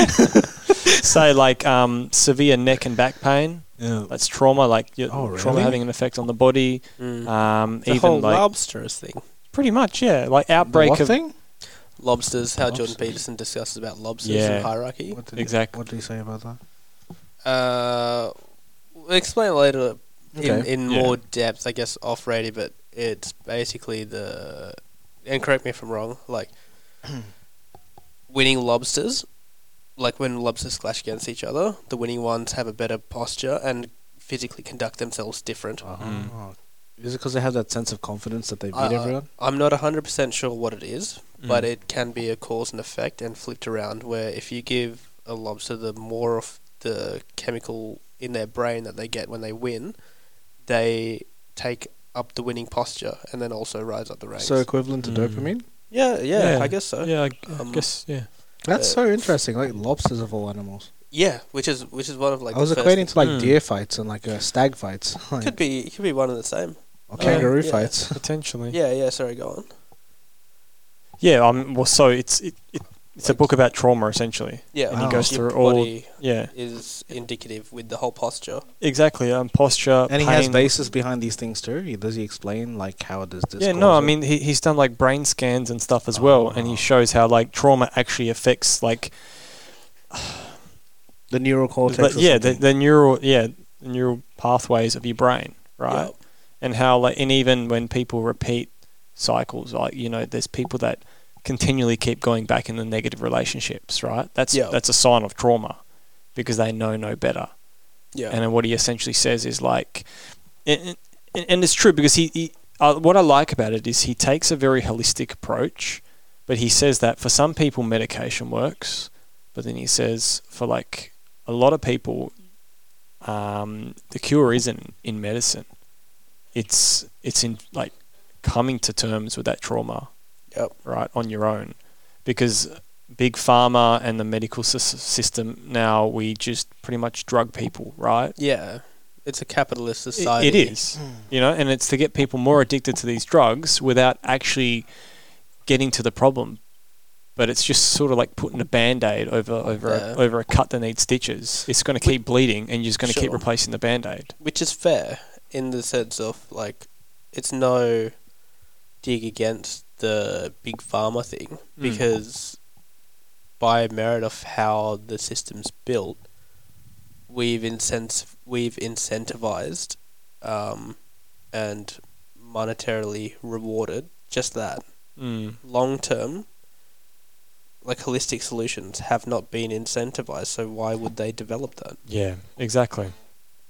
G: Say like um, severe neck and back pain.
A: yeah.
G: That's trauma. Like your
A: Oh,
G: trauma
A: really?
G: having an effect on the body.
B: Mm.
C: Uh,
G: Um,
B: the
G: even
B: whole
G: like
B: lobsters thing.
G: pretty much, yeah. Like outbreak
A: what
G: of
A: thing
B: Lobsters, how
A: Lobsters.
B: Jordan Peterson discusses about lobsters
G: Yeah.
B: and hierarchy.
A: what did he,
C: Exact-
A: what did he say about that
B: Uh, we'll explain later in,
A: Okay.
B: in
C: Yeah.
B: more depth, I guess, off radio, but it's basically the. And correct me if I'm wrong, like winning lobsters, like when lobsters clash against each other, the winning ones have a better posture and physically conduct themselves different.
A: Uh-huh.
C: Mm.
A: Oh. is it because they have that sense of confidence that they beat
B: I- I-
A: everyone
B: I'm not 100% sure what it is, but
C: Mm.
B: it can be a cause and effect and flipped around where if you give a lobster the more of the chemical in their brain that they get when they win, they take up the winning posture and then also rise up the ranks.
A: so equivalent to
C: Mm.
A: dopamine
B: yeah, yeah,
C: Yeah.
B: I guess so. Yeah.
C: yeah, I,
B: Um,
C: guess yeah.
A: that's
B: Uh,
A: so interesting like lobsters of all animals
B: which is which is one of like
A: i was
B: the first
A: equating to like
C: Mm.
A: deer fights and like uh, stag fights
B: thing-
A: like,
B: could be could be one and the same.
A: or kangaroo
B: yeah.
A: fights
C: Potentially.
B: Yeah, yeah, sorry, go on.
G: yeah. Um, well, so it's it, it
C: It's a book about trauma, essentially.
B: Yeah,
C: and he
B: how
C: goes
B: your
C: through all-
B: body
C: Yeah,
B: is indicative with the whole posture.
C: exactly. Um, posture,
A: And he
C: pain.
A: has basis behind these things too. He- Does he explain like how does this?
C: yeah, no,
A: cause
C: I
A: it?
C: mean he, he's done like brain scans and stuff as well,
B: Ah.
C: and he shows how like trauma actually affects like
A: the neural cortex.
C: the-
A: or
C: yeah the,
A: something.
C: the neural yeah the neural pathways of your brain, right?
B: Yeah.
C: and how like and even when people repeat cycles like you know there's people that continually keep going back in the negative relationships right that's
B: Yeah.
C: that's a sign of trauma because they know no better
B: Yeah.
C: and then what he essentially says is like and, and, and it's true because he, he uh, what i like about it is he takes a very holistic approach but he says that for some people medication works but then he says for like a lot of people um, the cure isn't in medicine it's it's in like coming to terms with that trauma
B: Yep.
C: right on your own because big pharma and the medical sys- system now we just pretty much drug people right
B: yeah. It's a capitalist
C: It-
B: society.
C: it is you know and it's to get people more addicted to these drugs without actually getting to the problem but it's just sort of like putting a band-aid over over a,
B: Yeah.
C: over a cut that needs stitches it's going to keep bleeding and you're just going to keep
B: Sure.
C: replacing the band-aid
B: which is fair in the sense of like it's no dig against the big pharma thing
C: Mm.
B: because by merit of how the system's built we've incent- we've incentivized um, and monetarily rewarded just that
C: mm.
B: long term like holistic solutions have not been incentivized so why would they develop that
C: yeah exactly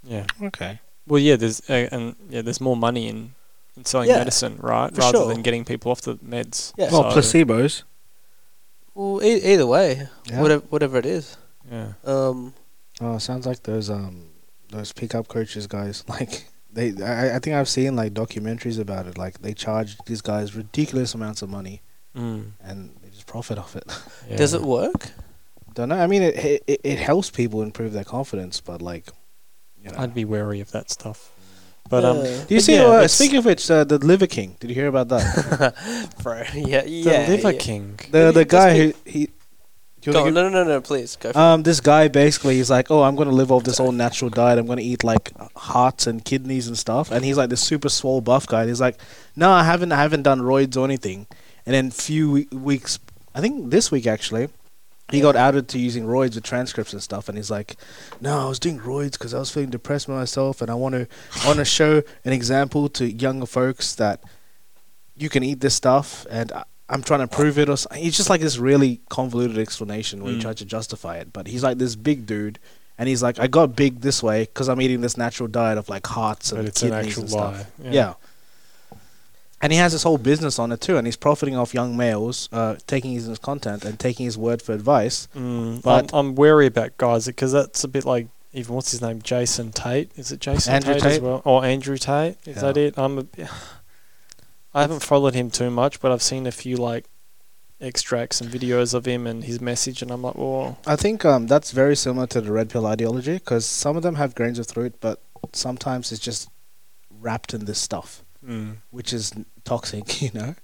C: yeah
A: okay.
C: Well, yeah, there's uh, and yeah, there's more money in, in selling
B: Yeah,
C: medicine, right?
B: for
C: Rather
B: sure.
C: than getting people off the meds.
B: Yeah.
A: Well,
C: So,
A: placebos.
B: well e- either way
A: Yeah.
B: whatever, whatever it is
C: Yeah.
B: Um,
A: Oh, sounds like those um those pickup coaches guys. Like they, I, I think I've seen like documentaries about it. Like they charge these guys ridiculous amounts of money
C: Mm.
A: and they just profit off it.
C: yeah.
B: Does it work?
A: Don't know. I mean, it, it it- it helps people improve their confidence, but like, you know.
C: I'd be wary of that stuff. But um,
B: Yeah.
A: do you see?
C: yeah,
A: uh,
C: it's-
A: speaking of which, uh, the Liver King. Did you hear about that?
B: Bro, yeah,
C: the
B: yeah.
C: liver
B: yeah.
C: king.
A: the the
B: Let's
A: guy who he. do you wanna
B: Go on,
A: give-
B: no, no, no, no, please go. For it.
A: Um, this guy basically he's like, oh, I'm gonna live off this all natural diet. I'm gonna eat like hearts and kidneys and stuff. And he's like this super swole buff guy. And he's like, no, I haven't, I haven't done roids or anything. And then few we- weeks, I think this week actually, he got outed to using roids with transcripts and stuff. And he's like, no, I was doing roids because I was feeling depressed with myself, and I want to, I want to show an example to younger folks that you can eat this stuff and. I, I'm trying to prove it, or s- it's just like this really convoluted explanation where he
C: Mm.
A: tried to justify it. But he's like this big dude, and he's like, I got big this way because I'm eating this natural diet of like hearts and
C: But it's an
A: kidneys
C: actual
A: and stuff.
C: lie.
A: Yeah. And he has this whole business on it too, and he's profiting off young males uh, taking his content and taking his word for advice.
C: Mm,
A: But-
C: I'm, I'm wary about guys because that's a bit like even what's his name, Jason Tate. Is it Jason
A: Andrew
C: Tate, as
A: Tate?
C: well, or Andrew Tate? Is
A: Yeah.
C: that it? I'm a, I haven't followed him too much, but I've seen a few like extracts and videos of him and his message, and I'm like, whoa.
A: I think um, that's very similar to the red pill ideology because some of them have grains of truth, but sometimes it's just wrapped in this stuff,
C: Mm.
A: which is n- toxic, you know?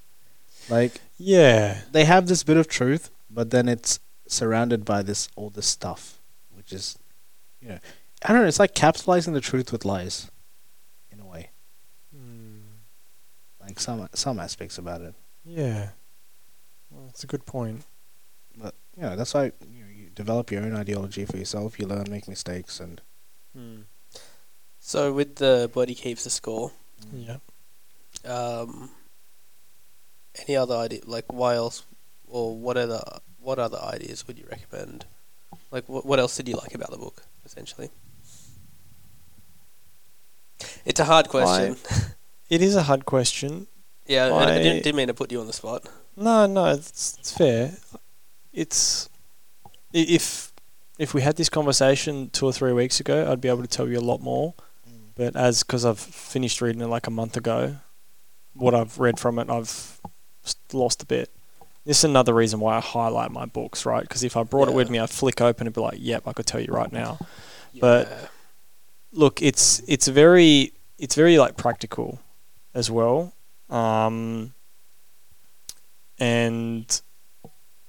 A: Like,
C: Yeah,
A: they have this bit of truth, but then it's surrounded by this all this stuff, which is, you know, I don't know. It's like capitalizing the truth with lies, in a way. Mm. Like some some aspects about it,
C: yeah. Well, that's a good point.
A: but you know that's why you, know, you develop your own ideology for yourself. You learn, make mistakes, and Mm.
B: so with the body keeps the score.
C: Yeah.
B: Um, any other idea? Like, why else, or what other what other ideas would you recommend? Like, what what else did you like about the book? Essentially, it's a hard question.
C: It is a hard question.
B: yeah, I, I
C: I-
B: didn't, didn't mean to put you on the spot.
C: No, no, it's, it's fair. It's i- if if we had this conversation two or three weeks ago, I'd be able to tell you a lot more. But as because I've finished reading it like a month ago, what I've read from it, I've s- lost a bit. This is another reason why I highlight my books, right? Because if I brought it with
B: Yeah.
C: me, I'd flick open and be like, "Yep, I could tell you right now." But-
B: uh,
C: look, it's it's very it's very like practical as well, um, and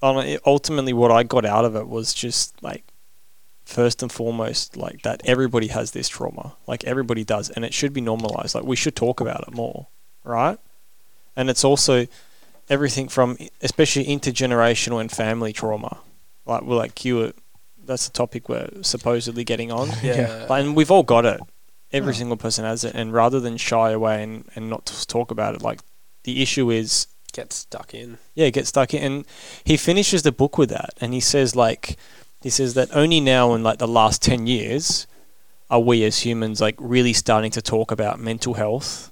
C: I don't know, ultimately what I got out of it was just like first and foremost like that everybody has this trauma like everybody does and it should be normalized like we should talk about it more right and it's also everything from especially intergenerational and family trauma like we're like you were, that's the topic we're supposedly getting on
A: Yeah.
C: But- and we've all got it every single person has it and rather than shy away and, and not t- talk about it like the issue is
B: Get stuck in.
C: yeah, get stuck in. And he finishes the book with that, and he says like, he says that only now in like the last ten years are we as humans like really starting to talk about mental health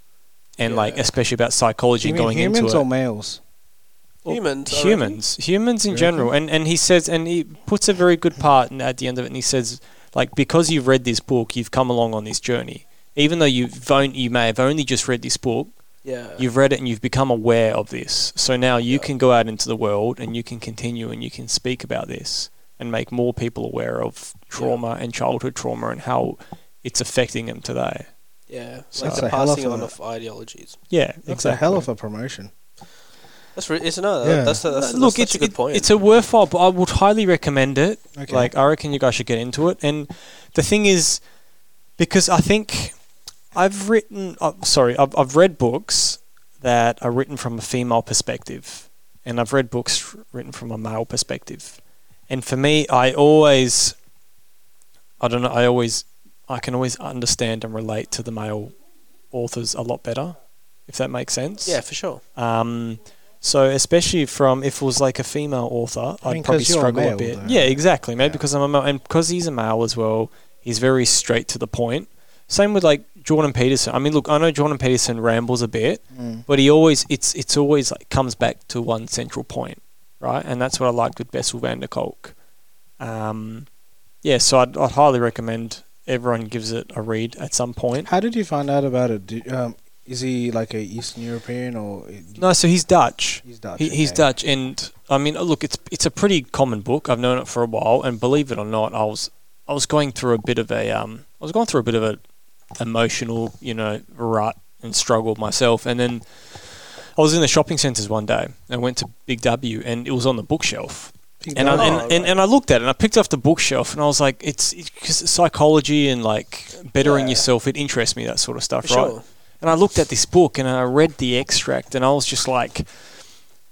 C: and like
B: Yeah.
C: especially about
A: Do
C: psychology
A: you mean
C: going
A: humans
C: into
A: or
C: it.
A: males?
C: Well,
B: humans. I reckon.
C: humans, humans in
A: You
C: general, and and he says, and he puts a very good part in, at the end of it, and he says, like because you've read this book, you've come along on this journey, even though you've only, you may have only just read this book,
B: Yeah.
C: you've read it and you've become aware of this. So now you can go out into the world and you can continue and you can speak about this and make more people aware of trauma and childhood trauma and how it's affecting them today.
B: yeah.
A: So
B: Like
A: that's
B: the
A: a hell of
B: passing on
A: a-
B: of ideologies.
C: Yeah,
A: That's
C: exactly.
A: a hell of a promotion.
B: That's re- it's no.
A: Yeah.
B: That's, a, that's,
C: Look,
B: that's
C: it's
B: such a good
C: it-
B: point.
C: It's a worthwhile, but I would highly recommend it.
A: Okay.
C: Like, I reckon you guys should get into it. And the thing is, because I think I've written, uh, sorry, I've, I've read books that are written from a female perspective, and I've read books written from a male perspective. And for me, I always, I don't know, I always, I can always understand and relate to the male authors a lot better, if that makes sense.
B: yeah, for sure.
C: Um, so especially from if it was like a female author,
A: I
C: I
A: mean,
C: would probably
A: 'cause you're a
C: struggle a,
A: male,
C: bit.
A: though.
C: Yeah, exactly. Maybe
A: Yeah.
C: because I'm a male, and because he's a male as well, he's very straight to the point. Same with like Jordan Peterson. I mean, look, I know Jordan Peterson rambles a bit,
A: Mm.
C: but he always it's it's always like comes back to one central point, right? And that's what I liked with Bessel van der Kolk. Um, yeah, so I'd, I'd highly recommend everyone gives it a read at some point.
A: How did you find out about it? Do, um, is he like a Eastern European or
C: No, so he's Dutch.
A: He's Dutch.
C: He, he's
A: okay.
C: Dutch, and I mean, uh, look, it's it's a pretty common book. I've known it for a while, and believe it or not, I was I was going through a bit of a um, I was going through a bit of a emotional, you know, rut and struggle myself, and then I was in the shopping centres one day and went to Big W, and it was on the bookshelf,
A: Big
C: and I,
A: Dutch.
B: Oh,
A: Oh.
C: and, and, and I looked at it and I picked it off the bookshelf and I was like, it's, it's 'cause it's psychology and like bettering
B: Yeah.
C: yourself. It interests me, that sort of stuff,
B: For
C: right?
B: sure.
C: And I looked at this book and I read the extract and I was just like,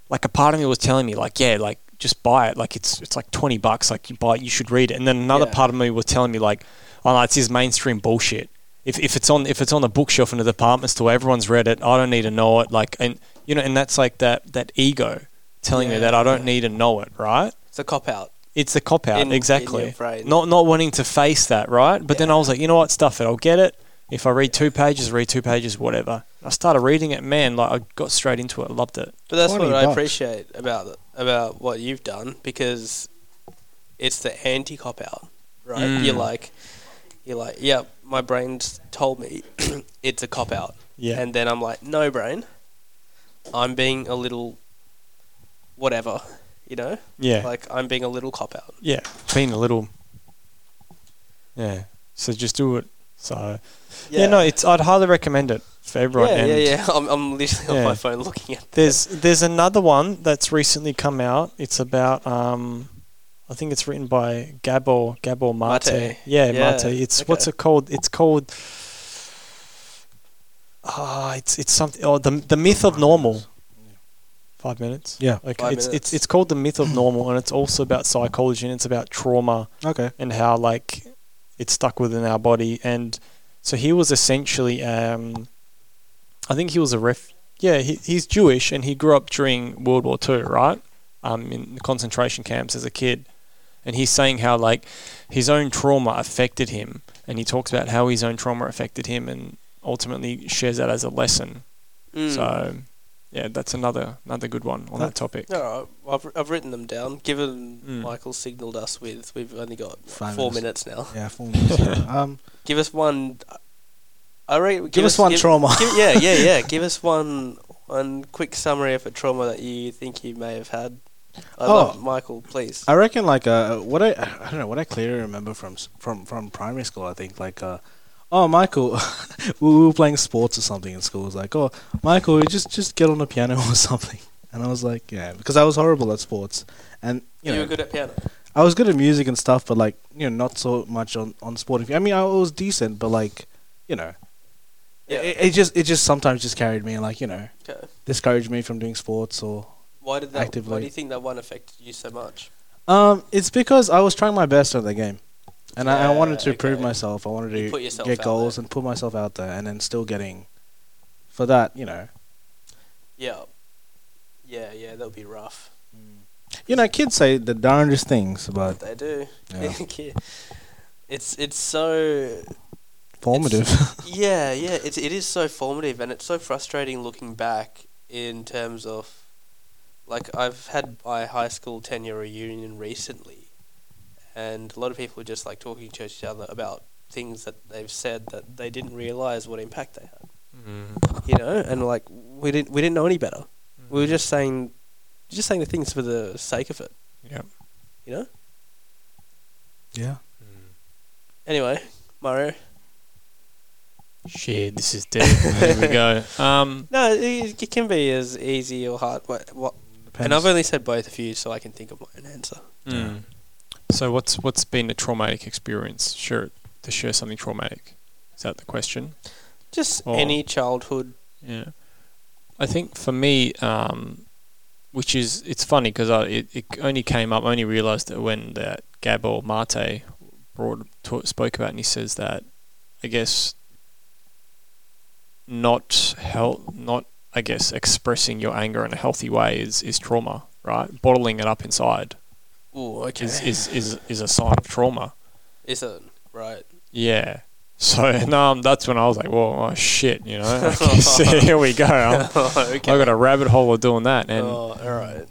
C: like a part of me was telling me like, yeah, like just buy it. Like it's, it's like 20 bucks. Like you buy it, you should read it. And then another
B: Yeah.
C: part of me was telling me like, oh no, it's his mainstream bullshit. If, if it's on if it's on the bookshelf in the department store, everyone's read it. I don't need to know it. Like and you know, and that's like that that ego telling me
B: Yeah.
C: that I don't need to know it, right?
B: It's a cop out.
C: It's the cop out,
B: In- in your
C: exactly.
B: brain.
C: Not not wanting to face that, right? But then I was like, you know what, stuff it. I'll get it. If I read two pages, read two pages, whatever. I started reading it, man. Like I got straight into it. I loved it.
B: But that's
A: 20
B: what I
A: bucks.
B: appreciate about about what you've done because it's the anti cop out, right?
C: Mm.
B: You're like, you're like, yeah, my brain's told me it's a cop out,
C: Yeah.
B: and then I'm like, no, brain, I'm being a little whatever, you know,
C: yeah.
B: like I'm being a little cop out.
C: yeah. Being a little. Yeah. So just do it. So yeah. no, it's I'd highly recommend it for everyone.
B: yeah,
C: and
B: yeah, yeah. I'm, I'm literally on
C: Yeah.
B: my phone looking at.
C: There's there's another one that's recently come out. It's about um, I think it's written by Gabor Gabor Mate.
B: Mate.
C: Yeah,
B: Yeah,
C: Mate. It's what's
B: okay.
C: it called? It's called. Ah, it's it's something. Oh, the the myth of normal. Five minutes.
A: Yeah.
C: Okay.
B: Five
C: it's
B: minutes.
C: it's it's called the myth of normal, and it's also about psychology and it's about trauma
A: Okay.
C: and how like it's stuck within our body. And so he was essentially, um, I think he was a ref. Yeah, he, he's Jewish and he grew up during World War Two, right? Um, in the concentration camps as a kid, and he's saying how like his own trauma affected him, and he talks about how his own trauma affected him, and ultimately shares that as a lesson.
B: Mm.
C: So. Yeah, that's another another good one on that topic.
B: All right, well, I've, I've written them down. Given
A: Hmm.
C: Mm.
B: Michael signalled us with, we've only got what,
A: Five
B: four
A: minutes.
B: minutes now.
A: Yeah. Four minutes. yeah. Um,
B: Give us one. I reckon,
A: give us one
B: give-
A: trauma.
B: give- yeah, yeah, yeah. give us one one quick summary of a trauma that you think you may have had. I
A: Oh.
B: love Michael, please.
A: I reckon like uh, what I I don't know what I clearly remember from s- from from primary school. I think like uh, oh Michael, we were playing sports or something in school. It's like oh Michael, just just get on the piano or something. And I was like, yeah, because I was horrible at sports, and you know,
B: were good at piano.
A: I was good at music and stuff, but like you know, not so much on on sporting. I mean, I was decent, but like you know,
B: Yeah.
A: it, it just it just sometimes just carried me, like you know,
B: Okay.
A: discouraged me from doing sports or
B: Why did that? Why
A: Actively.
B: do you think that one affected you so much?
A: Um, it's because I was trying my best at the game, and I, I wanted to
B: Yeah,
A: prove
B: okay.
A: myself. I wanted
B: You
A: to
B: put yourself
A: get
B: out
A: goals
B: there.
A: and put myself out there, and then still getting for that, you know,
B: Yeah. Yeah, yeah, that would be rough.
A: you know, kids say the darndest things about
B: They do.
A: Uh, yeah,
B: it's it's so
A: formative.
B: yeah, yeah. It's it is so formative, and it's so frustrating looking back in terms of, like, I've had my high school ten year reunion recently, and a lot of people are just like talking to each other about things that they've said that they didn't realize what impact they had. You know, and like we didn't we didn't know any better. We were just saying, just saying the things for the sake of it.
C: Yep.
B: You know.
A: yeah,
B: Anyway, Mario.
C: Shit, this is dead. Here we go. Um,
B: No, it, it can be as easy or hard. What, what? And I've only said both of you, so I can think of my own answer.
C: mm. So what's what's been a traumatic experience? Sure, to share something traumatic. Is that the question?
B: Just
C: Oh.
B: any childhood.
C: Yeah, I think for me, um, which is it's funny because I it, it only came up, I only realised it when that Gabor Mate brought ta- spoke about, it and he says that I guess not hel- not I guess expressing your anger in a healthy way is is trauma, right? Bottling it up inside
B: Oh, okay.
C: is
B: Is,
C: is is, is a sign of trauma.
B: it right?
C: Yeah. So and, um, that's when I was like, "Well, oh shit," you know. Okay, so here we go. I'm, I got a rabbit hole of doing that, and
B: oh, all right.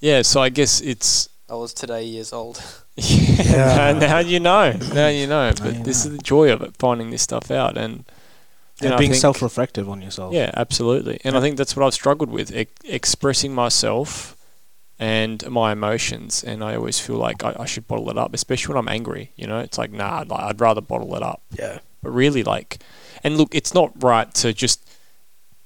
C: yeah. So I guess it's
B: I was today years old.
C: yeah. now, now you know. Now you know. But
A: you
C: this
A: know.
C: is the joy of it, finding this stuff out, and you
A: and
C: know, I
A: being
C: think-
A: self-reflective on yourself.
C: Yeah, absolutely. And I think that's what I've struggled with e- expressing myself and my emotions. And I always feel like I, I should bottle it up, especially when I'm angry. You know, it's like, nah, I'd, I'd rather bottle it up.
B: Yeah.
C: But really, like, and look, it's not right to just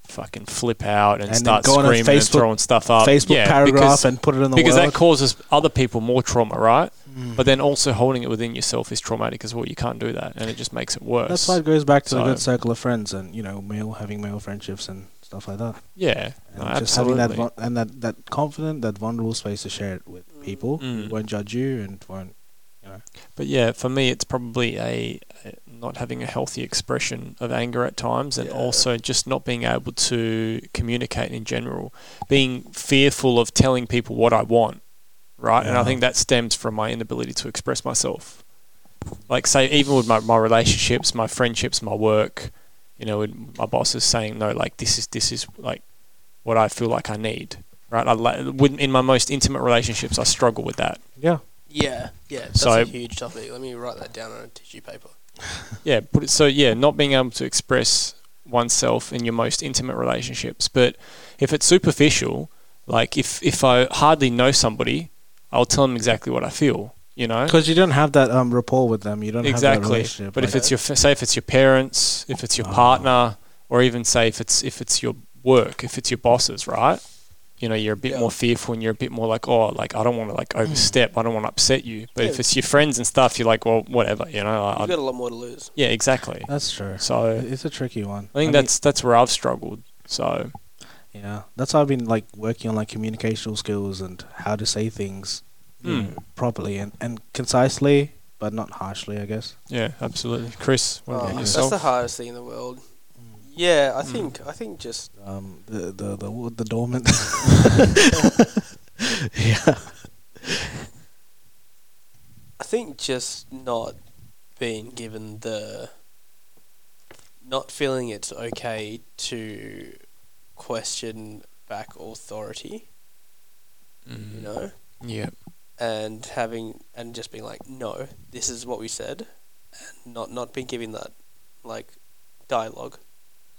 C: fucking flip out and,
A: And then
C: start
A: go on a
C: screaming and
A: Facebook-
C: throwing stuff up.
A: Facebook
C: Yeah,
A: paragraph
C: because-
A: and put it in the
C: because
A: world. Mm-hmm.
C: that causes other people more trauma, right? But then also holding it within yourself is traumatic as well. You can't do that, and it just makes it worse.
A: That's why it goes back to the good
C: So-
A: circle of friends and you know, male having male friendships and stuff like that.
C: yeah,
A: And
C: no,
A: just having that
C: absolutely.
A: vul- and that, that confident, that vulnerable space to share it with people who
C: Mm.
A: won't judge you and won't.
C: But yeah, for me, it's probably a, a not having a healthy expression of anger at times, and
B: Yeah.
C: also just not being able to communicate in general, being fearful of telling people what I want, right? And I
A: Yeah.
C: think that stems from my inability to express myself. Like, say, even with my, my relationships, my friendships, my work, you know, with my boss is saying no, like this is this is like what I feel like I need, right? I la- with, in my most intimate relationships, I struggle with that.
A: Yeah.
B: Yeah, yeah. That's
C: So-
B: a huge topic. Let me write that down on a tissue paper.
C: Yeah, put it so yeah, not being able to express oneself in your most intimate relationships. But if it's superficial, like if if I hardly know somebody, I'll tell them exactly what I feel, you know?
A: Because you don't have that um, rapport with them. You don't have that
C: Exactly.
A: relationship.
C: But if
A: like-
C: it's your say if it's your parents, if it's your
A: Ah.
C: partner, or even say if it's if it's your work, if it's your bosses, right? You know, you're a bit
B: Yeah. Mm.
C: more fearful and you're a bit more like, oh, like I don't want to like overstep, I don't want to upset you. But
B: Yeah.
C: if it's your friends and stuff, you're like, well, whatever, you know. I,
B: You've
C: I,
B: got a lot more to lose.
C: yeah, exactly.
A: That's true.
C: So
A: It's a tricky one.
C: I think
A: mean,
C: that's that's where I've struggled. So
A: yeah. That's why I've been like working on like communicational skills and how to say things
C: Hmm.
A: you know, properly and, and concisely, but not harshly, I guess.
C: yeah, absolutely, Chris. What
B: Oh,
C: about
B: that's
C: yourself? Mm.
B: the hardest thing in the world. Yeah, I think I think just
A: Um, the the the wo- the dormant. yeah.
B: I think just not being given the not feeling it's okay to question back authority, you know,
C: Mm. Yeah,
B: and having and just being like, no, this is what we said, and not not being given that like dialogue,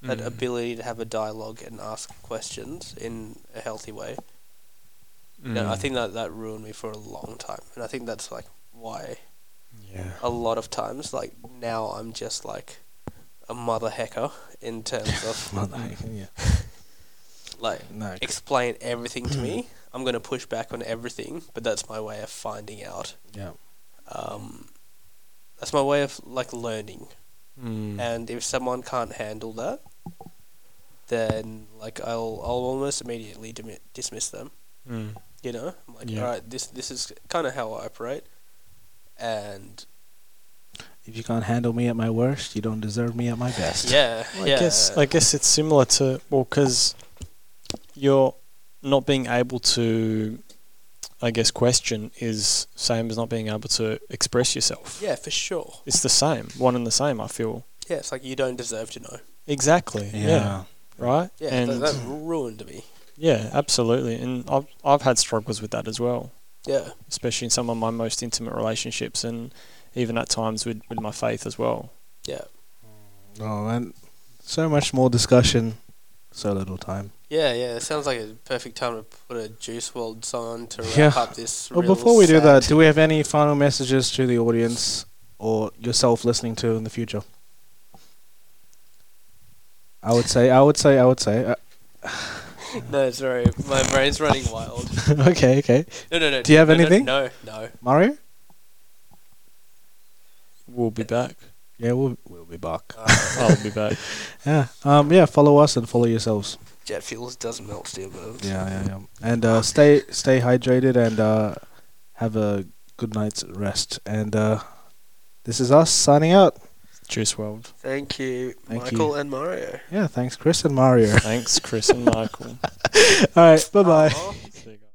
B: that
C: Mm.
B: ability to have a dialogue and ask questions in a healthy way. No, I
C: Mm.
B: think that that ruined me for a long time, and I think that's like why
C: yeah.
B: a lot of times. Like now, I'm just like a mother hecker in terms of
A: Not like- yeah.
B: like
A: No.
B: explain everything to
C: Mm.
B: me. I'm going to push back on everything, but that's my way of finding out.
A: Yeah.
B: Um, that's my way of like learning.
A: Hmm.
C: Mm.
B: And if someone can't handle that, then like I'll I'll almost immediately dimi- dismiss them.
C: Mm.
B: You know, I'm like,
C: Yeah.
B: all right, this this is kind of how I operate, and
A: If you can't handle me at my worst, you don't deserve me at my best.
B: yeah,
C: Well, I
B: yeah,
C: guess I guess it's similar to well, because you're not being able to, I guess, question is same as not being able to express yourself.
B: yeah, for sure.
C: It's the same, one and the same. I feel
B: Yeah, it's like you don't deserve to know.
C: exactly. Yeah. Right.
B: Yeah,
C: And
B: that, that ruined me.
C: yeah, absolutely. And I've I've had struggles with that as well,
B: Yeah,
C: especially in some of my most intimate relationships, and even at times with with my faith as well.
B: yeah,
A: Oh man, so much more discussion, so little time.
B: yeah, yeah. It sounds like a perfect time to put a Juice World song to wrap
A: Yeah.
B: up this.
A: Well,
B: real
A: before we do
B: sad-
A: that, do we have any final messages to the audience or yourself listening to in the future? I would say, I would say, I would say. Uh,
B: no, sorry, my brain's running wild.
A: okay, okay.
B: No, no, no.
A: Do you have
B: no, no,
A: anything?
B: No, no.
A: Mario?
C: We'll be back.
A: Yeah, we'll we'll be back.
B: Uh,
C: I'll be back.
A: Yeah. Um. Yeah. Follow us and follow yourselves.
B: Jet fuels doesn't melt steel burns.
A: Yeah, yeah, yeah. And uh, stay stay hydrated and uh, have a good night's rest. And uh, this is us signing out.
C: Juice World.
B: Thank you,
A: Thank you.
B: Michael and Mario.
A: Yeah, thanks, Chris and Mario.
C: Thanks, Chris and Michael.
A: All right, bye bye.
B: Aw.